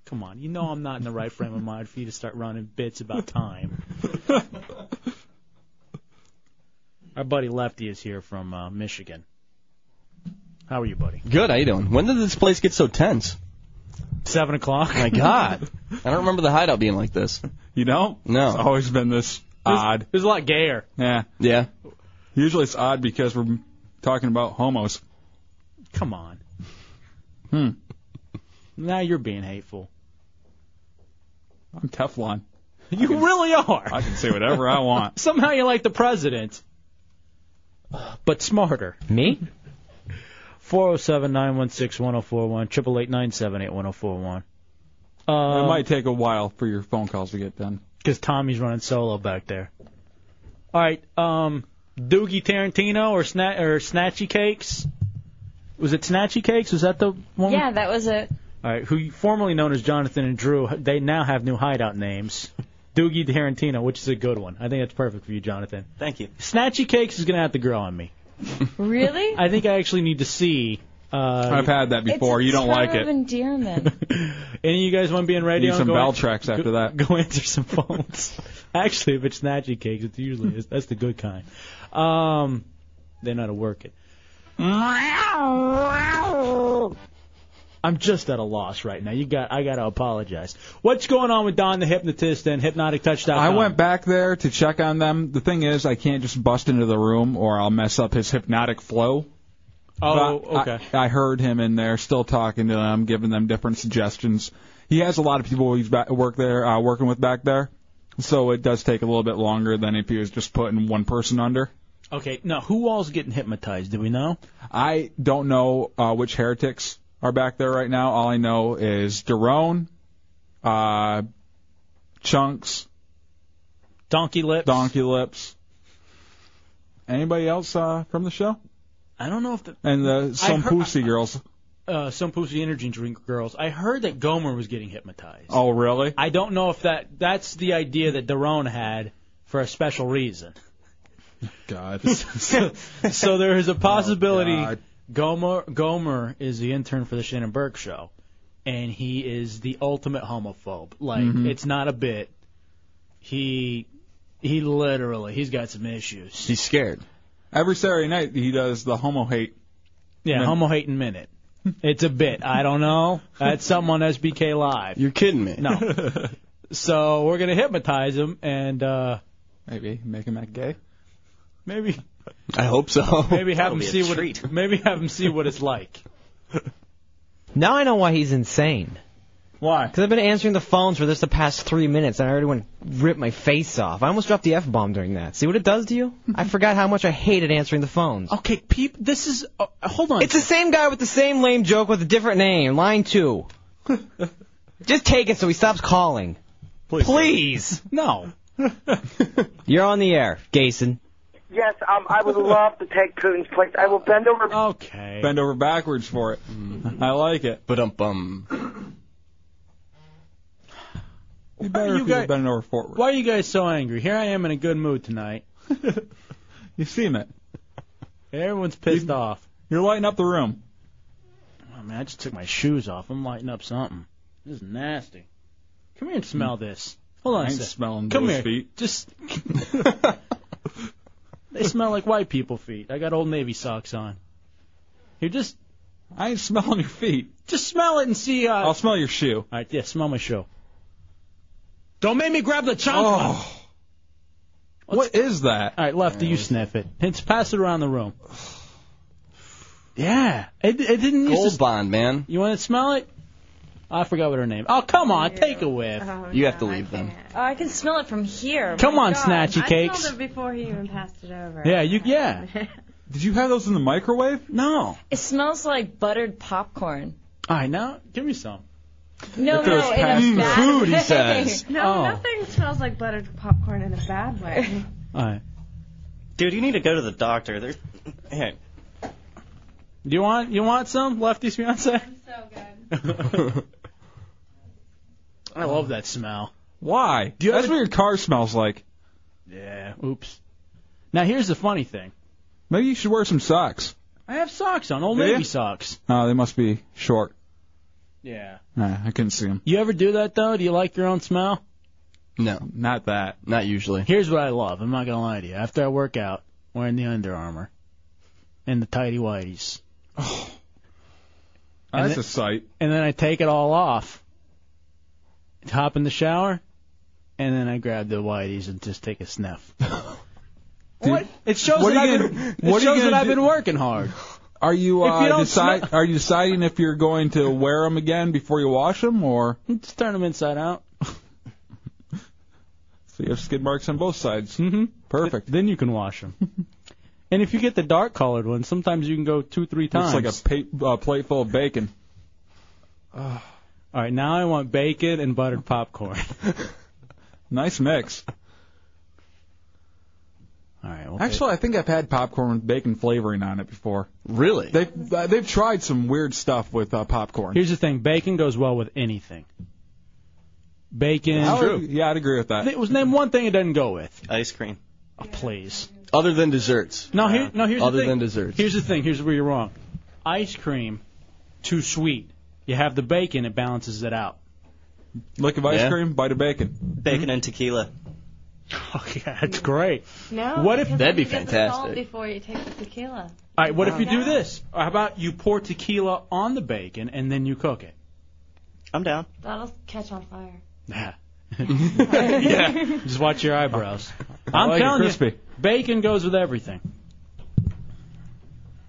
S2: come on. You know I'm not in the right frame of mind for you to start running bits about time. Our buddy Lefty is here from uh, Michigan. How are you, buddy?
S15: Good, how you doing? When did this place get so tense?
S2: Seven o'clock.
S15: My God, I don't remember the hideout being like this.
S3: You don't?
S15: No.
S3: It's always been this odd.
S2: It was a lot gayer.
S3: Yeah.
S15: Yeah.
S3: Usually it's odd because we're talking about homos.
S2: Come on.
S3: Hmm.
S2: Now you're being hateful.
S3: I'm Teflon.
S2: You really are.
S3: I can say whatever I want.
S2: Somehow you're like the president, but smarter.
S4: Me?
S2: 407 916 1041, 888 978 1041.
S3: it might take a while for your phone calls to get done.
S2: Because Tommy's running solo back there. All right, um, Doogie Tarantino or Sna- or Snatchy Cakes? Was it Snatchy Cakes? Was that the one?
S12: Yeah, that was it.
S2: All right, who formerly known as Jonathan and Drew, they now have new hideout names. Doogie Tarantino, which is a good one. I think that's perfect for you, Jonathan.
S15: Thank you.
S2: Snatchy Cakes is gonna have to grow on me.
S12: Really?
S2: I think I actually need to see. Uh,
S3: I've had that before.
S12: It's a
S3: You don't like
S12: term of
S3: it.
S12: endearment.
S2: Any of you guys want to be in radio?
S3: Need some
S2: Go
S3: bell
S2: an-
S3: tracks
S2: go-
S3: after that.
S2: Go answer some phones. Actually, if it's snatchy cakes, it usually is. That's the good kind. Um, they know how to work it. I'm just at a loss right now. You got, I got to apologize. What's going on with Don the hypnotist and hypnotic touchdown?
S3: I went back there to check on them. The thing is, I can't just bust into the room or I'll mess up his hypnotic flow.
S2: Oh,
S3: But I-
S2: okay.
S3: I, heard him in there, still talking to them, giving them different suggestions. He has a lot of people he's back, work there, uh, working with back there, so it does take a little bit longer than if he was just putting one person under.
S2: Okay, now who all's getting hypnotized? Do we know?
S3: I don't know uh, which heretics are back there right now. All I know is Daron, uh, Chunks,
S2: Donkey Lips,
S3: Donkey Lips. Anybody else uh, from the show?
S2: I don't know if the
S3: And the some
S2: heard-
S3: Pussy girls.
S2: uh, some Pussy Energy Drink girls. I heard that Gomer was getting hypnotized.
S3: Oh, really?
S2: I don't know if that that's the idea that Daron had for a special reason.
S3: God. Oh,
S2: so, so there is a possibility Gomer Gomer is the intern for the Shannon Burke show, and he is the ultimate homophobe. Like
S3: Mm-hmm.
S25: Mhm.
S2: it's not a bit. He he literally he's got some issues.
S3: He's scared. Every Saturday night he does the homo hate.
S2: Yeah,
S3: Minute.
S2: homo hating minute. It's a bit. I don't know. That's something on SBK Live. You're kidding me. No. So we're gonna hypnotize him and uh
S3: maybe make him act gay.
S2: Maybe
S15: I hope so.
S2: maybe have
S4: That'll
S2: him
S4: be a
S2: see what it, maybe have him see what it's like.
S4: Now I know why he's insane.
S3: Why?
S4: Because I've been answering the phones for this the past three minutes, and I already went ripped my face off. I almost dropped the f bomb during that. See what it does to you? I forgot how much I hated answering the phones.
S2: Okay, peep. This is uh, hold on.
S4: It's the same guy with the same lame joke with a different name. Line two. Just take it so he stops calling. Please. Please.
S2: No.
S4: You're on the air, Gason.
S5: Yes, um, I would love to take Coon's place. I will bend over.
S2: Okay.
S3: Bend over backwards for it. I like it.
S15: But um bum.
S3: Be better
S2: You
S3: if you
S2: guys-
S3: were bending over forward.
S2: Why are you guys so angry? Here I am in a good mood tonight.
S3: You seem it.
S2: Everyone's pissed off.
S3: You're lighting up the room.
S2: Oh man, I just took my shoes off. I'm lighting up something. This is nasty. Come here and smell this. Hold on
S3: Hmm. I
S2: a
S3: ain't
S2: sec.
S3: smelling
S2: Come
S3: those
S2: here.
S3: feet.
S2: Just they smell like white people feet. I got old navy socks on. You just
S3: I ain't smelling your feet.
S2: Just smell it and see. Uh...
S3: I'll smell your shoe.
S2: All right, yeah, smell my shoe. Don't make me grab the chonka.
S3: Oh. What is that?
S2: All right, Lefty, you sniff it. Hints, pass it around the room. Yeah, it, it didn't. used to
S15: Gold bond, man.
S2: You want to smell it? I forgot what her name. Oh, come on, take a whiff.
S15: You have to leave then.
S12: Oh, I can smell it from here.
S2: Come
S12: My
S2: on,
S12: God.
S2: Snatchy
S12: I
S2: Cakes.
S12: smelled it before he even passed it over.
S2: Yeah, you. Yeah.
S3: Did you have those in the microwave?
S2: No.
S12: It smells like buttered popcorn.
S2: All right, now give me some.
S12: No,
S2: If it was
S12: no, in
S2: past
S12: a
S2: the
S12: bad
S2: food, he
S12: way.
S2: says.
S12: No,
S2: Oh.
S12: nothing smells like buttered popcorn in a bad way.
S2: All right.
S26: Dude, you need to go to the doctor. There's, hey,
S2: Do you want you want some Lefty's fiance? I love that smell.
S3: Why?
S2: Do you
S3: That's
S2: have a-
S3: what your car smells like.
S2: Yeah. Oops. Now here's the funny thing.
S3: Maybe you should wear some socks.
S2: I have socks on, old
S3: Do
S2: navy
S3: you?
S2: socks.
S3: Oh, they must be short.
S2: Yeah.
S3: Nah, I couldn't see them.
S2: You ever do that though? Do you like your own smell?
S15: No,
S3: not that.
S15: Not usually.
S2: Here's what I love. I'm not gonna lie to you. After I work out, wearing the Under Armour and the tidy whities.
S3: Oh,
S2: And
S3: that's
S2: the-
S3: a sight.
S2: and then I take it all off, hop in the shower, and then I grab the whiteys and just take a sniff. what? It shows
S3: what
S2: that,
S3: are you
S2: I've
S3: gonna-
S2: been, it
S3: what are you
S2: shows that
S3: gonna
S2: I've
S3: do-
S2: been working hard.
S3: Are you
S2: If
S3: uh,
S2: you don't
S3: decide? Are you deciding if you're going to wear them again before you wash them, or
S2: Just turn them inside out.
S3: so you have skid marks on both sides?
S2: Mm-hmm.
S3: Perfect.
S2: then you can wash them. And if you get the dark colored one, sometimes you can go two, three
S3: Looks
S2: times.
S3: like a pa- uh, plate full of bacon.
S2: All right, now I want Uh, bacon and buttered popcorn.
S3: Nice mix.
S2: All right. Well,
S3: Actually, I think I've had popcorn with bacon flavoring on it before.
S15: Really?
S3: They've uh, they've tried some weird stuff with uh, popcorn.
S2: here's the thing: bacon goes well with anything. Bacon.
S3: I would- Yeah, I'd agree with that.
S2: It was name one thing it doesn't go with.
S26: ice cream.
S2: Oh, please.
S15: Other than desserts.
S2: No, here, no. Here's
S15: Other
S2: the thing.
S15: than desserts.
S2: Here's the thing. Here's where you're wrong. Ice cream, too sweet. You have the bacon, it balances it out.
S3: Lick of ice
S26: Yeah.
S3: cream, bite of bacon.
S26: bacon and tequila.
S2: Oh yeah, that's great.
S12: No.
S2: What if-
S12: because
S2: That'd
S12: then
S2: be
S12: you get the salt
S2: fantastic.
S12: Before you take the tequila.
S2: All right, what if you do
S12: Yeah.
S2: this? Or How about you pour tequila on the bacon and then you cook it? I'm down.
S12: That'll catch on fire.
S2: Yeah. yeah. Just watch your eyebrows. I'm
S3: like it
S2: telling you,
S3: crispy.
S2: bacon goes with everything.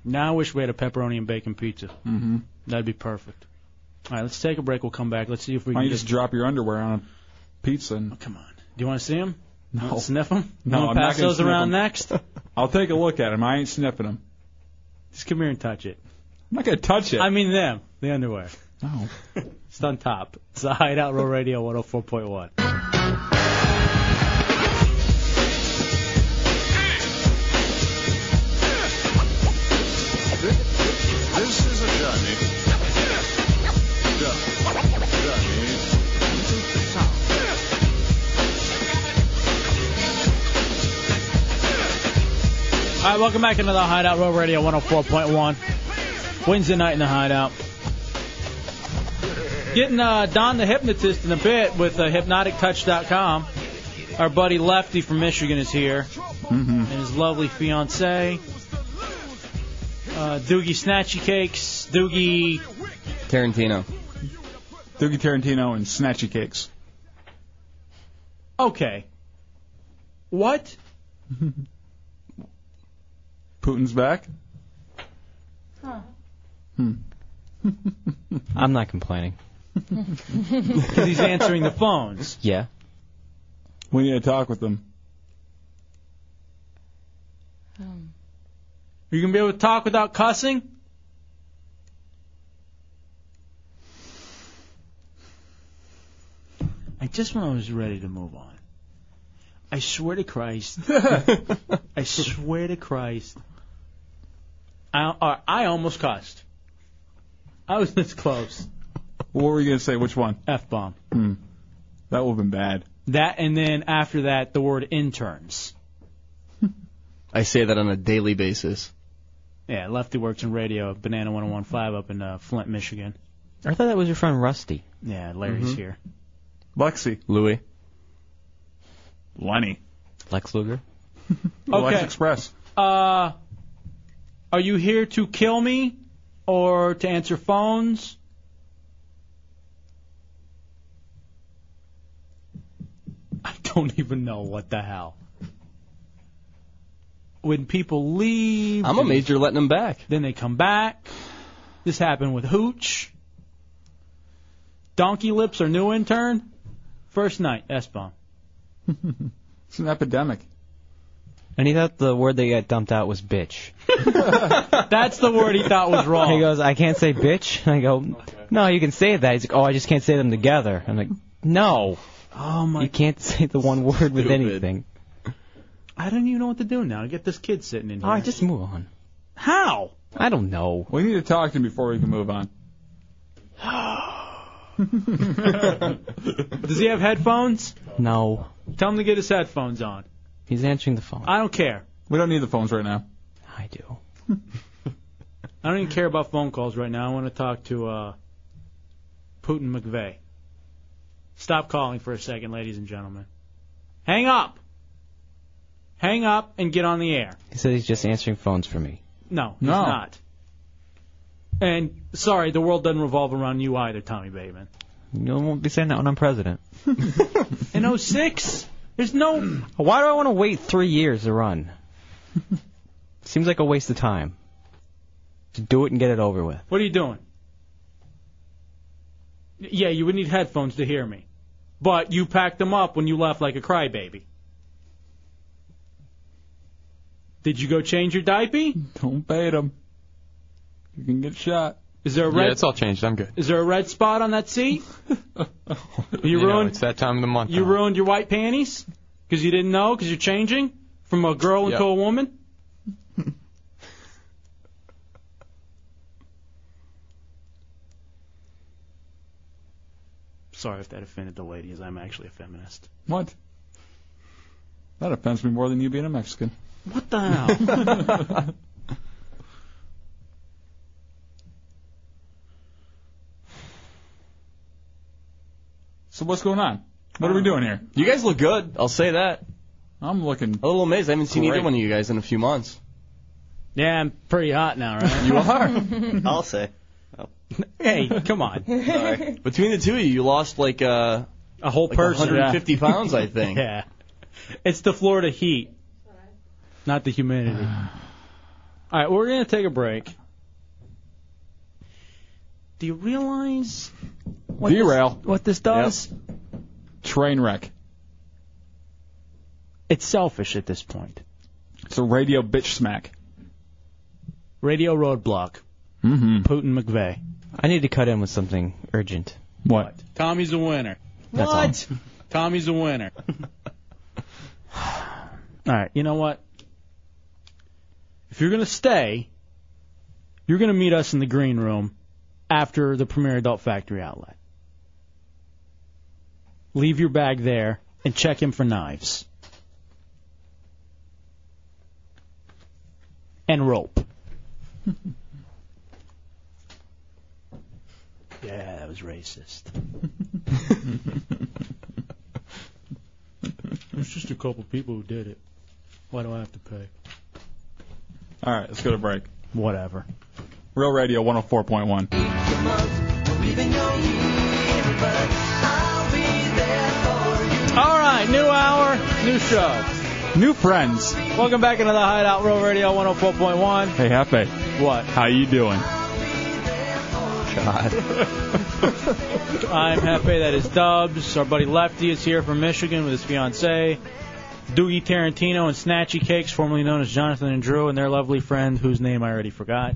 S2: Now I wish we had a pepperoni and bacon pizza.
S3: Mm-hmm.
S2: That'd be perfect. All right, let's take a break. We'll come back. Let's see if we
S3: Why don't
S2: can.
S3: you
S2: Get...
S3: just drop your underwear on a pizza? And...
S2: come on. Do you want to see them?
S3: No.
S2: Sniff them?
S3: No, I'm
S2: pass
S3: not gonna
S2: those
S3: sniff
S2: around
S3: 'em.
S2: next.
S3: I'll take a look at them. I ain't sniffing them.
S2: Just come here and touch it.
S3: I'm not gonna touch it.
S2: I mean them, the underwear.
S3: No.
S2: It's on top. It's the Hideout Row Radio 104.1.
S27: This is a journey. Journey. Journey into the town.
S2: All right, welcome back into the Hideout Row Radio 104.1. Wednesday night in the Hideout. getting uh, Don the hypnotist in a bit with uh, hypnotictouch.com. Our buddy Lefty from Michigan is here,
S3: Mm-hmm.
S2: and his lovely fiance, uh, Doogie Snatchy Cakes, Doogie
S3: Tarantino. Doogie Tarantino and Snatchy Cakes.
S2: Okay. What?
S3: Putin's back.
S17: Huh.
S4: I'm not complaining.
S2: Because he's answering the phones.
S4: Yeah.
S3: We need to talk with them.
S12: Hmm.
S2: You gonna be able to talk without cussing? I just when I was ready to move on. I swear to Christ. I swear to Christ. I uh, I almost cussed. I was this close.
S3: What were we gonna say? Which one? Hmm.
S2: F bomb.
S3: That would have been bad.
S2: That and then after that the word interns.
S11: I say that on a daily basis.
S2: Yeah, Lefty works in radio, Banana 1015 up in uh, Flint, Michigan.
S4: I thought that was your friend Rusty.
S2: Yeah, Larry's here.
S3: Lexi.
S4: Louis.
S3: Lenny.
S4: Lex Luger.
S2: Okay.
S3: Express.
S2: Uh, are you here to kill me or to answer phones? I don't even know what the hell. When people leave,
S11: I'm amazed you're letting them back.
S2: Then they come back. This happened with Hooch. Donkey Lips, our new intern. First night, S bomb.
S3: It's an epidemic.
S4: And he thought the word they got dumped out was bitch.
S2: That's the word he thought was wrong.
S4: He goes, I can't say bitch. And I go, no, you can say that. He's like, oh, I just can't say them together. I'm like, no.
S2: Oh my.
S4: You can't say the one word with anything.
S2: I don't even know what to do now. I get this kid sitting in here.
S4: All right, just move on.
S2: How?
S4: I don't know.
S3: We need to talk to him before we can move on.
S2: Does he have headphones?
S4: No.
S2: Tell him to get his headphones on.
S4: He's answering the phone.
S2: I don't care.
S3: We don't need the phones right now.
S4: I do.
S2: I don't even care about phone calls right now. I want to talk to uh, Putin McVeigh. Stop calling for a second, ladies and gentlemen. Hang up. Hang up and get on the air.
S4: He said he's just answering phones for me.
S2: No, he's
S4: No.
S2: not. And sorry, the world doesn't revolve around you either, Tommy Bateman.
S4: You won't be saying that when I'm president.
S2: In 06, there's no.
S4: Why do I want to wait three years to run? Seems like a waste of time. To do it and get it over with.
S2: What are you doing? Yeah, you would need headphones to hear me. But you packed them up when you left like a crybaby. Did you go change your diaper?
S3: Don't bait him. You can get shot.
S2: Is there a
S14: Yeah,
S2: red?
S14: it's all changed. I'm good.
S2: is there a red spot on that seat? You,
S14: know,
S2: ruined
S14: it's that time of the month.
S2: you ruined your white panties because you didn't know because you're changing from a girl into
S14: Yeah.
S2: a woman. Sorry if that offended the ladies. I'm actually a feminist.
S3: What? That offends me more than you being a Mexican.
S2: What the hell?
S3: So what's going on? What are we doing here?
S11: You guys look good. I'll say that.
S3: I'm looking.
S11: A little amazed. I haven't seen
S3: Great.
S11: either one of you guys in a few months.
S2: yeah, I'm pretty hot now, right?
S11: You are.
S18: I'll say.
S2: hey, come on.
S11: Sorry. Between the two of you, you lost like uh,
S2: A whole
S11: like
S2: person.
S11: 150
S2: yeah.
S11: pounds, I think.
S2: yeah. It's the Florida heat, not the humidity. All right, we're going to take a break. Do you realize what
S3: Derail.
S2: This, what this does?
S3: Train wreck.
S2: It's selfish at this point.
S3: It's a radio bitch smack.
S2: Radio roadblock.
S3: Mm-hmm.
S2: Putin McVeigh.
S4: I need to cut in with something urgent.
S3: What?
S2: Tommy's a winner.
S4: That's all.
S2: what? Tommy's a winner. all right, you know what? If you're going to stay, you're going to meet us in the green room after the Premier Adult Factory outlet. Leave your bag there and check him for knives and rope. Yeah, that was racist.
S7: It's just a couple people who did it. Why do I have to pay?
S3: All right, let's go to break.
S2: Whatever.
S3: Real Radio 104.1.
S2: All right, new hour, new show.
S3: New friends.
S2: Welcome back into the Hideout Row Radio 104.1.
S3: Hey, Hefe.
S2: What?
S3: How you doing?
S2: God. I'm Hefe, that is Dubs. Our buddy Lefty is here from Michigan with his fiance. Doogie Tarantino and Snatchy Cakes, formerly known as Jonathan and Drew, and their lovely friend, whose name I already forgot.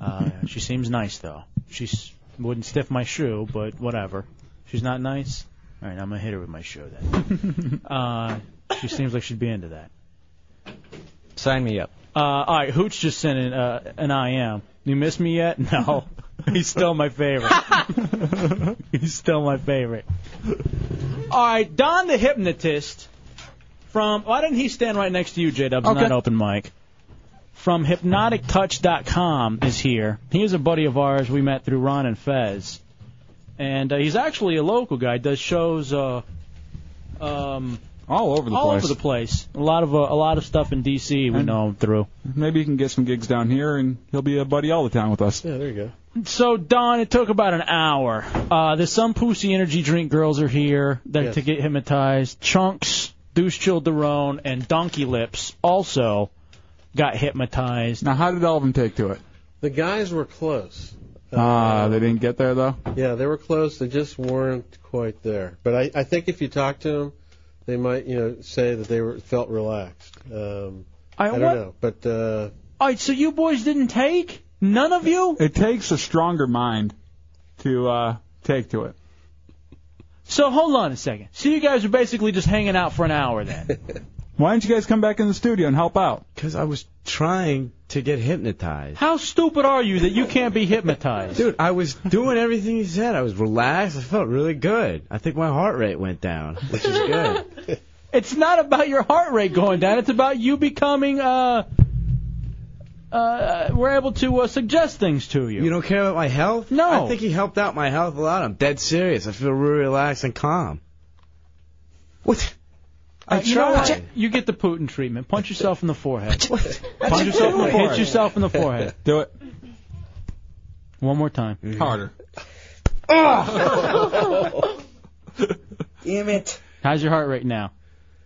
S2: Uh, she seems nice, though. She s- wouldn't stiff my shoe, but whatever. She's not nice? All right, I'm going to hit her with my shoe then. uh, she seems like she'd be into that.
S4: Sign me up.
S2: Uh, all right, Hooch just sent in uh, an IM. You miss me yet? No. He's still my favorite. He's still my favorite. All right, Don the Hypnotist from. Why didn't he stand right next to you, J Dub's
S7: Okay.
S2: not open mic? From hypnotictouch.com is here. He is a buddy of ours we met through Ron and Fez. And uh, he's actually a local guy, does shows uh, um,
S3: all over the
S2: all
S3: place.
S2: over the place. A lot of uh, a lot of stuff in D.C. we
S3: And-
S2: know him through.
S3: Maybe you can get some gigs down here, and he'll be a buddy all the time with us.
S22: Yeah, there you go.
S2: So Don, it took about an hour. Uh, there's some pussy energy drink girls are here that
S22: Yes.
S2: to get hypnotized. Chunks, Deuce Childerone, and Donkey Lips also got hypnotized.
S3: Now, how did all of them take to it?
S22: The guys were close.
S3: Ah, they didn't get there though.
S22: Yeah, they were close. They just weren't quite there. But I, I think if you talk to them, they might, you know, say that they were felt relaxed. Um,
S2: I
S22: I don't
S2: what-
S22: know, but uh,
S2: All right, so you boys didn't take none of you.
S3: It takes a stronger mind to uh, take to it.
S2: So hold on a second. So you guys are basically just hanging out for an hour then.
S3: Why don't you guys come back in the studio and help out?
S15: Because I was trying to get hypnotized.
S2: How stupid are you that you can't be hypnotized?
S15: Dude, I was doing everything you said. I was relaxed. I felt really good. I think my heart rate went down, which is good.
S2: It's not about your heart rate going down. It's about you becoming. Uh, uh, we're able to uh, suggest things to you.
S15: You don't care about my health?
S2: No.
S15: I think he helped out my health a lot. I'm dead serious. I feel really relaxed and calm. What? I
S2: Uh, you know what?
S15: tried.
S2: You get the Putin treatment. Punch yourself in the forehead.
S15: That's
S2: Punch yourself. In the,
S15: good.
S2: hit yourself in the forehead.
S3: Do it. Mm-hmm.
S2: One more time.
S3: Harder.
S15: Damn it.
S2: How's your heart rate now?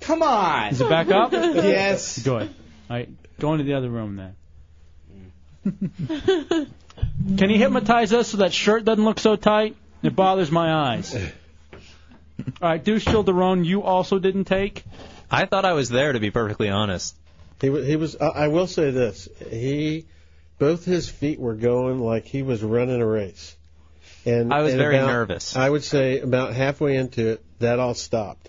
S15: Come on.
S2: Is it back up?
S15: Yes.
S2: Good. All right, go into the other room then. Can you hypnotize us so that shirt doesn't look so tight? It bothers my eyes. All right, Deuce Childerone, you also didn't take.
S1: I thought I was there, to be perfectly honest.
S22: he wa- he was. I I will say this: he, both his feet were going like he was running a race. And
S1: I was
S22: and
S1: very
S22: about-
S1: nervous.
S22: I would say about halfway into it, that all stopped.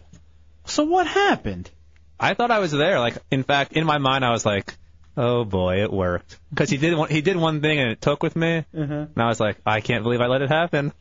S2: So what happened?
S1: I thought I was there. Like, in fact, in my mind, I was like, "Oh boy, it worked." Because he did one, he did one thing and it took with me,
S2: Uh-huh.
S1: and I was like, "I can't believe I let it happen."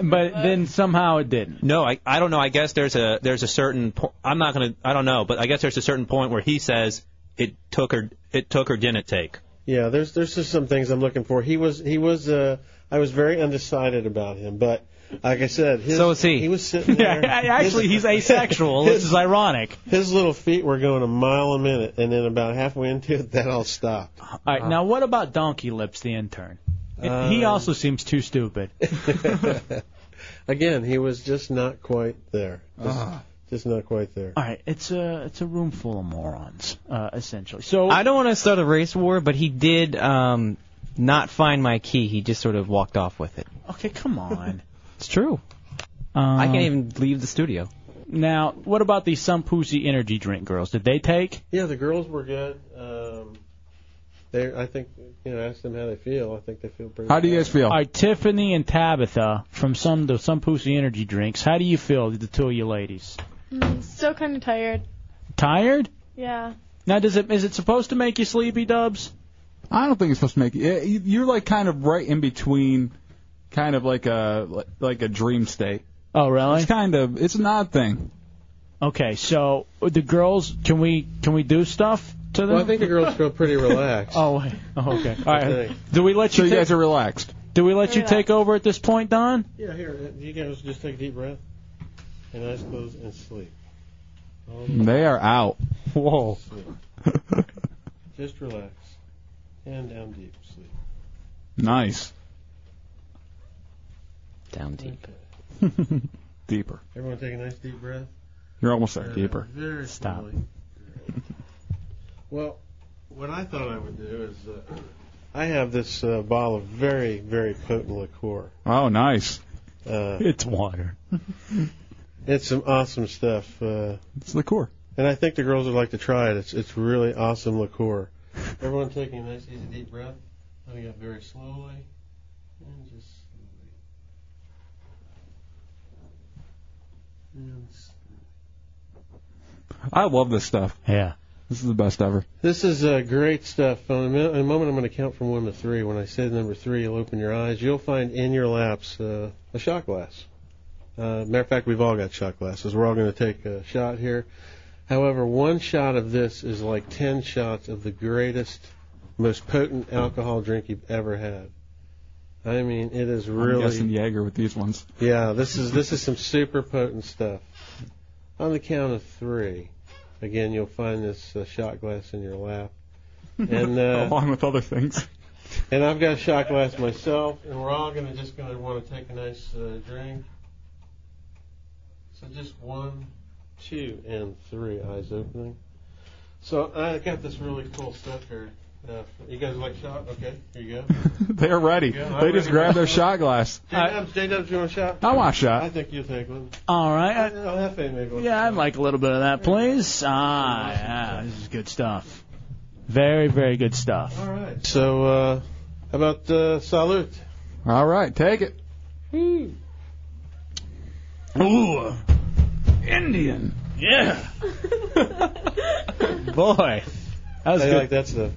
S2: But then somehow it didn't.
S1: No, I I don't know. I guess there's a there's a certain po- I'm not gonna I don't know, but I guess there's a certain point where he says it took or it took or didn't take.
S22: Yeah, there's there's just some things I'm looking for. He was he was uh I was very undecided about him, but like I said, his, so is he. He was sitting there.
S2: Actually, he's asexual. This is ironic.
S22: His little feet were going a mile a minute, and then about halfway into it, that all stopped.
S2: All right, now what about Donkey Lips, the intern? he
S4: Uh,
S22: Um,
S2: also seems too stupid.
S22: Again, he was just not quite there. Just,
S2: Ah.
S22: just not quite there.
S2: All right, it's a it's a room full of morons, uh, essentially. So
S4: I don't want to start a race war, but he did um, not find my key. He just sort of walked off with it.
S2: okay, come on. Um,
S4: It's true. I can't even leave the studio.
S2: Now, what about these some pussy energy drink girls? Did they take?
S22: Yeah, the girls were good. Um, they, I think, you know, ask them how they feel. I think they feel pretty. good.
S3: feel?
S2: All right, Tiffany and Tabitha from some the some pussy energy drinks. How do you feel, the two of you ladies?
S17: Mm, still kind of tired.
S2: Tired?
S17: Yeah.
S2: Now, does it is it supposed to make you sleepy, Dubs?
S3: I don't think it's supposed to make you. you- You're like kind of right in between, kind of like a like a dream state.
S2: Oh, really?
S3: It's kind of it's an odd thing.
S2: Okay, so the girls, can we can we do stuff to them?
S22: Well, I think the girls feel pretty relaxed.
S2: Oh, wait. oh okay. All
S22: I
S2: right.
S22: think.
S2: Do we let
S3: So
S2: you?
S3: you
S2: take-
S3: guys are relaxed.
S2: Do we let you
S22: Relax.
S2: take over at this point, Don?
S22: Yeah, here, uh, you guys just take a deep breath and eyes closed and sleep. All the
S3: They are out.
S2: Whoa.
S22: Just relax. And down deep sleep.
S3: Nice.
S4: Down deep.
S3: Deeper.
S22: Everyone take a nice deep breath.
S3: You're almost there.
S22: Uh,
S3: Deeper.
S22: Very Stop. well, what I thought I would do is uh, I have this uh, bottle of very, very potent liqueur.
S3: Oh, nice.
S22: Uh,
S2: It's water.
S22: It's some awesome stuff. Uh,
S3: it's liqueur.
S22: And I think the girls would like to try it. It's it's really awesome liqueur. Everyone taking a nice, easy deep breath. Letting it very slowly. And just slowly. And s-
S3: I love this stuff.
S2: Yeah.
S3: This is the best ever.
S22: This is uh, great stuff. In a, minute, in a moment, I'm going to count from one to three. When I say the number three, you'll open your eyes. You'll find in your laps uh, a shot glass. Uh, matter of fact, we've all got shot glasses. We're all going to take a shot here. However, one shot of this is like 10 shots of the greatest, most potent alcohol drink you've ever had. I mean, it is
S3: I'm
S22: really
S3: guessing Jaeger with these ones.
S22: yeah, this is this is some super potent stuff. On the count of three, again, you'll find this uh, shot glass in your lap, and uh,
S3: Along with other things.
S22: and I've got a shot glass myself, and we're all gonna just gonna want to take a nice uh, drink. So just one, two, and three, eyes opening. So I got this really cool stuff here. Uh, you guys like shot? Okay, here you go.
S3: They're ready.
S22: Yeah,
S3: they
S22: I'm
S3: just
S22: ready.
S3: grab their shot glass.
S22: J-Dubs, J-Dubs, you want a shot?
S3: Uh, I want a shot.
S22: I think you'll take one.
S2: All right.
S22: I, I'll have to make one.
S2: Yeah, I'd like a little bit of that, please. Ah, yeah, this is good stuff. Very, very good stuff.
S22: All right. So, uh, how about uh, salute? Hmm.
S3: All right, take it.
S2: Ooh,
S3: Indian.
S2: Yeah. Boy, that
S22: How
S2: was
S22: do you
S2: good.
S22: like that stuff?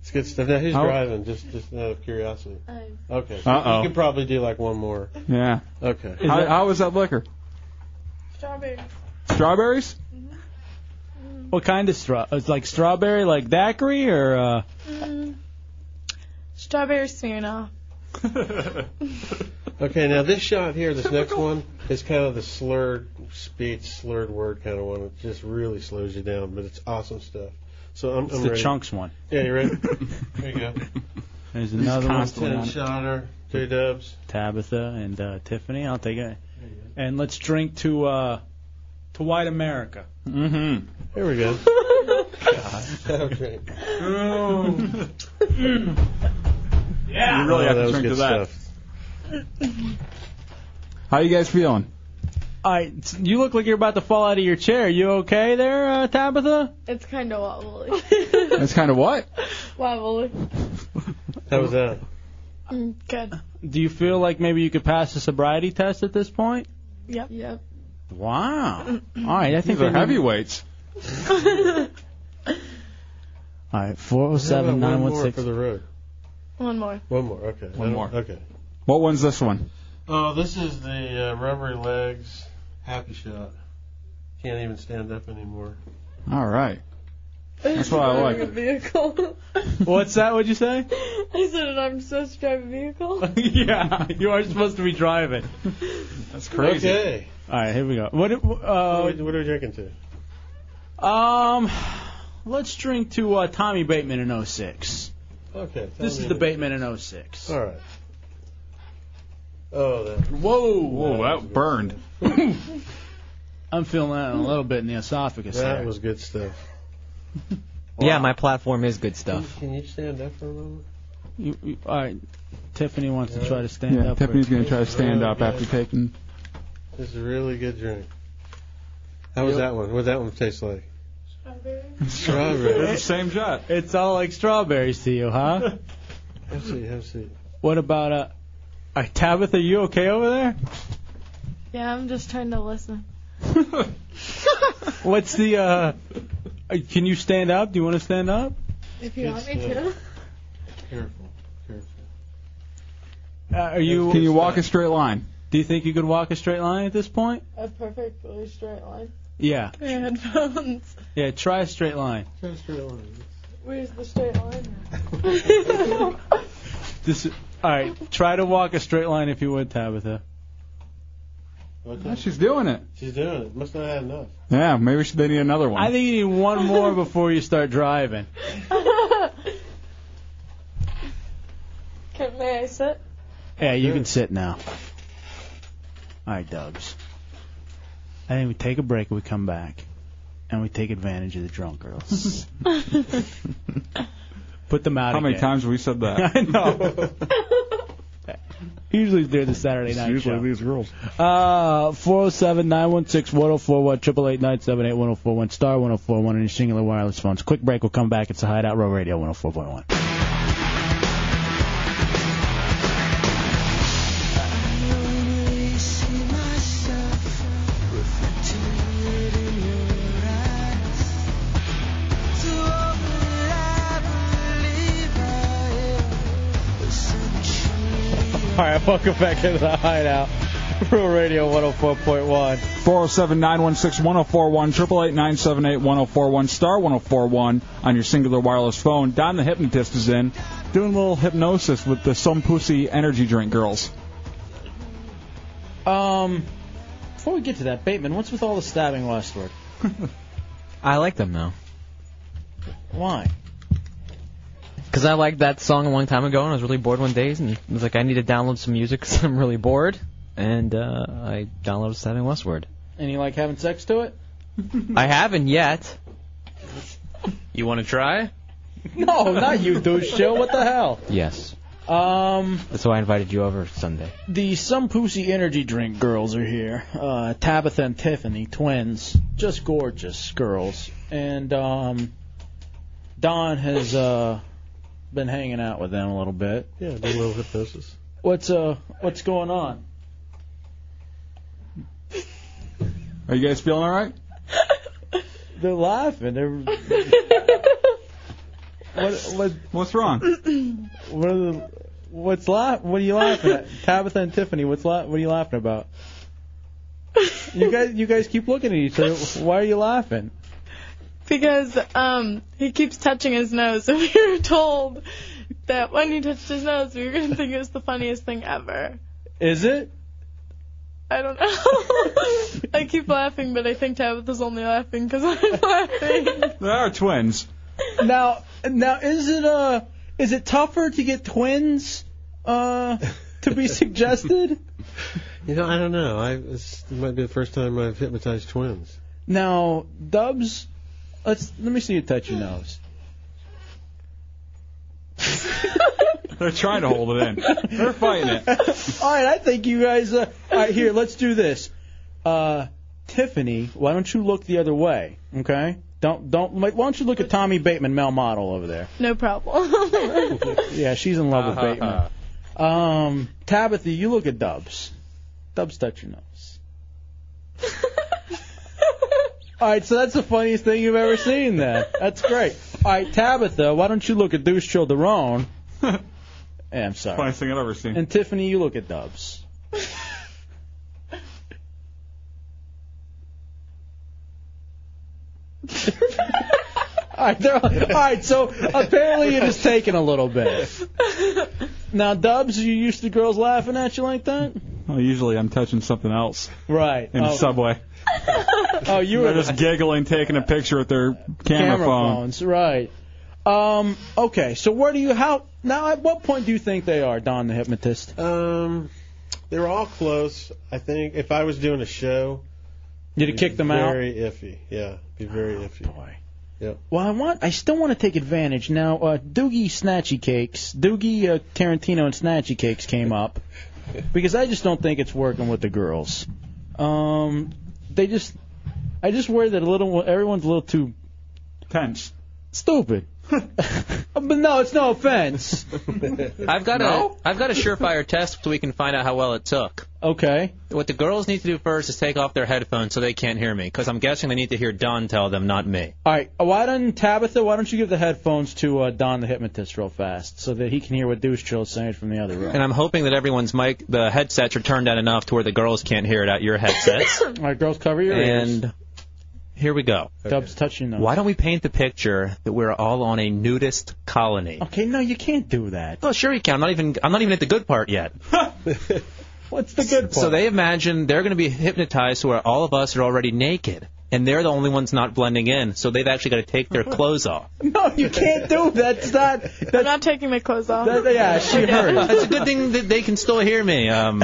S22: It's good stuff. Now who's
S2: Oh.
S3: How-
S22: driving? Just, just out of curiosity. Okay.
S3: Uh-oh.
S22: You can probably do like one more.
S3: Yeah.
S22: Okay.
S3: How, how was that liquor?
S17: Strawberry.
S3: Strawberries?
S2: What kind of straw? It's like strawberry, like daiquiri, or uh,
S17: Mm. Strawberry Smirnoff.
S22: Okay. Now this shot here, this next one, is kind of the slurred speech, slurred word kind of one. It just really slows you down, but it's awesome stuff. So I'm,
S2: it's
S22: I'm
S2: the
S22: ready.
S2: chunks one.
S22: Yeah, you ready? There you go.
S2: There's
S22: He's
S2: another one.
S22: constantly on it. Ten shotter, two dubs.
S2: Tabitha and uh, Tiffany. I'll take it. And let's drink to uh, to White America.
S3: Mm-hmm.
S22: Here we go. okay.
S2: yeah.
S3: You really
S22: Oh,
S3: have
S22: that
S3: to
S22: was
S3: drink to
S22: good
S3: that. How you guys feeling?
S2: All right, s- you look like you're about to fall out of your chair. You okay there, uh, Tabitha?
S17: It's kind of wobbly.
S3: That's kind of what?
S17: wobbly.
S22: How was uh, that?
S17: Mm, good.
S2: Do you feel like maybe you could pass the sobriety test at this point?
S17: Yep. Yep.
S2: Wow. All right, I think
S3: These are
S2: they-
S3: heavyweights.
S2: All right,
S22: How
S2: 407
S22: about one more for
S2: 916.
S22: the road.
S17: One more.
S22: One more. Okay.
S3: One
S22: I don't-
S3: more.
S22: Okay.
S3: What one's this one?
S22: Oh, this is the uh, rubbery legs happy shot. Can't even stand up anymore.
S3: All right. That's what I like.
S17: a vehicle.
S2: What's that? What'd you say?
S17: I said I'm supposed to drive a vehicle.
S2: yeah, you are supposed to be driving. uh,
S3: That's
S22: crazy. Okay.
S2: All right, here we go. What? it-
S22: Oh,
S2: Uh,
S22: what, what are we drinking to?
S2: um, let's drink to uh, Tommy Bateman in 06.
S22: Okay. tell
S2: This
S22: me
S2: is the
S22: the-
S2: Bateman in 06.
S22: All right. Oh, that.
S2: Whoa!
S22: Whoa, that
S3: Oh, burned.
S2: I'm feeling that in a little bit in the esophagus.
S22: That
S2: there.
S22: was good stuff.
S4: Yeah, my platform is good stuff.
S22: Can you stand up for a moment?
S2: You, you, all right, Tiffany wants to try to stand
S3: yeah,
S2: up.
S3: Tiffany's
S2: for-
S3: gonna try to stand up
S22: Uh, Yeah.
S3: after taking.
S22: This is a really good drink. How was that one? What would that one taste like? Strawberry.
S3: It's the same shot.
S2: It's all like strawberries to you, huh?
S22: have a seat. Have a seat.
S2: what about uh? all right, Tabitha, you okay over there?
S17: Yeah, I'm just trying to listen.
S2: What's the uh? uh, Can you stand up? Do you want to stand up?
S17: If you want me
S22: It's,
S17: to.
S22: Careful. Careful.
S2: Uh, are you?
S3: Can you walk a straight line?
S2: Do you think you could walk a straight line at this point?
S17: A perfectly straight line.
S2: Yeah.
S17: My headphones.
S2: Yeah. Try a straight line.
S22: Try a straight line.
S17: Where's the straight line?
S7: This is, all right, try to walk a straight line if you would, Tabitha.
S3: Ah, she's doing it.
S22: She's doing it. Must not have enough.
S3: Yeah, maybe she- they need another one.
S7: I think you need one more before you start driving.
S17: Can, may I sit?
S15: Yeah, you can sit now. All right, Dubs.
S7: I think we take a break, we come back, and we take advantage of the drunk girls. Put them out
S3: How many
S7: again.
S3: times have we said that?
S7: I know. Usually they're the Saturday night
S3: Usually
S7: show. Uh, 407 916 1041, 888 978 1041, star 1041 on your singular wireless phones. Quick break, we'll come back. It's a Hideout Row Radio 104.1. All right, welcome back into the Hideout. Real Radio 104.1.
S3: 407 916 1041, 888 978 1041, star 1041 on your singular wireless phone. Don the Hypnotist is in, doing a little hypnosis with the Some Pussy energy drink girls.
S2: Um, before we get to that, Bateman, what's with all the stabbing westward?
S4: I like them though.
S2: Why?
S4: Because I liked that song a long time ago, and I was really bored one day, and I was like, I need to download some music 'cause I'm really bored. And uh, I downloaded Stabbing Westward.
S2: And you like having sex to it?
S4: I haven't yet.
S1: You want to try?
S2: No, not you, douche show. What the hell?
S4: Yes.
S2: Um,
S4: That's why I invited you over Sunday.
S2: the Some Pussy Energy Drink girls are here. Uh, Tabitha and Tiffany, twins. Just gorgeous girls. And, um, Don has, uh, been hanging out with them a little bit.
S22: Yeah, do a little hypnosis.
S2: What's, uh, what's going on?
S3: Are you guys feeling all right?
S2: They're laughing. They're. what, what,
S3: what's wrong?
S2: What are the, what's la- What are you laughing at? Tabitha and Tiffany, what's la- What are you laughing about? You guys, you guys keep looking at each other. Why are you laughing?
S17: Because um, he keeps touching his nose, and we were told that when he touched his nose, we were going to think it was the funniest thing ever.
S2: Is it?
S17: I don't know. I keep laughing, but I think Tabitha's only laughing because I'm laughing.
S3: They are twins.
S2: Now, now is it uh, is it tougher to get twins uh, to be suggested?
S22: You know, I don't know. I this might be the first time I've hypnotized twins.
S2: now, Dubs, let's let me see you touch your nose.
S3: They're trying to hold it in. They're fighting it.
S2: all right, I think you guys. Uh, all right, here, let's do this. Uh, Tiffany, why don't you look the other way? Okay. Don't don't. Why don't you look at Tommy Bateman, male model over there?
S17: No problem.
S2: Yeah, she's in love with
S3: Uh-huh.
S2: Bateman. Um, Tabitha, you look at Dubs. Dubs, touch your nose. All right, so that's the funniest thing you've ever seen. Then that's great. All right, Tabitha, why don't you look at Deuce Childerone? yeah, I'm sorry.
S3: Funniest thing I've ever seen.
S2: And Tiffany, you look at Dubs. all right, they're, all right. So apparently it is taking a little bit. Now, Dubs, are you used to girls laughing at you like that?
S3: Well, usually I'm touching something else
S2: Right.
S3: in the
S2: Oh.
S3: subway.
S2: Oh, you were
S3: They're just giggling, taking a picture with their camera, phone.
S2: phones, right? Um, okay, so where do you how now? At what point do you think they are, Don the hypnotist?
S22: Um, they were all close. I think if I was doing a show,
S2: You'd have
S22: it'd
S2: kicked
S22: be
S2: them out. Oh,
S22: very iffy. Yeah, be very iffy.
S2: Boy.
S22: Yep.
S2: Well, I want I still want to take advantage now. Uh, Doogie Snatchy Cakes, Doogie uh, Tarantino and Snatchy Cakes came up because I just don't think it's working with the girls. Um, they just I just worry that a little everyone's a little too
S3: tense,
S2: stupid. but no, it's no offense.
S1: I've got a I've got a surefire test so we can find out how well it took.
S2: Okay.
S1: What the girls need to do first is take off their headphones so they can't hear me, because I'm guessing they need to hear Don tell them, not me.
S2: All right, uh, why don't Tabitha? Why don't you give the headphones to uh, Don the hypnotist real fast so that he can hear what Deuce Chill is saying from the other room?
S1: And I'm hoping that everyone's mic, the headsets are turned down enough to where the girls can't hear it out your headsets.
S2: All right, girls, cover your ears.
S1: and Here we go.
S2: Dubs touching them.
S1: Why don't we paint the picture that we're all on a nudist colony?
S2: Okay, no, you can't do that.
S1: Oh, sure you can. I'm not even. I'm not even at the good part yet.
S2: What's the good part?
S1: So they imagine they're going to be hypnotized to where all of us are already naked, and they're the only ones not blending in. So they've actually got to take their clothes off.
S2: No, you can't do that. That's not.
S17: I'm not taking my clothes off.
S2: yeah, she heard.
S1: That's a good thing that they can still hear me. Um,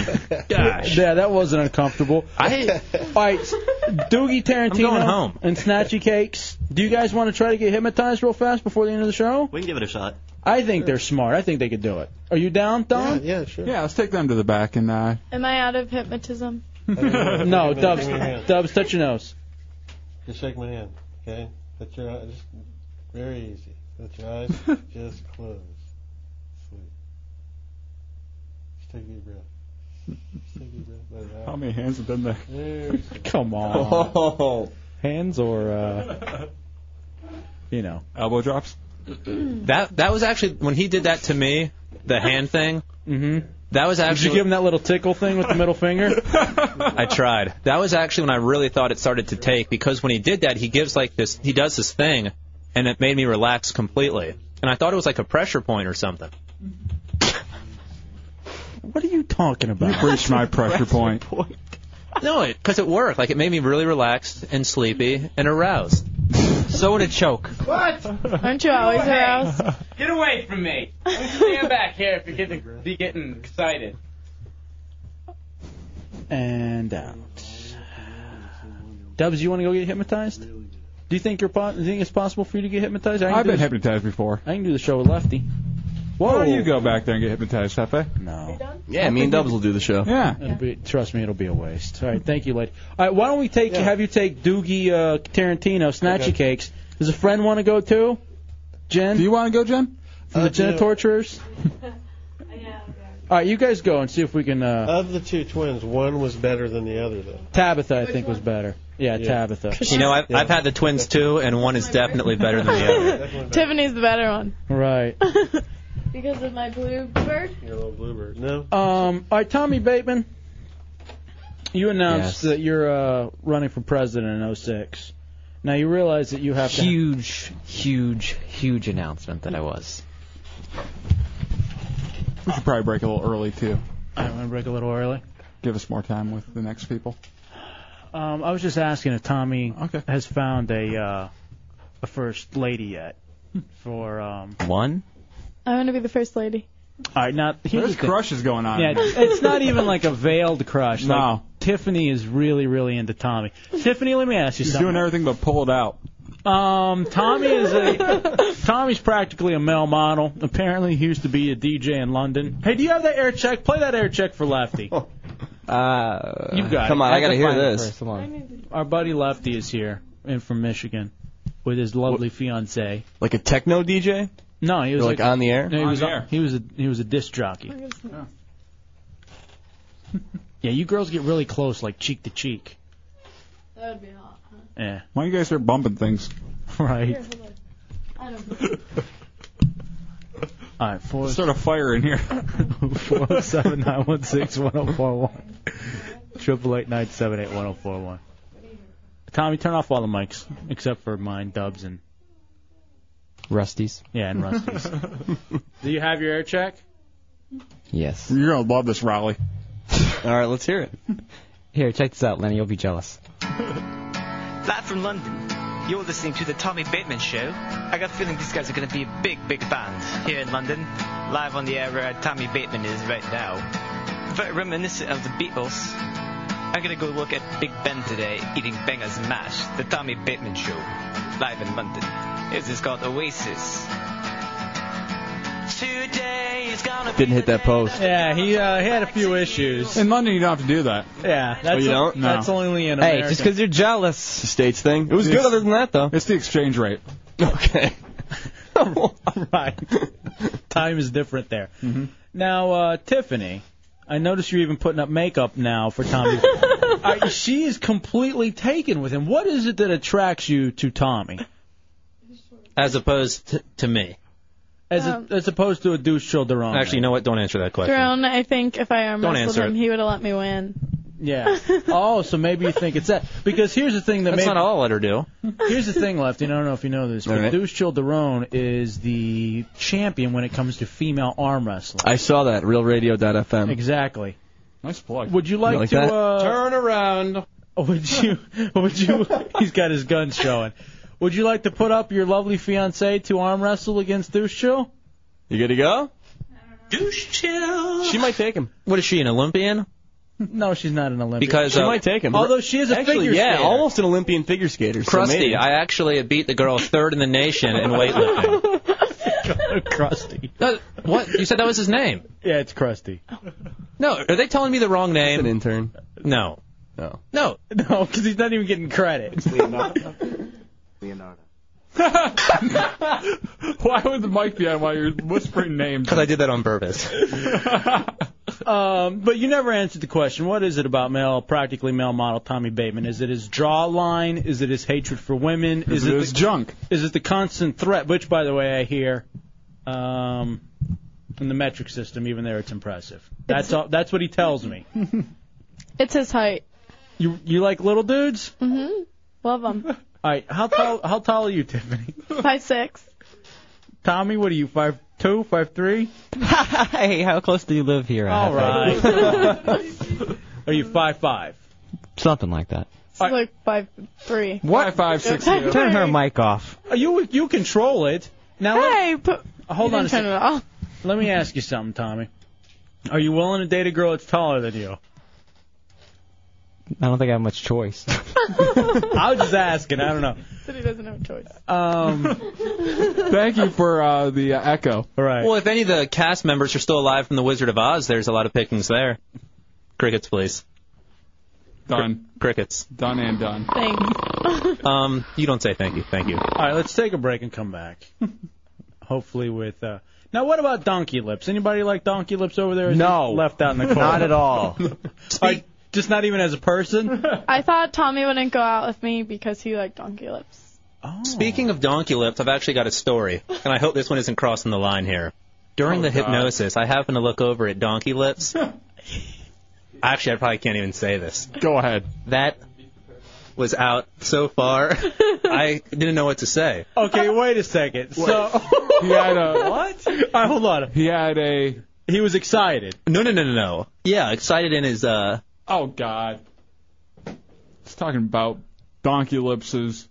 S1: gosh.
S2: Yeah, that wasn't uncomfortable.
S1: I-
S2: All right, Doogie Tarantino
S1: going home.
S2: and Snatchy Cakes. Do you guys want to try to get hypnotized real fast before the end of the show?
S18: We can give it a shot.
S2: I think they're smart. I think they could do it. Are you down, Don?
S22: Yeah, sure.
S3: Yeah, let's take them to the back and uh,
S17: Am I out of hypnotism?
S2: no, Dubs.
S22: Give me your hand.
S2: Dubs, touch your nose.
S22: Just shake my hand, okay? Put your eyes, just very easy. Put your eyes just closed. Sleep. Just take a deep breath. Just take a deep breath. Let it out.
S3: how many hands have done that?
S22: There we go.
S2: Come on.
S22: Oh.
S2: Hands or uh, you know
S3: elbow drops.
S1: That that was actually when he did that to me, the hand thing.
S2: Mm-hmm.
S1: That was
S2: Did you
S1: actually.
S2: give him that little tickle thing with the middle finger?
S1: I tried. That was actually when I really thought it started to take because when he did that, he gives like this. He does this thing, and it made me relax completely. And I thought it was like a pressure point or something.
S2: What are you talking about?
S3: You breached my pressure point.
S1: No, it because it worked. Like it made me really relaxed and sleepy and aroused. So would a choke.
S9: What?
S17: Aren't you always
S9: Hey.
S17: aroused?
S9: Get away from me! Stand back here if you're getting be getting excited.
S2: And out. Dubs, you want to go get hypnotized? Do you think you're po- do you think it's possible for you to get hypnotized? I can
S3: I've
S2: do
S3: been
S2: this-
S3: hypnotized before.
S2: I can do the show with Lefty. Whoa.
S3: Why don't you go back there and get hypnotized, Hefe?
S2: No.
S11: Yeah, me and Dubs will do the show.
S3: Yeah.
S2: It'll be, trust me, it'll be a waste. All right, thank you, lady. All right, why don't we take have you take Doogie uh, Tarantino, Snatchy
S22: Okay.
S2: Cakes? Does a friend want to go too? Jen, do
S3: you want to go, Jen?
S2: From the
S22: Uh,
S2: Jen
S22: no.
S2: Torturers. All right, you guys go and see if we can. Uh,
S22: Of the two twins, one was better than the other, though.
S2: Tabitha, I think, was better. Yeah, Tabitha.
S1: You know, I've, I've had the twins too, and one is definitely better than the other.
S17: Tiffany's the better one.
S2: Right.
S17: Because of my blue bird.
S22: Your little bluebird. No.
S2: Um, all right, Tommy Bateman, you announced
S11: Yes.
S2: that you're uh, running for president in 06. Now you realize that you have to.
S4: Huge, huge, huge announcement that I was.
S3: We should probably break a little early too.
S2: I'm gonna break a little early.
S3: Give us more time with the next people.
S2: Um, I was just asking if Tommy has found a uh, a first lady yet. For um,
S4: One?
S17: I want to be the first lady.
S2: all right, not here's
S3: There's
S2: the thing.
S3: crushes going on.
S2: Yeah, it's not even like a veiled crush. Like,
S3: No.
S2: Tiffany is really, really into Tommy. Tiffany, let me ask you
S3: He's
S2: something.
S3: doing everything but pull it out.
S2: Um, Tommy is a Tommy's practically a male model. Apparently, he used to be a DJ in London. Hey, do you have that air check? Play that air check for Lefty.
S11: Uh,
S2: You got
S11: come
S2: it.
S11: on, I gotta
S2: have
S11: hear
S2: find it
S11: this.
S2: first. Come on. Our buddy Lefty is here, and from Michigan, with his lovely fiancee.
S11: Like a techno DJ?
S2: No, he was
S11: Like on the air?
S2: No, he
S3: On
S2: was
S3: the air.
S2: he was a he was a disc jockey. Yeah, you girls get really close, like cheek to cheek.
S17: That would be hot.
S2: Yeah,
S3: Why you guys start bumping things?
S2: right.
S17: I don't know.
S2: All right, four
S3: Let's start a fire in here.
S2: four zero seven nine one six one zero four one. Triple eight nine seven eight one zero four one. Tommy, turn off all the mics except for mine, Dubs, and
S4: Rusty's?
S2: yeah, and Rusty's. Do you have your air check?
S4: Yes.
S3: You're gonna love this, Raleigh.
S4: All right, let's hear it. Here, check this out, Lenny. You'll be jealous.
S10: Live from London, you're listening to the Tommy Bateman Show. I got a feeling these guys are going to be a big, big band here in London. Live on the air where Tommy Bateman is right now. Very reminiscent of the Beatles. I'm going to go look at Big Ben today eating bangers and mash. The Tommy Bateman Show. Live in London. This is called Oasis. Today is gonna
S11: Didn't hit that post.
S2: Yeah, he uh, he had a few issues.
S3: In London, you don't have to do that.
S2: Yeah, that's
S11: Oh, you don't? No.
S2: that's only in
S11: Hey,
S2: America.
S11: just 'cause
S4: you're jealous.
S11: It's a States thing. It was good other than that, though.
S3: It's the exchange rate.
S11: Okay.
S2: right. Time is different there.
S11: Mm-hmm.
S2: Now, uh, Tiffany, I notice you're even putting up makeup now for Tommy. I, she is completely taken with him. What is it that attracts you to Tommy,
S1: as opposed to, to me?
S2: as
S17: Um,
S2: a- as opposed to a douche childerone?
S1: Actually, you know what? Don't answer that question.
S17: Throne, I think if I arm
S1: Don't
S17: wrestled
S1: answer
S17: him,
S1: it.
S17: he would have let me win.
S2: Yeah. oh, so maybe you think it's that because here's the thing that
S1: That's
S2: maybe,
S1: not all I'll let her do.
S2: Here's the thing, Lefty, and I don't know if you know this, but
S1: All right.
S2: Deuce Childerone is the champion when it comes to female arm wrestling.
S28: I saw that. RealRadio.fm.
S2: Exactly.
S3: Nice plug.
S2: Would you like,
S28: You like
S2: to
S28: that?
S2: uh, turn around? Would you? Would you? he's got his guns showing. Would you like to put up your lovely fiance to arm wrestle against Deuce Chill?
S28: You good to go?
S2: Deuce Chill.
S1: She might take him. What is she, an Olympian?
S2: No, she's not an Olympian.
S1: Because
S28: She
S1: uh,
S28: might take him.
S2: Although she is a
S28: Actually,
S2: figure
S28: yeah,
S2: skater.
S28: almost an Olympian figure skater. so
S1: Krusty,
S28: maybe.
S1: I actually beat the girl third in the nation in weightlifting.
S2: Krusty.
S1: what? You said that was his name?
S2: Yeah, it's Krusty.
S1: No, are they telling me the wrong name? an intern. No.
S28: No.
S1: No.
S2: No, because he's not even getting credit.
S28: Leonardo.
S29: Leonardo.
S3: Why would the mic be on while you're whispering names? Because
S1: I did that on purpose.
S2: Um, but you never answered the question. What is it about male, practically male model Tommy Bateman? Is it his jawline? Is it his hatred for women? Is, it, his
S3: junk?
S2: Is it the constant threat? Which, by the way, I hear um, in the metric system, even there, it's impressive. That's all, that's what he tells me.
S17: It's his height.
S2: You you like little dudes?
S17: Mhm. Love him.
S2: All right, how tall how tall are you, Tiffany?
S17: Five six.
S2: Tommy, what are you? Five two, five three?
S4: hey, how close do you live here?
S2: All
S4: Alfred?
S2: right. are you five five?
S4: Something like that.
S17: It's like five three.
S3: What? Five
S17: six, zero.
S4: Turn her mic off.
S2: Uh, You you control it. Now let-
S17: Hey, but
S2: hold
S17: you
S2: on a
S17: didn't turn
S2: second.
S17: it off.
S2: Let me ask you something, Tommy. Are you willing to date a girl that's taller than you?
S4: I don't think I have much choice.
S2: I was just asking. I don't know.
S17: Said he doesn't have a choice.
S2: Um,
S3: Thank you for uh, the uh, echo.
S2: All right.
S1: Well, if any of the cast members are still alive from The Wizard of Oz, there's a lot of pickings there. Crickets, please.
S3: Done.
S1: crickets.
S3: Done and done.
S17: Thanks.
S1: Um, you don't say thank you. Thank you.
S2: all right, let's take a break and come back. Hopefully with. Uh... Now, what about Donkey Lips? Anybody like Donkey Lips over there? No. Left out in the cold.
S29: Not at all.
S2: Like, just not even as a person.
S17: I thought Tommy wouldn't go out with me because he liked donkey lips.
S1: Oh. Speaking of donkey lips, I've actually got a story, and I hope this one isn't crossing the line here.
S3: Oh,
S1: During the
S17: God.
S1: hypnosis, I happened to look over at donkey lips. Actually, I probably can't even say this.
S3: Go ahead.
S1: That was out so far, I didn't know what to say.
S2: Okay, wait a second. So
S3: he had
S1: Uh,
S3: a
S2: what? hold on.
S3: He had a.
S2: He was excited.
S1: No, no, no, no, no. Yeah, excited in his uh.
S3: Oh God. It's talking about donkey lipses.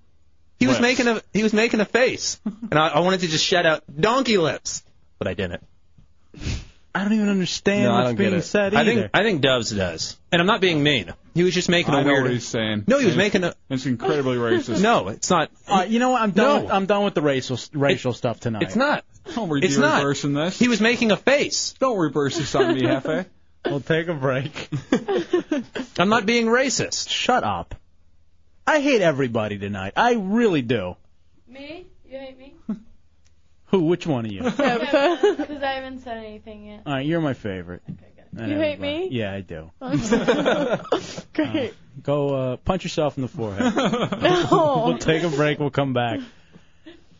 S1: He
S3: Lips.
S1: was making a he was making a face, and I, I wanted to just shout out donkey lips, but I didn't.
S2: I don't even understand
S1: No, I
S2: what's
S1: don't
S2: being
S1: get it.
S2: said
S1: I
S2: either.
S1: think I think Dubs does, and I'm not being mean. He was just making a
S3: I know
S1: weird.
S3: what he's saying.
S1: No, he was
S3: It's-
S1: making a.
S3: It's incredibly racist.
S1: No, it's not.
S2: All right, Uh, you know what? I'm done.
S1: No.
S2: With, I'm done with the racial racial stuff tonight.
S1: It's not.
S3: Don't re-
S1: It's not.
S3: reversing this.
S1: He was making a face.
S3: Don't reverse this on me, Hefe.
S2: We'll take a break.
S1: I'm not being racist.
S2: Shut up. I hate everybody tonight. I really do.
S17: Me? You hate me?
S2: Who? Which one of you? All
S17: Because I haven't said anything yet.
S2: right, you're my favorite. And
S17: You hate
S2: everybody.
S17: me?
S2: Yeah, I do.
S17: Great.
S2: Go uh, punch yourself in the forehead.
S17: No.
S2: we'll take a break. We'll come back.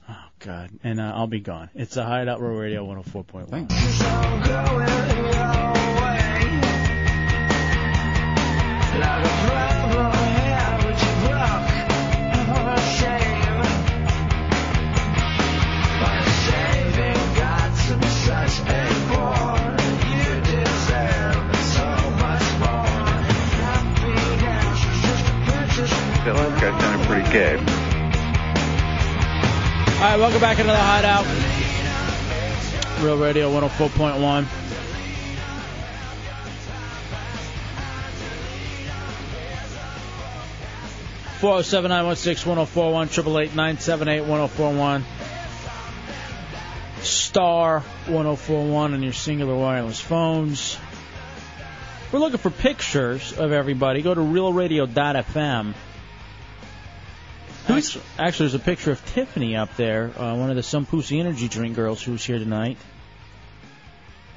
S2: Oh God, and uh, I'll be gone. It's a Hideout Row Radio 104.1.
S16: feel like I sounded pretty gay.
S2: All right, welcome back into the Hideout. Real Radio 104.1. Four zero seven nine one six one zero four one triple eight nine seven eight one zero four one star one zero four one on your singular wireless phones. We're looking for pictures of everybody. Go to realradio.fm. Actually, actually, there's a picture of Tiffany up there, uh, one of the Some Pussy Energy Drink girls who's here tonight.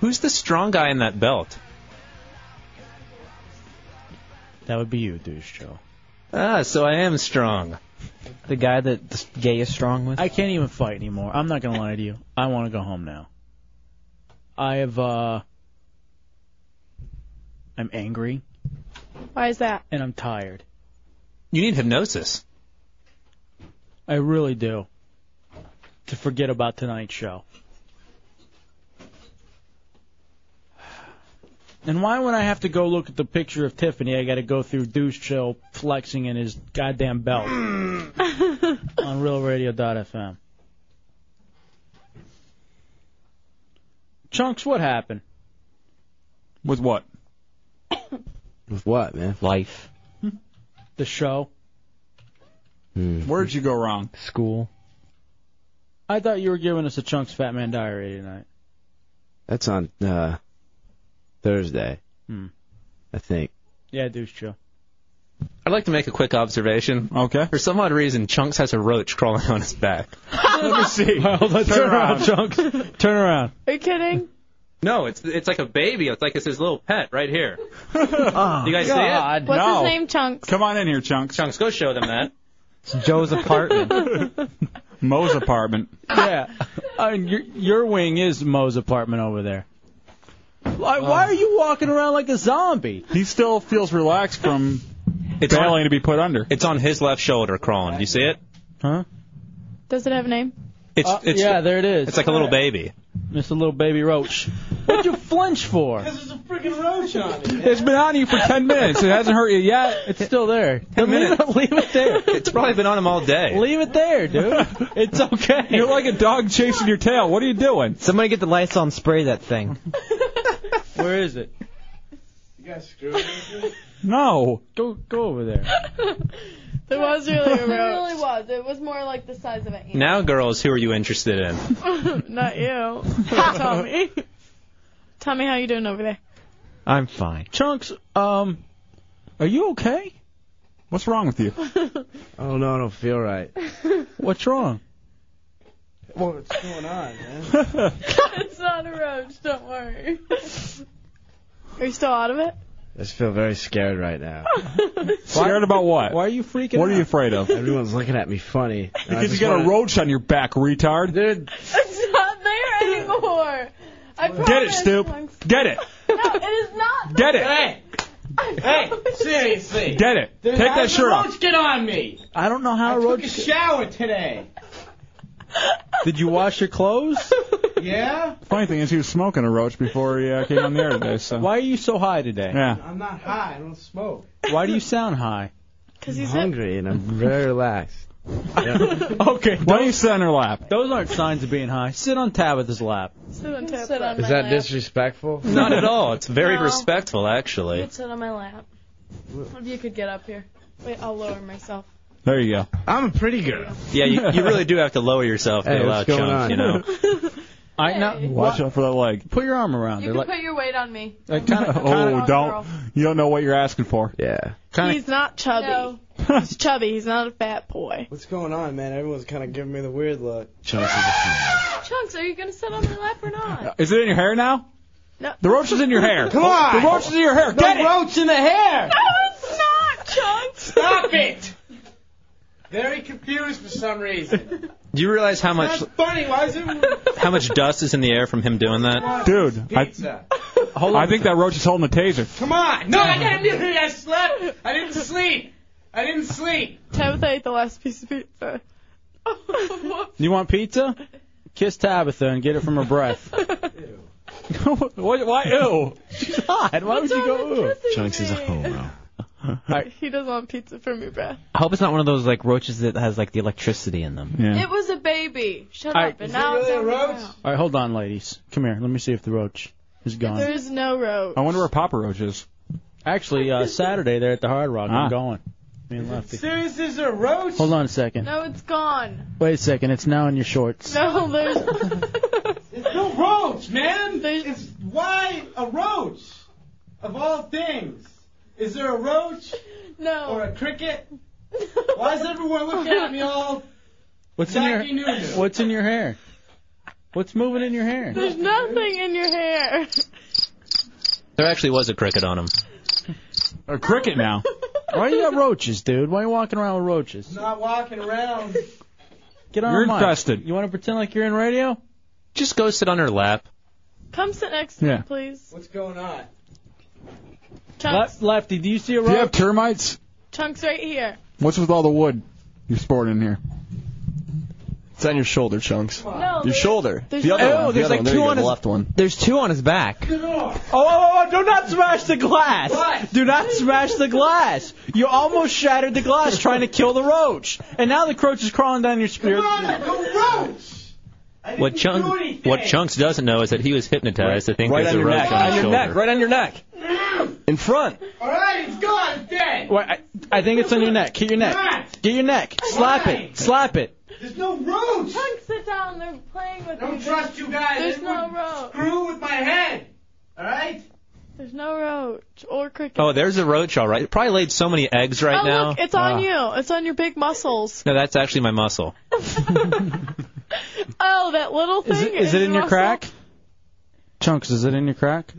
S1: Who's the strong guy in that belt?
S2: That would be you, douche Joe.
S1: Ah, so I am strong.
S4: The guy that the gay is strong with.
S2: I can't even fight anymore. I'm not gonna lie to you. I want to go home now. I have uh, I'm angry.
S17: Why is that?
S2: and I'm tired.
S1: You need hypnosis.
S2: I really do. To forget about tonight's show. And why when I have to go look at the picture of Tiffany, I got to go through Deuce Chill flexing in his goddamn belt on RealRadio.fm. Chunks, what happened?
S3: With what?
S16: With what, man? Life.
S2: The show?
S4: Hmm.
S3: Where'd you go wrong?
S16: School.
S2: I thought you were giving us a Chunks Fat Man Diary tonight.
S16: That's on uh, Thursday,
S2: Hmm.
S16: I think.
S2: Yeah, Deuce Chill.
S1: I'd like to make a quick observation.
S3: Okay.
S1: For some odd reason, Chunks has a roach crawling on his back.
S2: Let me see. turn around, Chunks. Turn around.
S17: Are you kidding?
S1: No, it's it's like a baby. It's like it's his little pet right here. you guys see it?
S17: What's his name, Chunks?
S3: Come on in here, Chunks.
S1: Chunks, go show them that.
S3: It's Joe's apartment. Mo's apartment.
S2: yeah. I mean, your, your wing is Moe's apartment over there. Uh, Why, why are you walking around like a zombie?
S3: He still feels relaxed from failing to be put under.
S1: It's on his left shoulder crawling. You see it?
S2: Huh?
S17: Does it have a name?
S1: It's,
S2: Uh,
S1: it's
S2: yeah, there it is.
S1: It's like a little baby.
S2: It's a little baby roach. What'd you flinch for?
S3: Freaking roach on it.
S2: It's been on you for 10 minutes. It hasn't hurt you yet. It's still there. Then leave it, leave it there.
S1: It's probably been on him all day.
S2: Leave it there, dude. It's okay.
S3: You're like a dog chasing your tail. What are you doing?
S4: Somebody get the lights on, spray that thing.
S2: Where is it?
S30: You guys screwed me.
S3: No.
S2: Go go over there.
S17: There was really a roach.
S1: There
S17: really was. It was more like the size of an
S1: Now, girls, who are you interested in?
S17: ant. Not you, Tommy. Tommy, how you doing over there?
S4: I'm fine.
S2: Chunks, um, are you okay?
S3: What's wrong with you?
S16: Oh no, I don't feel right.
S2: What's wrong?
S16: What's going on, man?
S17: it's not a roach. Don't worry. Are you still out of it?
S16: I just feel very scared right now.
S3: Scared about what?
S2: Why are you freaking
S3: What are you afraid of?
S16: Everyone's looking at me funny. and I
S3: Because you
S16: just
S3: got
S16: wanna-
S3: a roach on your back, retard.
S17: It's not there anymore. I promise.
S3: Get it, Stoop. Get it.
S17: No, it is not.
S3: Get it.
S17: Hey.
S15: Hey, seriously.
S3: Get it.
S15: There's-
S3: Take that
S15: how's
S3: shirt
S15: the
S3: off.
S15: roach get on me.
S2: I don't know how a
S15: Took
S2: roach.
S15: a shower today.
S2: Did you wash your clothes?
S15: Yeah?
S3: Funny thing is, he was smoking a roach before he uh, came on the air today. So
S2: Why are you so high today?
S3: yeah,
S15: I'm not high. I don't smoke.
S2: Why do you sound high?
S17: Because
S16: I'm hungry and I'm very relaxed.
S2: Okay.
S3: why do you sit on her lap?
S2: Those aren't signs of being high. Sit on Tabitha's lap.
S17: Sit on, sit on
S16: Is that disrespectful?
S1: Not at all. It's very
S17: No.
S1: respectful, actually.
S17: Sit on my lap. If you could get up here. Wait, I'll lower myself.
S3: There you go.
S16: I'm a pretty girl.
S1: Yeah, you, you really do have to lower yourself to
S16: Hey,
S1: allow
S16: what's going
S1: Chunks,
S16: on?
S1: you know.
S2: I now
S3: Watch out for that leg.
S2: Put your arm around
S17: You
S2: her.
S17: can
S2: Like,
S17: put your weight on me.
S15: Uh,
S2: like kind of.
S3: Oh,
S17: on,
S3: don't.
S17: girl.
S3: You don't know what you're asking for.
S16: Yeah.
S2: Kind
S17: He's not chubby. He's chubby. He's not a fat boy.
S15: What's going on, man? Everyone's kind of giving me the weird look.
S17: Chunks, are you gonna sit on my lap or not?
S3: Is it in your hair now?
S17: No.
S3: The roach is in your hair.
S15: Come on.
S3: The roach is in your hair. Get
S15: the
S3: it.
S15: roach in the hair.
S17: No, it's not, Chunks.
S15: Stop it. Very confused for some reason.
S1: Do you realize how much
S15: That's funny. Why is it
S1: how much dust is in the air from him doing that?
S3: Dude, I,
S15: pizza?
S3: I think that roach is holding a taser.
S15: Come on. No, I didn't. do it. I slept. I didn't sleep. I didn't sleep.
S17: Tabitha ate the last piece of pizza.
S2: You want pizza? Kiss Tabitha and get it from her breath. what, why? Ew. She's hot. Why would you go? Ew.
S16: Chunks is a homo.
S17: He doesn't want pizza from your breath.
S4: I hope it's not one of those like roaches that has like the electricity in them.
S3: Yeah.
S17: It was a baby. Shut
S2: I-
S17: up. And now it's on the ground.
S2: All right, hold on, ladies. Come here. Let me see if the roach is gone.
S17: There is no road.
S3: I wonder where Papa Roach is.
S2: Actually, uh, Saturday they're at the Hard Rock.
S3: Ah.
S2: I'm going. Me and Lefty.
S15: Serious as a roach.
S2: Hold on a second.
S17: No, it's gone.
S2: Wait a second. It's now in your shorts.
S17: No, there's.
S15: It's no roach, man.
S17: There's-
S15: It's why a roach of all things. Is there a roach or
S17: no.
S15: a cricket? Why is everyone looking at me all
S2: What's in
S15: Jackie
S2: your
S15: Noodle?
S2: What's in your hair? What's moving in your hair?
S17: There's nothing in your hair.
S1: There actually was a cricket on him.
S3: A cricket now.
S2: Why you got roaches, dude? Why you walking around with roaches?
S15: Not walking around.
S2: Get on
S3: You're
S2: mine.
S3: infested.
S2: You want to pretend like you're in radio?
S1: Just go sit on her lap.
S17: Come sit next to
S3: Yeah.
S17: me, please.
S15: What's going on?
S31: Le- lefty, do you see a
S3: Do you
S31: roach?
S3: have termites?
S17: Chunks right here.
S3: What's with all the wood you're sporting in here?
S32: It's on your shoulder, Chunks.
S17: No,
S32: your
S17: there's-
S32: shoulder.
S17: there's
S32: the other
S17: no-
S32: one.
S17: Oh,
S32: the
S17: there's
S32: other
S17: like
S32: one. There
S17: two
S32: you go,
S17: on
S32: the
S17: his-
S32: left one.
S33: There's two on his back.
S15: Oh,
S31: oh, oh, do not smash the glass.
S15: What?
S31: Do not smash the glass. You almost shattered the glass trying to kill the roach. And now the croach is crawling down your spirit.
S15: the roach!
S1: What, Chunk, what Chunks doesn't know is that he was hypnotized to think
S32: Right
S1: there's
S32: on
S1: a
S32: your
S1: roach
S32: neck.
S1: on his
S32: On your
S1: shoulder.
S32: neck. Right on your neck. In front.
S15: All right, it's gone, dead.
S31: Wait, I, I think it's on your neck. Get your neck. Get your neck. Slap it. Slap it.
S15: There's no roach.
S17: Chunks, sit down. They're playing with
S15: Don't
S17: me.
S15: trust you guys.
S17: There's
S15: It
S17: no
S15: would
S17: roach.
S15: Screw with my head. All right.
S17: There's no roach or cricket.
S1: Oh, there's a roach, all right. It probably laid so many eggs right
S17: oh,
S1: now.
S17: look, it's on
S1: Ah.
S17: you. It's on your big muscles.
S1: No, that's actually my muscle.
S17: Oh, that little thing.
S2: Is it, is it in your
S17: muscle.
S2: crack? Chunks, is it in your crack?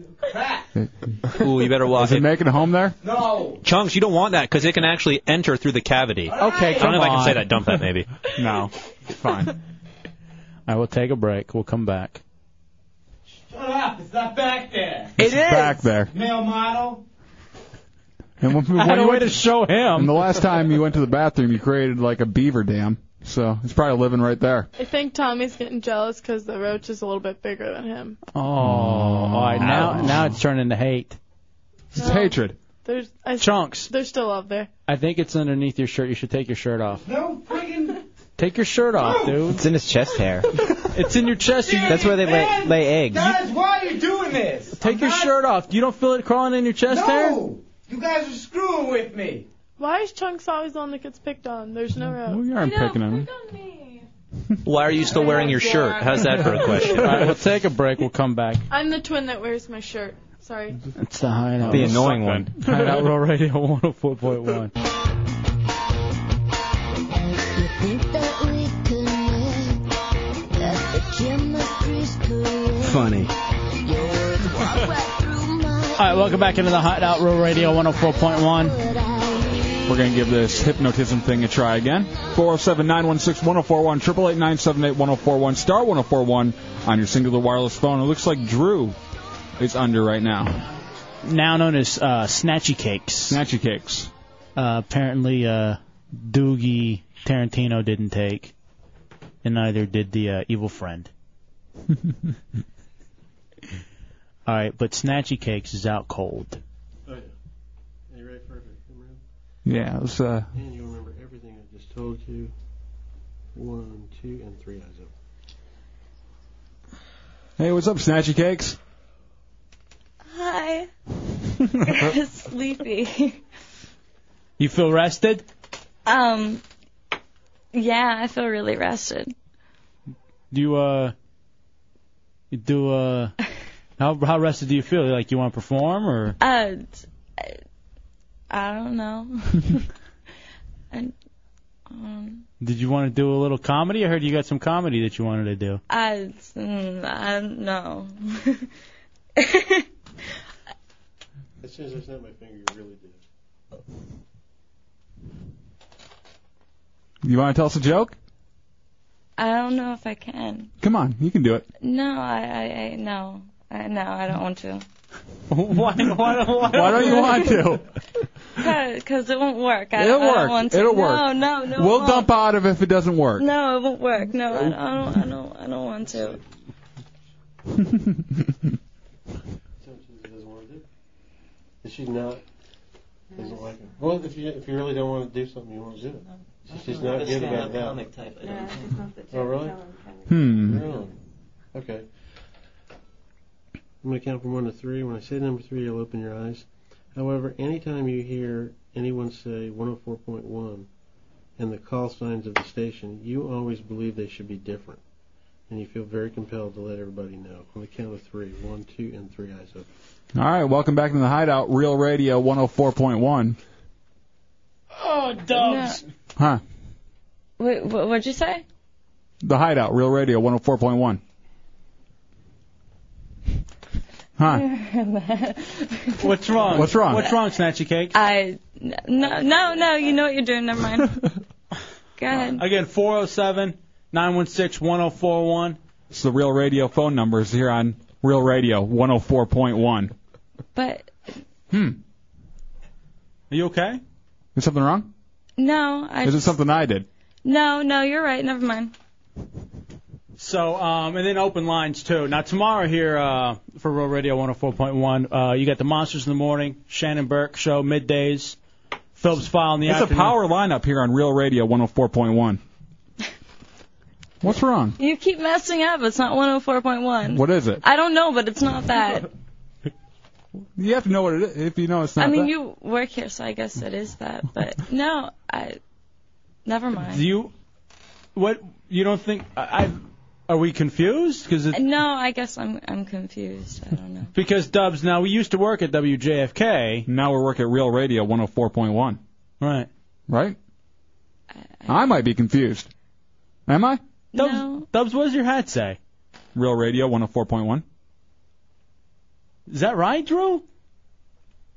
S1: Ooh, you better walk
S3: Is it making a home there?
S15: No.
S1: Chunks, you don't want that because it can actually enter through the cavity.
S2: Okay,
S1: I don't
S2: come
S1: know if I can
S2: on.
S1: say that. Dump that, maybe.
S2: No. Fine. I will take a break. We'll come back.
S15: Shut up. It's not back there.
S2: It It's is. back
S3: there.
S15: Male model.
S3: And when,
S15: I
S3: when
S15: had a
S3: you
S15: way
S3: went-
S15: to show him.
S3: And the last time you went to the bathroom, you created like a beaver dam. So it's probably living right there.
S17: I think Tommy's getting jealous because the roach is a little bit bigger than him.
S2: Oh, all right. Now, now it's turning to hate.
S3: It's hatred.
S17: There's I,
S2: Chunks.
S17: They're still up there.
S2: I think it's underneath your shirt. You should take your shirt off.
S15: No freaking.
S2: Take your shirt off, dude. It's in his chest hair. it's in your chest. That's where they lay, lay eggs.
S15: Guys, why are you doing this?
S2: Take your shirt off. You don't feel it crawling in your chest hair?
S15: No. You guys are screwing with me.
S17: Why is Chunks always the one that gets picked on? There's no roach.
S3: We aren't picking on him.
S1: Why are you still wearing your shirt? How's that for a question?
S2: All right, we'll take a break. We'll come back.
S17: I'm the twin that wears my shirt. Sorry.
S2: It's the hideout.
S33: The annoying one.
S2: Hideout Roll Radio 104.1.
S16: Funny.
S2: All right, welcome back into the Hideout Row Radio 104.1.
S3: We're going to give this hypnotism thing a try again. 407 916 1041, 888 978 1041, star 1041 on your singular wireless phone. It looks like Drew is under right now.
S2: Now known as uh, Snatchy Cakes.
S3: Snatchy Cakes.
S2: Uh, apparently, uh, Doogie Tarantino didn't take, and neither did the uh, evil friend. All right, but Snatchy Cakes is out cold.
S22: Oh, yeah. Are you ready for it to come around?
S3: Yeah, it was, uh,
S22: And you remember everything I just told you. One, two, and three eyes open.
S3: hey, what's up, Snatchy Cakes?
S12: Hi. Sleepy.
S2: You feel rested?
S12: Um, yeah, I feel really rested.
S2: Do you uh, you do uh, how how rested do you feel? Like you want to perform or?
S12: Uh, I- I don't know. I, um,
S2: Did you want to do a little comedy? I heard you got some comedy that you wanted to do.
S12: I, mm, I don't know.
S22: As soon as I snap my finger, you really did.
S3: You want to tell us a joke?
S12: I don't know if I can.
S3: Come on, you can do it.
S12: No, I, I, I no, I, no, I don't want to.
S2: why, why, why,
S3: Why don't you want to?
S12: Because it won't work. I,
S3: It'll
S12: I don't
S3: work.
S12: want to.
S3: It'll
S12: no,
S3: work.
S12: No, no, it
S3: We'll
S12: won't.
S3: dump out of if it doesn't work.
S12: No, it won't work. No, I don't, I don't, I don't, I don't want to.
S22: Sometimes it doesn't want to do. Is she not? Doesn't like it. Well, if you if you really don't want to do something, you won't do it. She's just not good about that. Oh, really?
S3: Hmm.
S22: Really? Okay. I'm going to count from one to three. When I say number three, you'll open your eyes. However, anytime you hear anyone say 104.1 and the call signs of the station, you always believe they should be different. And you feel very compelled to let everybody know. On the count of three. One, two, and three eyes open.
S3: All right, welcome back to the Hideout, Real Radio 104.1.
S12: Oh, Dubs.
S3: Huh?
S12: Wait, what, what'd you say?
S3: The Hideout, Real Radio 104.1. Huh?
S2: What's wrong?
S3: What's wrong?
S2: What's wrong, Snatchy Cake?
S12: I no no no. You know what you're doing. Never mind. Go ahead.
S2: Again, 407 916 1041.
S3: It's the Real Radio phone oh numbers here on Real Radio 104.1.
S12: But
S3: Hmm.
S2: Are you okay?
S3: Is something wrong?
S12: No, I.
S3: Is it something I did?
S12: No, no, you're right. Never mind.
S2: So, um, and then open lines too. Now tomorrow here uh, for Real Radio 104.1, uh, you got the Monsters in the Morning, Shannon Burke show middays, Phillips File in the
S3: It's a
S2: afternoon.
S3: power lineup here on Real Radio 104.1. What's wrong?
S12: You keep messing up. It's not 104.1.
S3: What is it?
S12: I don't know, but it's not that.
S3: You have to know what it is if you know it's not.
S12: I mean,
S3: that.
S12: you work here, so I guess it is that. But no, I. Never mind.
S2: Do you? What? You don't think? I, I are we confused? Because it,
S12: No, I guess I'm I'm confused. I don't know.
S2: Because Dubs, now we used to work at WJFK.
S3: Now we work at Real Radio 104.1.
S2: Right.
S3: Right? I might be confused. Am I?
S2: Dubs, no. Dubs, what does your hat say?
S3: Real Radio 104.1.
S2: Is that right, Drew?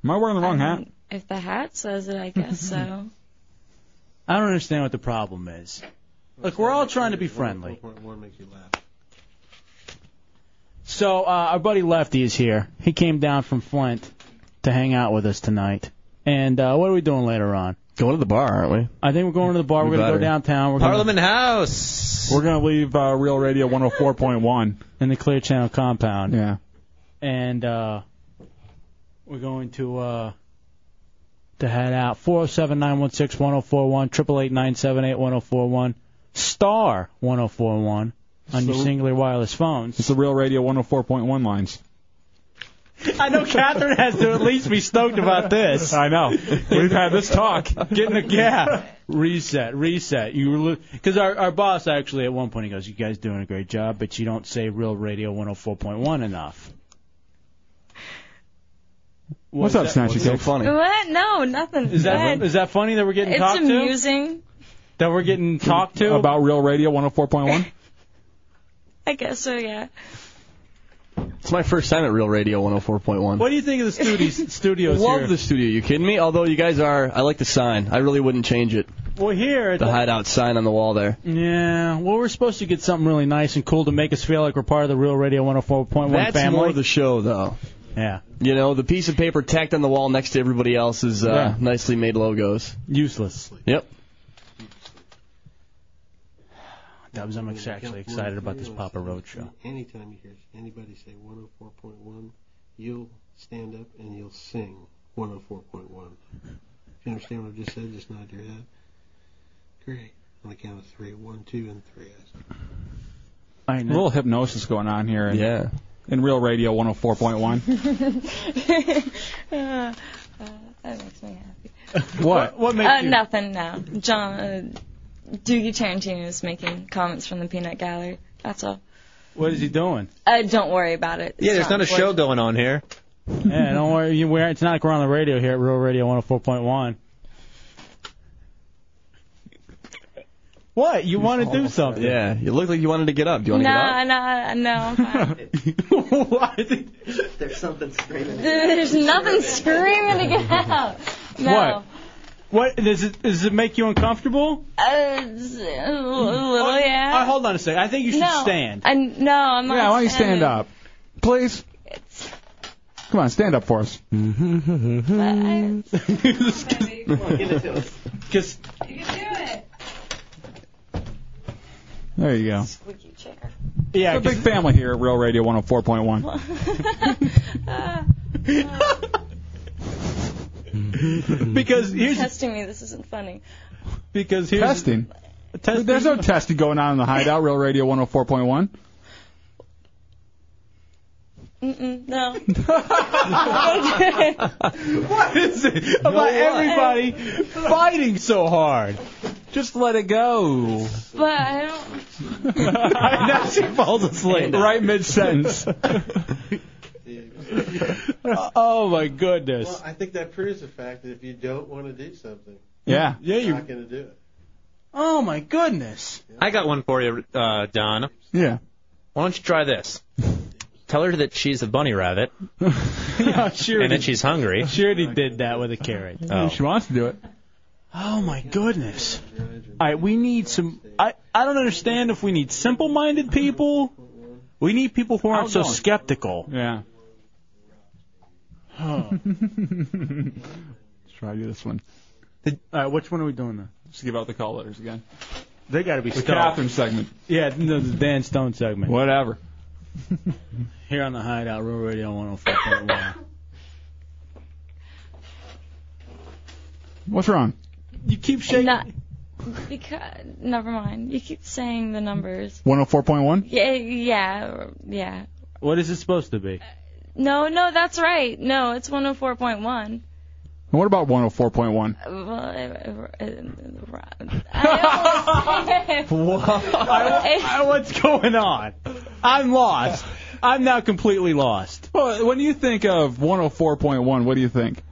S3: Am I wearing the wrong hat?
S12: If the hat says it, I guess so.
S2: I don't understand what the problem is. Look, we're all trying to be
S22: oh
S2: friendly. So uh, our buddy Lefty is here. He came down from Flint to hang out with us tonight. And uh, what are we doing later on?
S15: Going to the bar, aren't we?
S2: I think we're going to the bar.
S15: We
S2: we're going to go
S15: better.
S2: downtown. We're
S15: Parliament
S2: House.
S3: We're going to leave uh, Real Radio 104.1
S2: in the Clear Channel compound.
S3: Yeah.
S2: and uh, we're going to uh, to head out. Four zero seven nine one six one zero four one triple eight nine seven eight one zero four one star one zero four one on your
S3: So-
S2: singular wireless phones.
S3: It's the Real Radio 104.1 lines.
S2: I know Catherine has to at least be stoked about this.
S3: I know. We've had this talk.
S2: Getting a yeah. Reset, reset. You because our our boss actually at one point he goes, "You guys doing a great job, but you don't say Real Radio 104.1 enough."
S3: What's up, Snatchy Cakes?
S12: What? No, nothing.
S2: Is that
S12: bad.
S2: is that funny that we're getting
S12: it's
S2: talked to?
S12: amusing.
S2: That we're getting talked to
S3: About Real Radio 104.1?
S12: I guess so. Yeah.
S15: It's my first time at Real Radio 104.1.
S2: What do you think of the studios? studios
S15: Love
S2: here?
S15: the studio. You kidding me? Although you guys are, I like the sign. I really wouldn't change it.
S2: Well, here at
S15: the hideout sign on the wall there.
S2: Yeah, well, we're supposed to get something really nice and cool to make us feel like we're part of the Real Radio 104.1
S15: That's
S2: family.
S15: more the show, though.
S2: Yeah.
S15: You know, the piece of paper tacked on the wall next to everybody else's uh,
S2: Yeah.
S15: nicely made logos.
S2: Useless.
S15: Yep.
S2: Dubs, I'm ex- actually excited about this Papa Roach show.
S22: Anytime you hear anybody say 104.1, you'll stand up and you'll sing 104.1. You understand what I just said? Just nod your head. Great. On the count of three. One, two, and three.
S2: I
S3: know. A little hypnosis going on here. In,
S15: yeah.
S3: In Real Radio 104.1.
S12: uh, uh, that makes me happy.
S3: What?
S12: uh, Nothing now. John uh, Doogie Tarantino is making comments from the Peanut Gallery. That's all.
S2: What is he doing?
S12: Uh, don't worry about it. It's
S1: Yeah, there's not a show
S12: important.
S1: going on here.
S2: Yeah, don't worry. You, we're, it's not like we're on the radio here at Real Radio 104.1. What? You want to do something?
S15: Yeah. You look like you wanted to get up. Do you want to
S12: No, no, no. I'm fine.
S15: There's something screaming.
S12: There's nothing screaming to get out. No.
S2: What? What does it does it make you uncomfortable?
S12: Uh, s- a little,
S2: Oh,
S12: yeah.
S2: oh, hold on a second. I think you should
S12: no,
S2: stand.
S12: I, no, I'm not.
S3: yeah, why don't you
S12: standing.
S3: stand up? Please. Come on, stand up for us.
S2: Because
S3: There you go.
S2: Yeah,
S3: It's a big family here at Real Radio 104.1.
S12: Uh,
S2: because
S12: You're
S2: here's
S12: testing me. This isn't funny.
S2: because here's
S3: testing. There's no testing going on in the hideout, Real Radio 104.1.
S12: Mm-mm, no.
S2: what is it about everybody fighting so hard? Just let it go.
S12: but I don't.
S2: now she falls asleep
S3: right mid sentence.
S2: oh my goodness.
S22: Well, I think that proves the fact that if you don't want to do something,
S3: Yeah.
S2: Yeah,
S22: you're not going to do it.
S2: Oh my goodness.
S1: I got one for you, uh, Don.
S3: Yeah.
S1: Why don't you try this? Tell her that she's a bunny rabbit,
S2: yeah, sure.
S1: and that she's hungry.
S2: She already did that with a carrot.
S1: Oh.
S3: She wants to do it.
S2: Oh my goodness. All right, we need some. I I don't understand if we need simple-minded people. We need people who aren't so
S3: Outgoing.
S2: skeptical.
S3: Yeah. try to do this one.
S2: All right, which one are we doing now?
S3: Just give out the call letters again.
S2: They got to be
S3: The
S2: stoked.
S3: Catherine segment.
S2: Yeah, no, the Dan Stone segment.
S3: Whatever.
S2: Here on the Hideout, Real Radio 104.1.
S3: What's wrong?
S2: You keep shaking.
S12: Not, because, never mind. You keep saying the numbers.
S3: 104.1?
S12: Yeah, yeah, yeah.
S2: What is it supposed to be?
S12: No, no, that's right. No, it's 104.1.
S3: And what about 104.1?
S12: Uh, Well, I- I- I- I always say it.
S2: what's going on? I'm lost. I'm now completely lost.
S3: Well, when you think of 104.1, what do you think?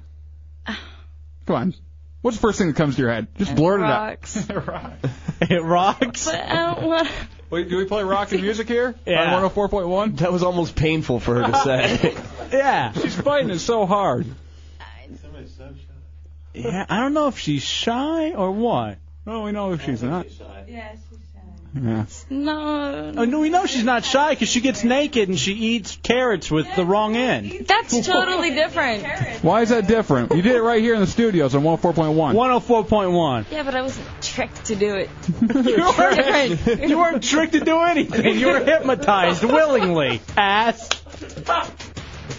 S3: Come on. What's the first thing that comes to your head? Just blurt it out.
S12: Rocks.
S2: It rocks.
S12: But I don't want.
S3: Wait, do we play rock and music here?
S34: Yeah.
S3: On 104.1?
S34: That was almost painful for her to say.
S2: Yeah.
S3: She's fighting it so hard.
S2: Yeah, I don't know if she's shy or what.
S3: No, we know if she's not.
S12: Yes.
S3: Yeah.
S12: No.
S2: Oh, no, we know she's not shy because she gets naked and she eats carrots with the wrong end.
S12: That's totally different.
S3: Why is that different? You did it right here in the studios on 104.1.
S2: 104.1.
S12: Yeah, but I wasn't tricked to do it.
S2: You weren't, you weren't tricked to do anything. You were hypnotized willingly. oh Ass.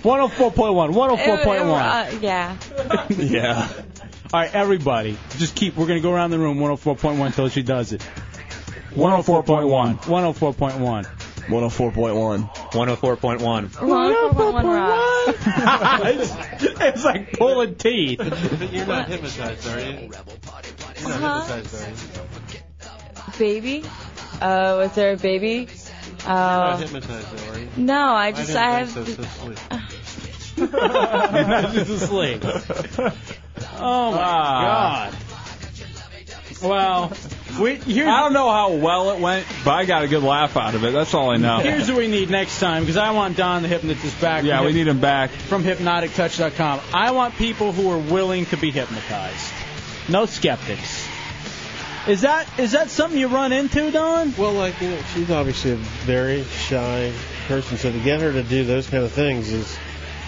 S2: 104.1.
S12: It- it-
S2: 104.1.
S12: uh, yeah.
S2: yeah. All right, everybody, just keep. We're gonna go around the room 104.1 until she does it. 104.1. 104.1.
S34: 104.1.
S1: 104.1.
S12: 104.1 rocks.
S2: it's, it's like pulling teeth.
S22: You're not hypnotized, are you? You're not
S12: Uh-huh.
S22: hypnotized, are you?
S12: Baby? Oh, is there a baby?
S22: You're not
S12: Oh.
S22: hypnotized, though, are you?
S12: No, I just
S22: didn't
S12: I,
S22: think
S12: have.
S22: so, so sleep.
S2: Not just asleep. Oh
S22: Uh,
S2: my
S3: Ah.
S2: God. Well, we, here's,
S3: I don't know how well it went, but I got a good laugh out of it. That's all I know.
S2: here's what we need next time because I want Don the hypnotist back.
S3: yeah,
S2: from
S3: we
S2: hyp-
S3: need him back.
S2: from hypnotictouch.com. I want people who are willing to be hypnotized. No skeptics. Is that is that something you run into, Don?
S22: Well, like you know, she's obviously a very shy person, so to get her to do those kind of things is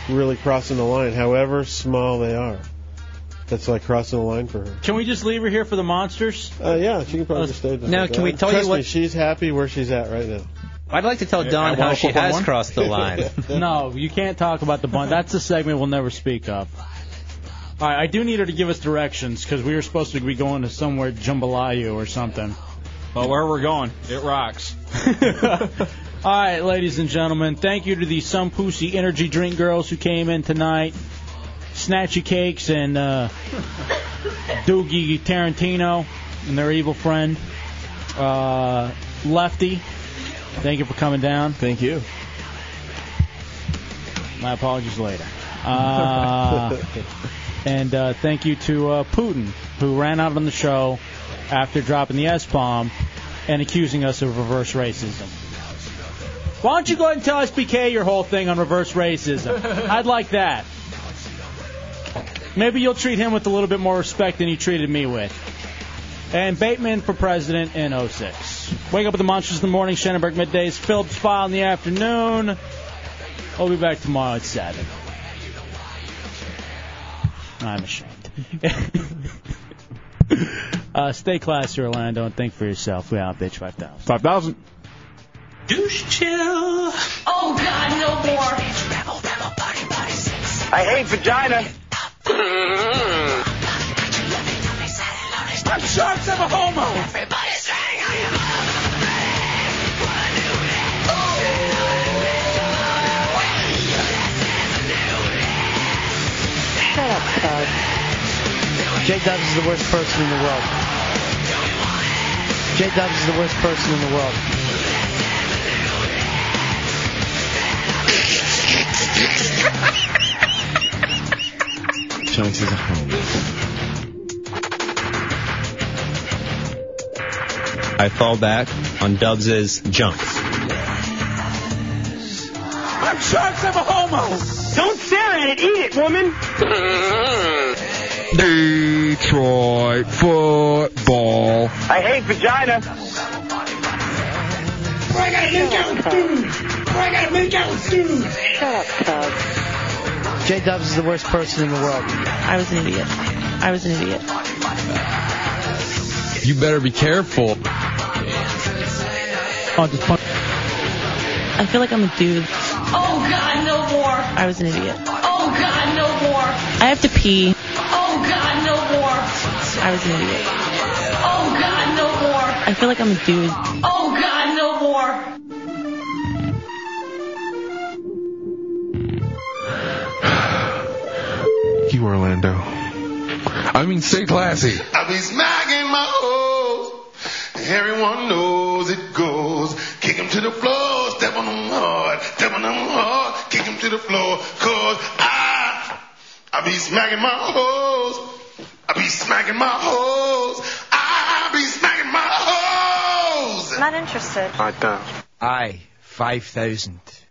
S22: really crossing the line, however small they are. That's like crossing the line for her.
S2: Can we just leave her here for the monsters?
S22: Uh, yeah, she can probably just stay there.
S2: now, can we tell you
S22: Trust
S2: what-
S22: Me, she's happy where she's at right now.
S1: I'd like to tell Dawn
S22: At
S1: how she has
S22: 104.1?
S1: crossed the line.
S2: no, you can't talk about the bun. That's a segment we'll never speak of. All right, I do need her to give us directions because we were supposed to be going to somewhere Jambalaya or something.
S3: Well, where we're going, it rocks.
S2: All right, ladies and gentlemen, thank you to the Some Pussy Energy Drink Girls who came in tonight. Snatchy Cakes and uh, Doogie Tarantino and their evil friend, uh, Lefty. Thank you for coming down. Thank you. My apologies later. Uh, and uh, thank you to uh, Putin, who ran out on the show after dropping the S bomb and accusing us of reverse racism. Why don't you go ahead and tell SBK your whole thing on reverse racism? I'd like that. Maybe you'll treat him with a little bit more respect than you treated me with. And Bateman for president in 06. Wake up with the monsters in the morning, Shannonburg middays, Phillips file in the afternoon. I'll be back tomorrow at 7. I'm ashamed. uh, stay classy, Orlando, and think for yourself. We out, bitch, 5,000.
S3: 5,000.
S2: Douche chill.
S16: Oh God, no more.
S35: I hate vagina.
S2: Mm-hmm.
S16: I'm sharks. I'm a homo. Everybody's
S13: Shut up, Todd. Jay Dubs is the worst person in the world. Jay Dubs is the worst person in the world.
S34: Chunks is a home.
S1: I fall back on Dubs' junk.
S16: I'm sharks. I'm a homo. Don't stare at it. Eat it, woman.
S3: Detroit football.
S35: I hate vagina.
S16: Where I gotta make out with dudes. Where I gotta make out with dudes.
S13: Jay Dubs is the worst person in the world. I was an idiot.
S17: I was an idiot.
S14: You better be careful.
S17: I feel like I'm a dude.
S9: Oh God, no more.
S17: I was an idiot.
S9: Oh God, no more.
S17: I have to pee.
S9: Oh God, no more.
S17: I was an idiot.
S9: Oh God, no more.
S17: I feel like I'm a dude.
S9: Oh God, no more.
S16: You, Orlando.
S14: I mean, stay classy.
S16: I be smacking my hoes. Everyone knows it goes. Kick 'em to the floor, step on 'em hard, step on 'em hard, kick 'em to the floor. Cause I, I be smacking my hoes. I be smacking my hoes. I be smacking my hoes.
S5: Not interested.
S16: I don't.
S5: I, 5,000.